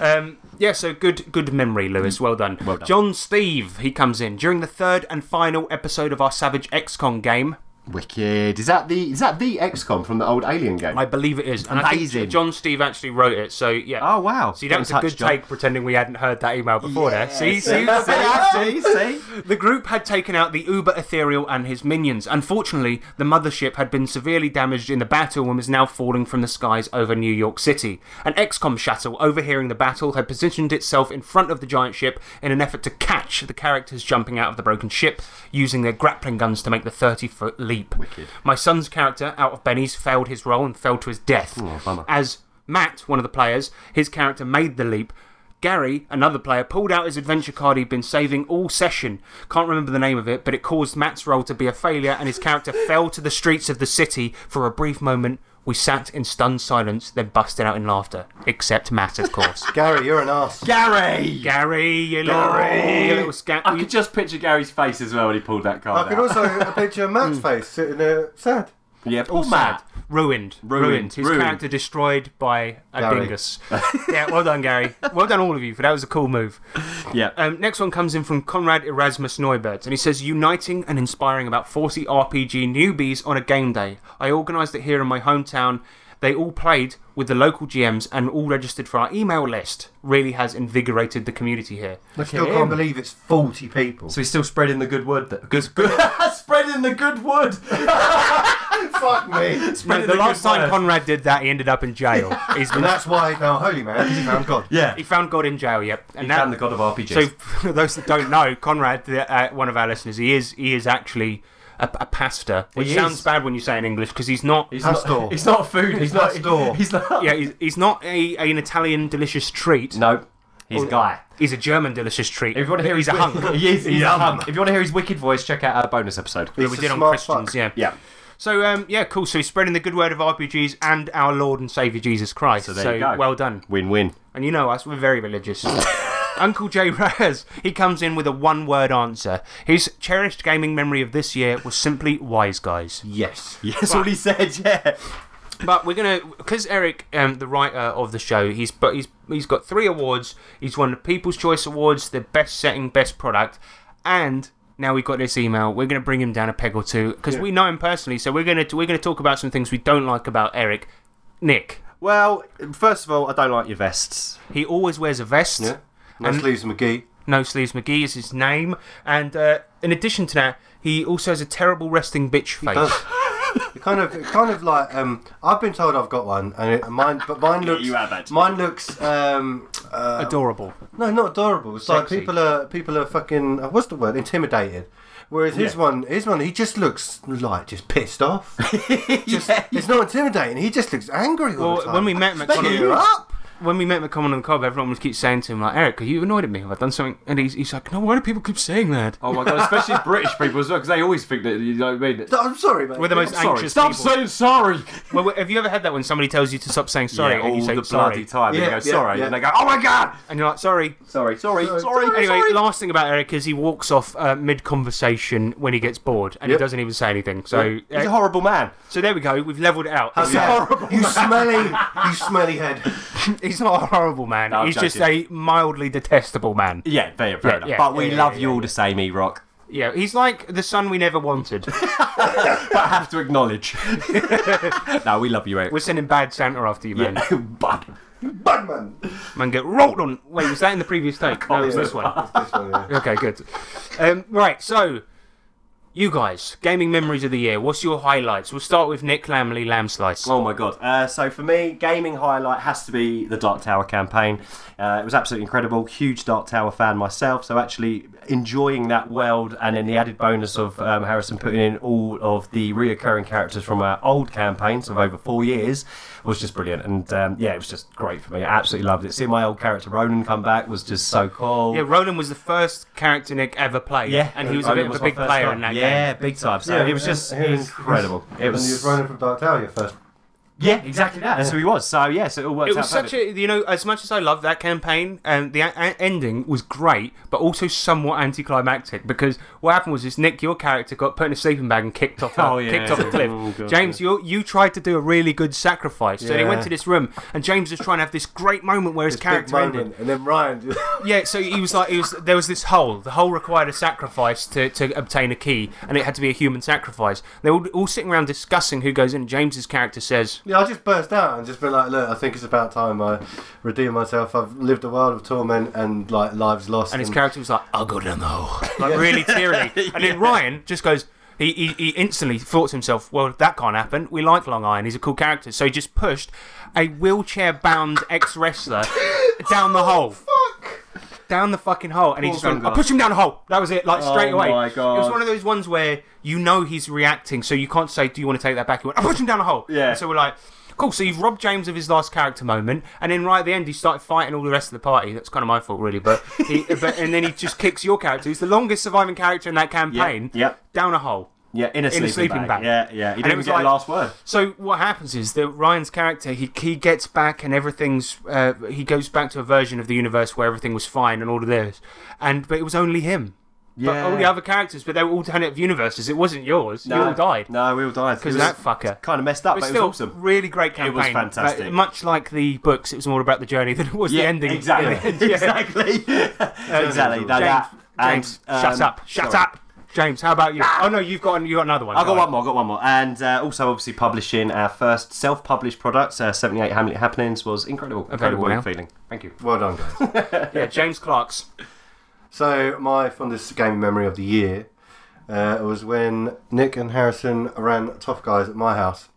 S2: um, yeah. So good, good memory, Lewis. Well done.
S3: Mm. Well done.
S2: John Steve. He comes in during the third and final episode of our Savage XCon game.
S3: Wicked. Is that the is that the XCOM from the old Alien game?
S2: I believe it is, and I
S3: Amazing.
S2: think John Steve actually wrote it. So yeah.
S3: oh wow.
S2: So that was a good take, pretending we hadn't heard that email before. There. See, see,
S3: see, see, see.
S2: The group had taken out the Uber Ethereal and his minions. Unfortunately, the mothership had been severely damaged in the battle and was now falling from the skies over New York City. An XCOM shuttle, overhearing the battle, had positioned itself in front of the giant ship in an effort to catch the characters jumping out of the broken ship, using their grappling guns to make the 30 foot leap. Wicked. My son's character, out of Benny's, failed his role and fell to his death. As Matt, one of the players, his character made the leap. Gary, another player, pulled out his adventure card he'd been saving all session. Can't remember the name of it, but it caused Matt's role to be a failure and his character fell to the streets of the city for a brief moment We sat in stunned silence, then busted out in laughter. Except Matt, of course.
S4: Gary, you're an ass.
S3: Gary!
S2: Gary, you Gary! Little, little scat.
S6: I could just picture Gary's face as well when he pulled that card
S4: I could
S6: out.
S4: also picture Matt's
S3: Mm.
S4: face sitting there sad.
S6: yeah, all
S2: Mad.
S6: sad.
S2: Ruined. Ruined.
S6: Ruined.
S2: His
S6: Ruined.
S2: character destroyed by a
S4: Gary.
S2: dingus. yeah, well done, Gary. Well done, all of you, for that was a cool move.
S6: Yeah.
S2: Um, next one comes in from Conrad Erasmus Neubert, and he says, Uniting and inspiring about 40 RPG newbies on a game day. I organised it here in my hometown. They all played with the local GMs and all registered for our email list. Really has invigorated the community here.
S4: I still can't believe it's 40 people.
S3: So he's still spreading the good word. That, good, spreading the good word.
S4: fuck me.
S2: Mate,
S3: Spreading
S2: the last
S3: good
S2: time
S3: word.
S2: Conrad did that, he ended up in jail. He's been,
S4: And that's why now holy man has found God.
S3: yeah,
S2: he found God in jail, yep. And
S3: he
S2: that-
S3: found the god of RPGs.
S2: So, for those that don't know, Conrad, the, uh, one of our listeners, he is he is actually a, a pastor, which
S3: He
S2: sounds
S3: is.
S2: bad when you say it in English because he's not.
S3: he's
S4: Pastor.
S3: not. He's not food. He's not.
S4: Pastor.
S3: He's not.
S2: yeah, he's, he's not a, an Italian delicious treat.
S3: No, he's a guy.
S2: He's a German delicious treat.
S3: Oh. If you want to hear
S2: he's
S3: his
S2: a hunk.
S3: he is, he's
S4: Yum.
S3: a hunk. If you want to hear his wicked voice, check out our bonus episode.
S2: that we
S4: He's a
S2: did on
S4: smart
S2: Christians,
S4: fuck.
S2: yeah.
S3: Yeah.
S2: So um, yeah, cool. So he's spreading the good word of RPGs and our Lord and Savior Jesus Christ. So,
S3: there you go.
S2: well done.
S3: Win-win.
S2: And you know us, we're very religious. Uncle J Raz, he comes in with a one word answer. His cherished gaming memory of this year was simply Wise Guys.
S4: Yes.
S3: That's all he said. Yeah.
S2: But we're gonna, because Eric, um, the writer of the show, he's but he's he's got three awards. He's won the People's Choice Awards, the Best Setting, Best Product, and now we've got this email. We're gonna bring him down a peg or two because we know him personally. So we're gonna we're gonna talk about some things we don't like about Eric. Nick,
S3: Well, first of all, I don't like your vests.
S2: he always wears a vest.
S4: Yeah. Nice leaves McGee.
S2: No Sleeves McGee is his name. And uh, in addition to that, he also has a terrible resting bitch
S4: does.
S2: face.
S4: It kind of, it kind of like um, I've been told I've got one, and it, mine, but mine looks,
S6: you have actually.
S4: mine looks, um, uh,
S2: Adorable.
S4: no, not adorable. It's like
S2: Sexy.
S4: people are, people are fucking, uh, what's the word? Intimidated. Whereas his one, his one, he just looks like just pissed off. Just- It's not intimidating. He just looks angry all the
S2: Well,
S4: time.
S2: when we met uh,
S4: Fuck you
S2: McConnell,
S4: up.
S2: when we met McConnell on the cob, everyone would keep saying to him like, "Eric, are you annoyed at me? Have I done something?" And he's, he's like, "No, why do people keep saying that?"
S6: Oh my god, especially British people as well, because they always think that you know what I mean.
S4: No, I'm sorry, mate.
S2: We're the most
S6: Sorry.
S2: anxious.
S6: Stop
S2: people.
S6: saying sorry.
S2: Well, have you ever had that when somebody tells you to stop saying sorry
S6: Yeah,
S2: and
S6: all
S2: you say
S6: the
S2: sorry,
S6: bloody time.
S4: Yeah,
S6: they go
S4: yeah,
S6: sorry,
S4: yeah.
S6: and they go, oh my god,
S2: and you're like, "Sorry,
S6: sorry, sorry, sorry, sorry.
S2: Anyway, last thing about Eric is he walks off uh, mid conversation when he gets bored, and
S4: Yep.
S2: he doesn't even say anything. So,
S3: He's
S2: uh,
S3: a horrible man.
S2: so there we go. We've leveled it out.
S4: Yeah. You smelly, you smelly head.
S2: He's not a horrible man.
S6: I'm
S2: He's just a mildly detestable man.
S6: Yeah, fair, fair
S2: Yeah,
S6: enough.
S2: yeah,
S6: but we
S2: yeah,
S6: love
S2: yeah,
S6: you all the same, E Rock.
S2: Yeah, he's like the son we never wanted.
S6: But I have to acknowledge. no, we love you, Eric.
S2: We're sending bad Santa after you, man.
S6: Yeah, but
S4: Batman.
S2: Man, get rolled on. Wait, was that in the previous take? No, it was this one.
S4: This one, yeah.
S2: Okay, good. Um, right, so you guys, gaming memories of the year. What's your highlights? We'll start with Nick Lamley Lamb Slice.
S3: Oh my god! Uh, so for me, gaming highlight has to be the Dark Tower campaign. Uh, it was absolutely incredible. Huge Dark Tower fan myself, so actually enjoying that world, and then the added bonus of um, Harrison putting in all of the reoccurring characters from our old campaigns of over four years was just brilliant. And um, yeah, it was just great for me. I absolutely loved it. Seeing my old character Ronan come back was just so cool.
S2: yeah, Roland was the first character Nick ever played.
S3: Yeah,
S2: and he was a
S3: Ronan
S2: bit of a
S3: my
S2: big
S3: first
S2: player
S3: time.
S2: in that game.
S3: Yeah, big time. So
S4: Yeah,
S3: it was
S4: and-
S3: just
S4: and he was-
S3: incredible. It
S4: And you
S3: was
S4: was running from Dark Tower, your first.
S3: yeah, exactly that. That's who he was. So yes, it all worked
S2: It
S3: out.
S2: was such
S3: perfectly.
S2: a you know as much as I loved that campaign, um, the a- a- ending was great, but also somewhat anticlimactic because what happened was is Nick, your character got put in a sleeping bag and kicked off,
S6: Oh,
S2: a,
S6: yeah.
S2: kicked off a cliff.
S6: Oh, God,
S2: James, you you tried to do a really good sacrifice, so they went to this room and James was trying to have this great moment where his character
S4: big
S2: ended.
S4: moment, and then Ryan.
S2: Yeah, so he was like, he was, there was this hole. The hole required a sacrifice to, to obtain a key, and it had to be a human sacrifice. They were all, all sitting around discussing who goes in. James's character says,
S4: Yeah, I just burst out and just been like, look, I think it's about time I redeem myself. I've lived a world of torment and like lives lost.
S2: and his character was like, "I'll go down the hole," like really teary. And then Ryan just goes, he, he he instantly thought to himself, "Well, that can't happen. We like Long Iron. He's a cool character." So he just pushed a wheelchair-bound ex-wrestler down the hole. Down the fucking hole, and he
S6: Poor
S2: just went. I
S6: Gungar.
S2: pushed him down the hole. That was it, like straight
S6: Oh
S2: away.
S6: my
S2: It was
S6: God.
S2: one of those ones where you know he's reacting, so you can't say, "Do you want to take that back?" He went, "I pushed him down the hole."
S6: Yeah.
S2: And so we're like, "Cool." So you've robbed James of his last character moment, and then right at the end, he started fighting all the rest of the party. That's kind of my fault, really. But, he, but and then he just kicks your character, who's the longest surviving character in that campaign,
S3: yep.
S2: down a hole.
S6: Yeah, in a sleeping,
S2: sleeping bag.
S6: Yeah, yeah. He
S2: And it
S6: didn't
S2: was
S6: get
S2: like-
S6: the last word.
S2: So what happens is that Ryan's character he he gets back and everything's uh, he goes back to a version of the universe where everything was fine and all of this, and but it was only him.
S6: Yeah.
S2: But all the other characters, but they were alternative universes. It wasn't yours. You all died.
S6: No, we all died.
S2: Because
S6: It
S2: that
S6: was
S2: fucker.
S6: Kind of messed up,
S2: But
S6: but,
S2: still,
S6: it was awesome.
S2: really great campaign.
S6: It was
S2: But
S6: fantastic.
S2: much like the books, it was more about the journey than it was the ending.
S6: Exactly.
S2: Yeah.
S6: exactly. exactly. Now
S2: James,
S6: that- and,
S2: James,
S6: um,
S2: shut up. Shut
S6: sorry.
S2: up. James, how about you? Oh no, you've got you got another one.
S6: I've got
S2: Right.
S6: one more, I've got one more. And uh, also, obviously, publishing our first self published product, uh, 78 Hamlet Happenings, was incredible. Incredible
S2: Available now.
S6: feeling. Thank you.
S4: Well done, guys.
S2: Yeah, James Clark's.
S4: So my fondest gaming memory of the year uh, was when Nick and Harrison ran Tough Guys at my house,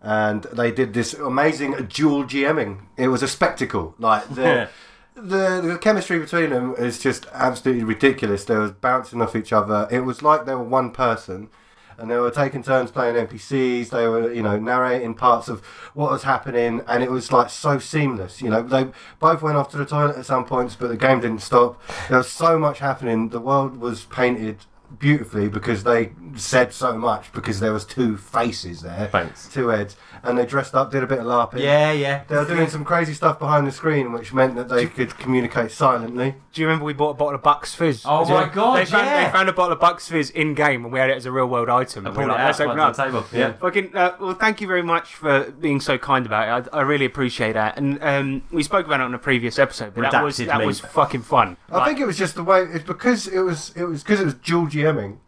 S4: and they did this amazing dual GMing. It was a spectacle. Like the the, the chemistry between them is just absolutely ridiculous. They was bouncing off each other. It was like they were one person. And they were taking turns playing NPCs. They were, you know, narrating parts of what was happening, and it was like so seamless. You know, they both went off to the toilet at some points, but the game didn't stop. There was so much happening. The world was painted beautifully because they said so much because there was two faces there,
S6: Thanks.
S4: two heads, and they dressed up, did a bit of larping.
S6: Yeah, yeah.
S4: They were doing some crazy stuff behind the screen, which meant that they could communicate silently.
S2: Do you remember we bought a bottle of Bucks Fizz?
S6: Oh
S2: Do you
S6: my
S2: know-
S6: God,
S2: They found,
S6: yeah.
S2: they found a bottle of Bucks Fizz in game, and we had it as a real world item. And we were
S6: pulled
S2: like,
S6: it out
S2: let's open
S6: on
S2: up.
S6: the table. Yeah.
S2: Fucking. Uh, well, thank you very much for being so kind about it. I, I really appreciate that. And um, we spoke about it on a previous episode, but that was
S6: Redacted
S2: that
S6: me.
S2: was fucking fun.
S4: I think it was just the way it's because it was it was because it was dual GMing,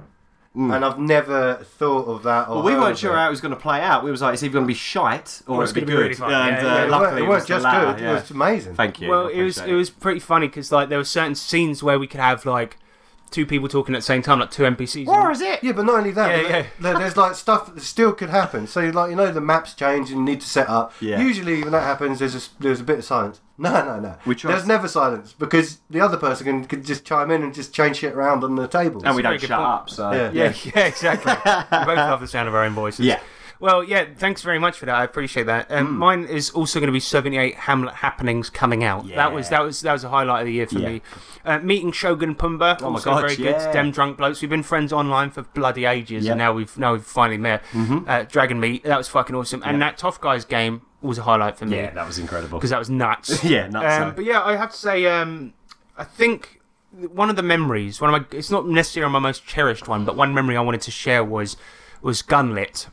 S4: and I've never thought of that. Or
S6: Well, we
S4: heard
S6: weren't
S4: of
S6: sure
S4: it.
S6: how it was going to play out. We was like, it's either going to be shite or,
S2: Or it's
S6: it's going to
S2: gonna be
S6: be good.
S2: really fun.
S6: And
S2: Yeah,
S6: uh,
S2: yeah.
S4: It weren't-
S6: luckily,
S4: it,
S6: it
S4: was
S6: was the
S4: just
S6: latter,
S4: good.
S6: yeah.
S4: It was amazing.
S6: Thank you.
S2: well,
S6: I
S2: it was
S6: appreciate
S2: it was pretty funny because like there were certain scenes where we could have like two people talking at the same time, like two NPCs.
S6: Or is it?
S4: Yeah, but not only that,
S2: Yeah,
S4: but
S2: yeah.
S4: there- there's like stuff that still could happen. So like you know the maps change and you need to set up.
S6: Yeah.
S4: Usually when that happens, there's a s- there's a bit of silence. No, no, no.
S6: We tried-
S4: There's never silence because the other person can, can just chime in and just change shit around on the table.
S6: And we
S2: That's
S6: don't
S2: a very good
S6: shut
S2: point.
S6: up, so.
S4: Yeah.
S2: Yeah, yeah, exactly. we both love the sound of our own voices.
S6: Yeah. Hmm.
S2: Well, yeah, thanks very much for that. I appreciate that. Um, Mine is also going to be 78 Hamlet Happenings coming out. That was
S6: Yeah.
S2: that was that was a highlight of the year for
S6: Yeah. Oh
S2: me. Uh, meeting Shogun Pumba,
S6: my
S2: also
S6: God,
S2: very
S6: yeah.
S2: good. Dem drunk blokes. We've been friends online for bloody ages,
S6: Yeah. Mm-hmm.
S2: and now we've now we've finally met. Uh, Dragon Meat, that was fucking awesome. And that Tough Guys game was a highlight for me
S6: Yeah, that was incredible.
S2: because that was nuts.
S6: Yeah, nuts, eh?
S2: Um,
S6: huh?
S2: but yeah, I have to say, um, I think one of the memories, one of my, it's not necessarily my most cherished one, but one memory I wanted to share was was Gunlit,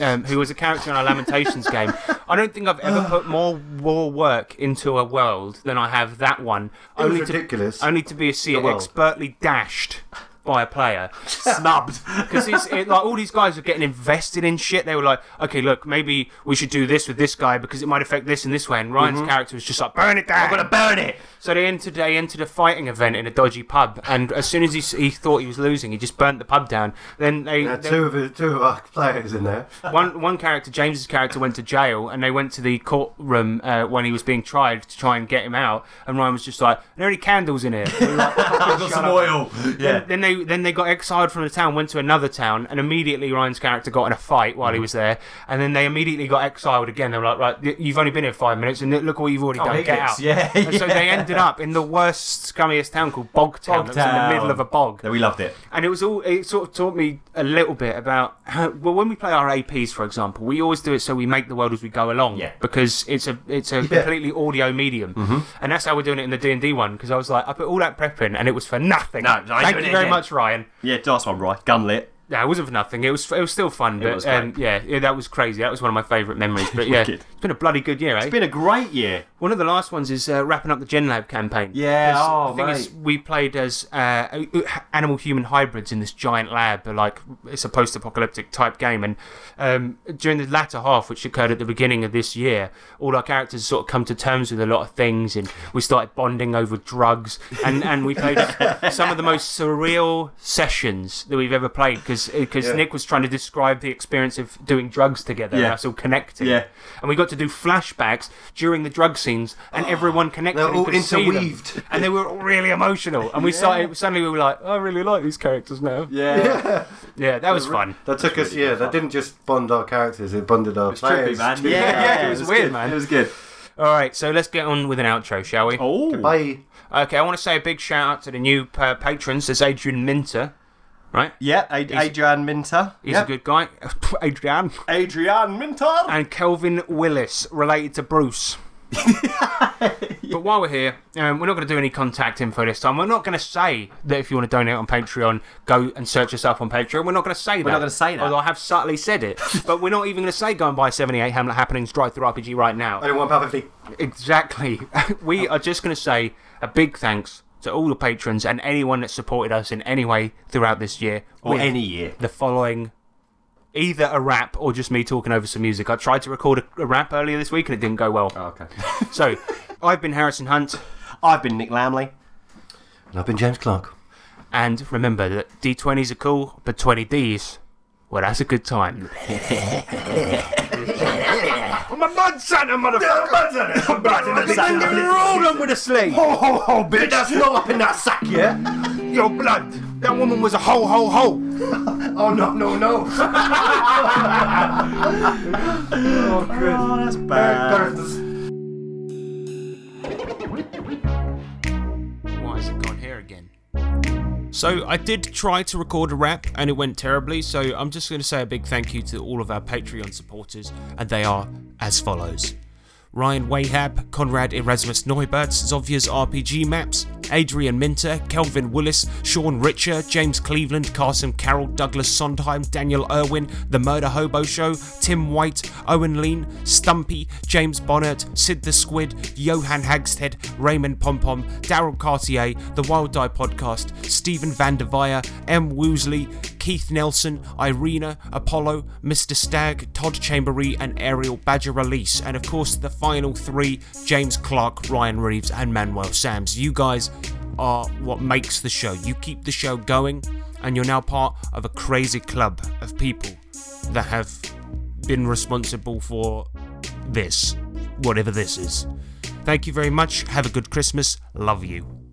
S2: um, who was a character in our Lamentations game. I don't think I've ever put more war work into a world than I have that one.
S4: It was
S2: only
S4: ridiculous.
S2: To, only to be see it
S4: world.
S2: expertly dashed by a player
S6: snubbed.
S2: because like all these guys were getting invested in shit. They were like, okay, look, maybe we should do this with this guy because it might affect this and this way. And Ryan's character was just like, burn it down. Mm-hmm. I'm gonna burn it. So they entered they entered a fighting event in a dodgy pub, and as soon as he, s- he thought he was losing, he just burnt the pub down. Then they,
S4: There are
S2: they-
S4: two of the- two of our players in there.
S2: one one character, James's character, went to jail, and they went to the courtroom uh, when he was being tried to try and get him out. And Ryan was just like, "Are there any candles in here?" We were like, "Fucking shut up."
S6: oil. Yeah.
S2: Then they then they got exiled from the town, went to another town, and immediately Ryan's character got in a fight
S6: Mm-hmm.
S2: while he was there, and then they immediately got exiled again. They were like, right, y- you've only been here five minutes, and look what you've already
S6: Oh,
S2: done. Get
S6: idiots.
S2: out.
S6: Yeah,
S2: And so they ended up in the worst, scummiest town called Bogtown, that was in the
S6: Bogtown.
S2: middle of a bog.
S6: Yeah, we loved it.
S2: And it was all it sort of taught me a little bit about how, well when we play our APs for example we always do it so we make the world as we go along
S6: Yeah. Mm-hmm.
S2: because it's a it's a completely audio medium and that's how we're doing it in the D and D one because I was like I put all that prep in and it was for nothing
S6: No, I ain't
S2: thank
S6: doing
S2: you
S6: it
S2: very
S6: again.
S2: much Ryan
S6: Yeah, last one, right? Gunlit.
S2: yeah it wasn't for nothing it was it was still fun but
S6: was great.
S2: um, yeah yeah that was crazy that was one of my favourite memories but yeah
S6: Wicked.
S2: it's been a bloody good year eh?
S6: It's been a great year.
S2: One of the last ones is uh, wrapping up the Gen Lab campaign.
S6: Yeah,
S2: 'Cause
S6: oh,
S2: the thing
S6: mate.
S2: is, we played as uh, animal human hybrids in this giant lab. but, Like it's a post-apocalyptic type game, and um, during the latter half, which occurred at the beginning of this year, all our characters sort of come to terms with a lot of things, and we started bonding over drugs, and, and we played some of the most surreal sessions that we've ever played because Nick was trying to describe the experience of doing drugs together, and
S6: Yeah.
S2: us all connecting,
S6: Yeah.
S2: and we got to do flashbacks during the drug scenes, and everyone connected.
S4: They're
S2: and
S4: all
S2: could see them.
S4: interweaved.
S2: and they were all really emotional. And we started suddenly we were like, I really like these characters now. Yeah,
S6: Yeah.
S2: that was fun.
S4: That took us. Yeah, that didn't just bond our characters; it bonded our players. too.
S2: yeah, it was weird,
S6: good.
S2: man.
S6: It was good.
S2: All right, so let's get on with an outro, shall we?
S6: Oh.
S4: Bye.
S2: Okay, I want to say a big shout out to the new uh, patrons. There's Adrian Minter. right?
S6: Yeah, Ad- Adrian Minter.
S2: He's
S6: yeah.
S2: a good Ah, guy. Adrian.
S6: Adrian Minter.
S2: And Kelvin Willis, related to Bruce. But while we're here, um, we're not going to do any contact info this time. We're not going to say that if you want to donate on Patreon, go and search us up on Patreon. We're not going to say that.
S6: not gonna say that.
S2: Although I have subtly said it. but we're not even going to say go and buy 78 Hamlet Happenings Drive Through RPG right now.
S4: I don't want perfectly.
S2: Exactly. we are just going to say a big thanks to all the patrons and anyone that supported us in any way throughout this year.
S6: Or
S2: with
S6: any year.
S2: The following either a rap or just me talking over some music. I tried to record a, a rap earlier this week and it didn't go well.
S3: Oh.
S6: Okay.
S2: So, I've been Harrison Hunt,
S6: I've been Nick Lamley.
S4: And I've been James Clark.
S2: and remember that D20s are cool, but 20Ds, well, that's a good time. I'm a mud Santa, motherfucker! Roll them with a sling!
S4: Ho ho ho, bitch! That's not up in that sack, yeah?
S2: Your blood! That woman was a ho ho ho!
S4: Oh no no no! oh, good.
S6: That's
S3: Uh,
S6: bad.
S2: Why has it gone here again? So I did try to record a rap and it went terribly, so I'm just going to say a big thank you to all of our Patreon supporters, and they are as follows. Ryan Wahab, Conrad Erasmus Neubert, Zovia's RPG Maps, Adrian Minter, Kelvin Willis, Sean Richer, James Cleveland, Carson Carroll, Douglas Sondheim, Daniel Irwin, The Murder Hobo Show, Tim White, Owen Lean, Stumpy, James Bonnet, Sid the Squid, Johan Hagstead, Raymond Pompom, Daryl Cartier, The Wild Die Podcast, Stephen Van der Weyer, M. Woosley, Keith Nelson, Irina, Apollo, Mr. Stag, Todd Chambery, and Ariel Badger Release. And of course, the final three James Clark, Ryan Reeves, and Manuel Sams. You guys are what makes the show. You keep the show going, and you're now part of a crazy club of people that have been responsible for this, whatever this is. Thank you very much. Have a good Christmas. Love you.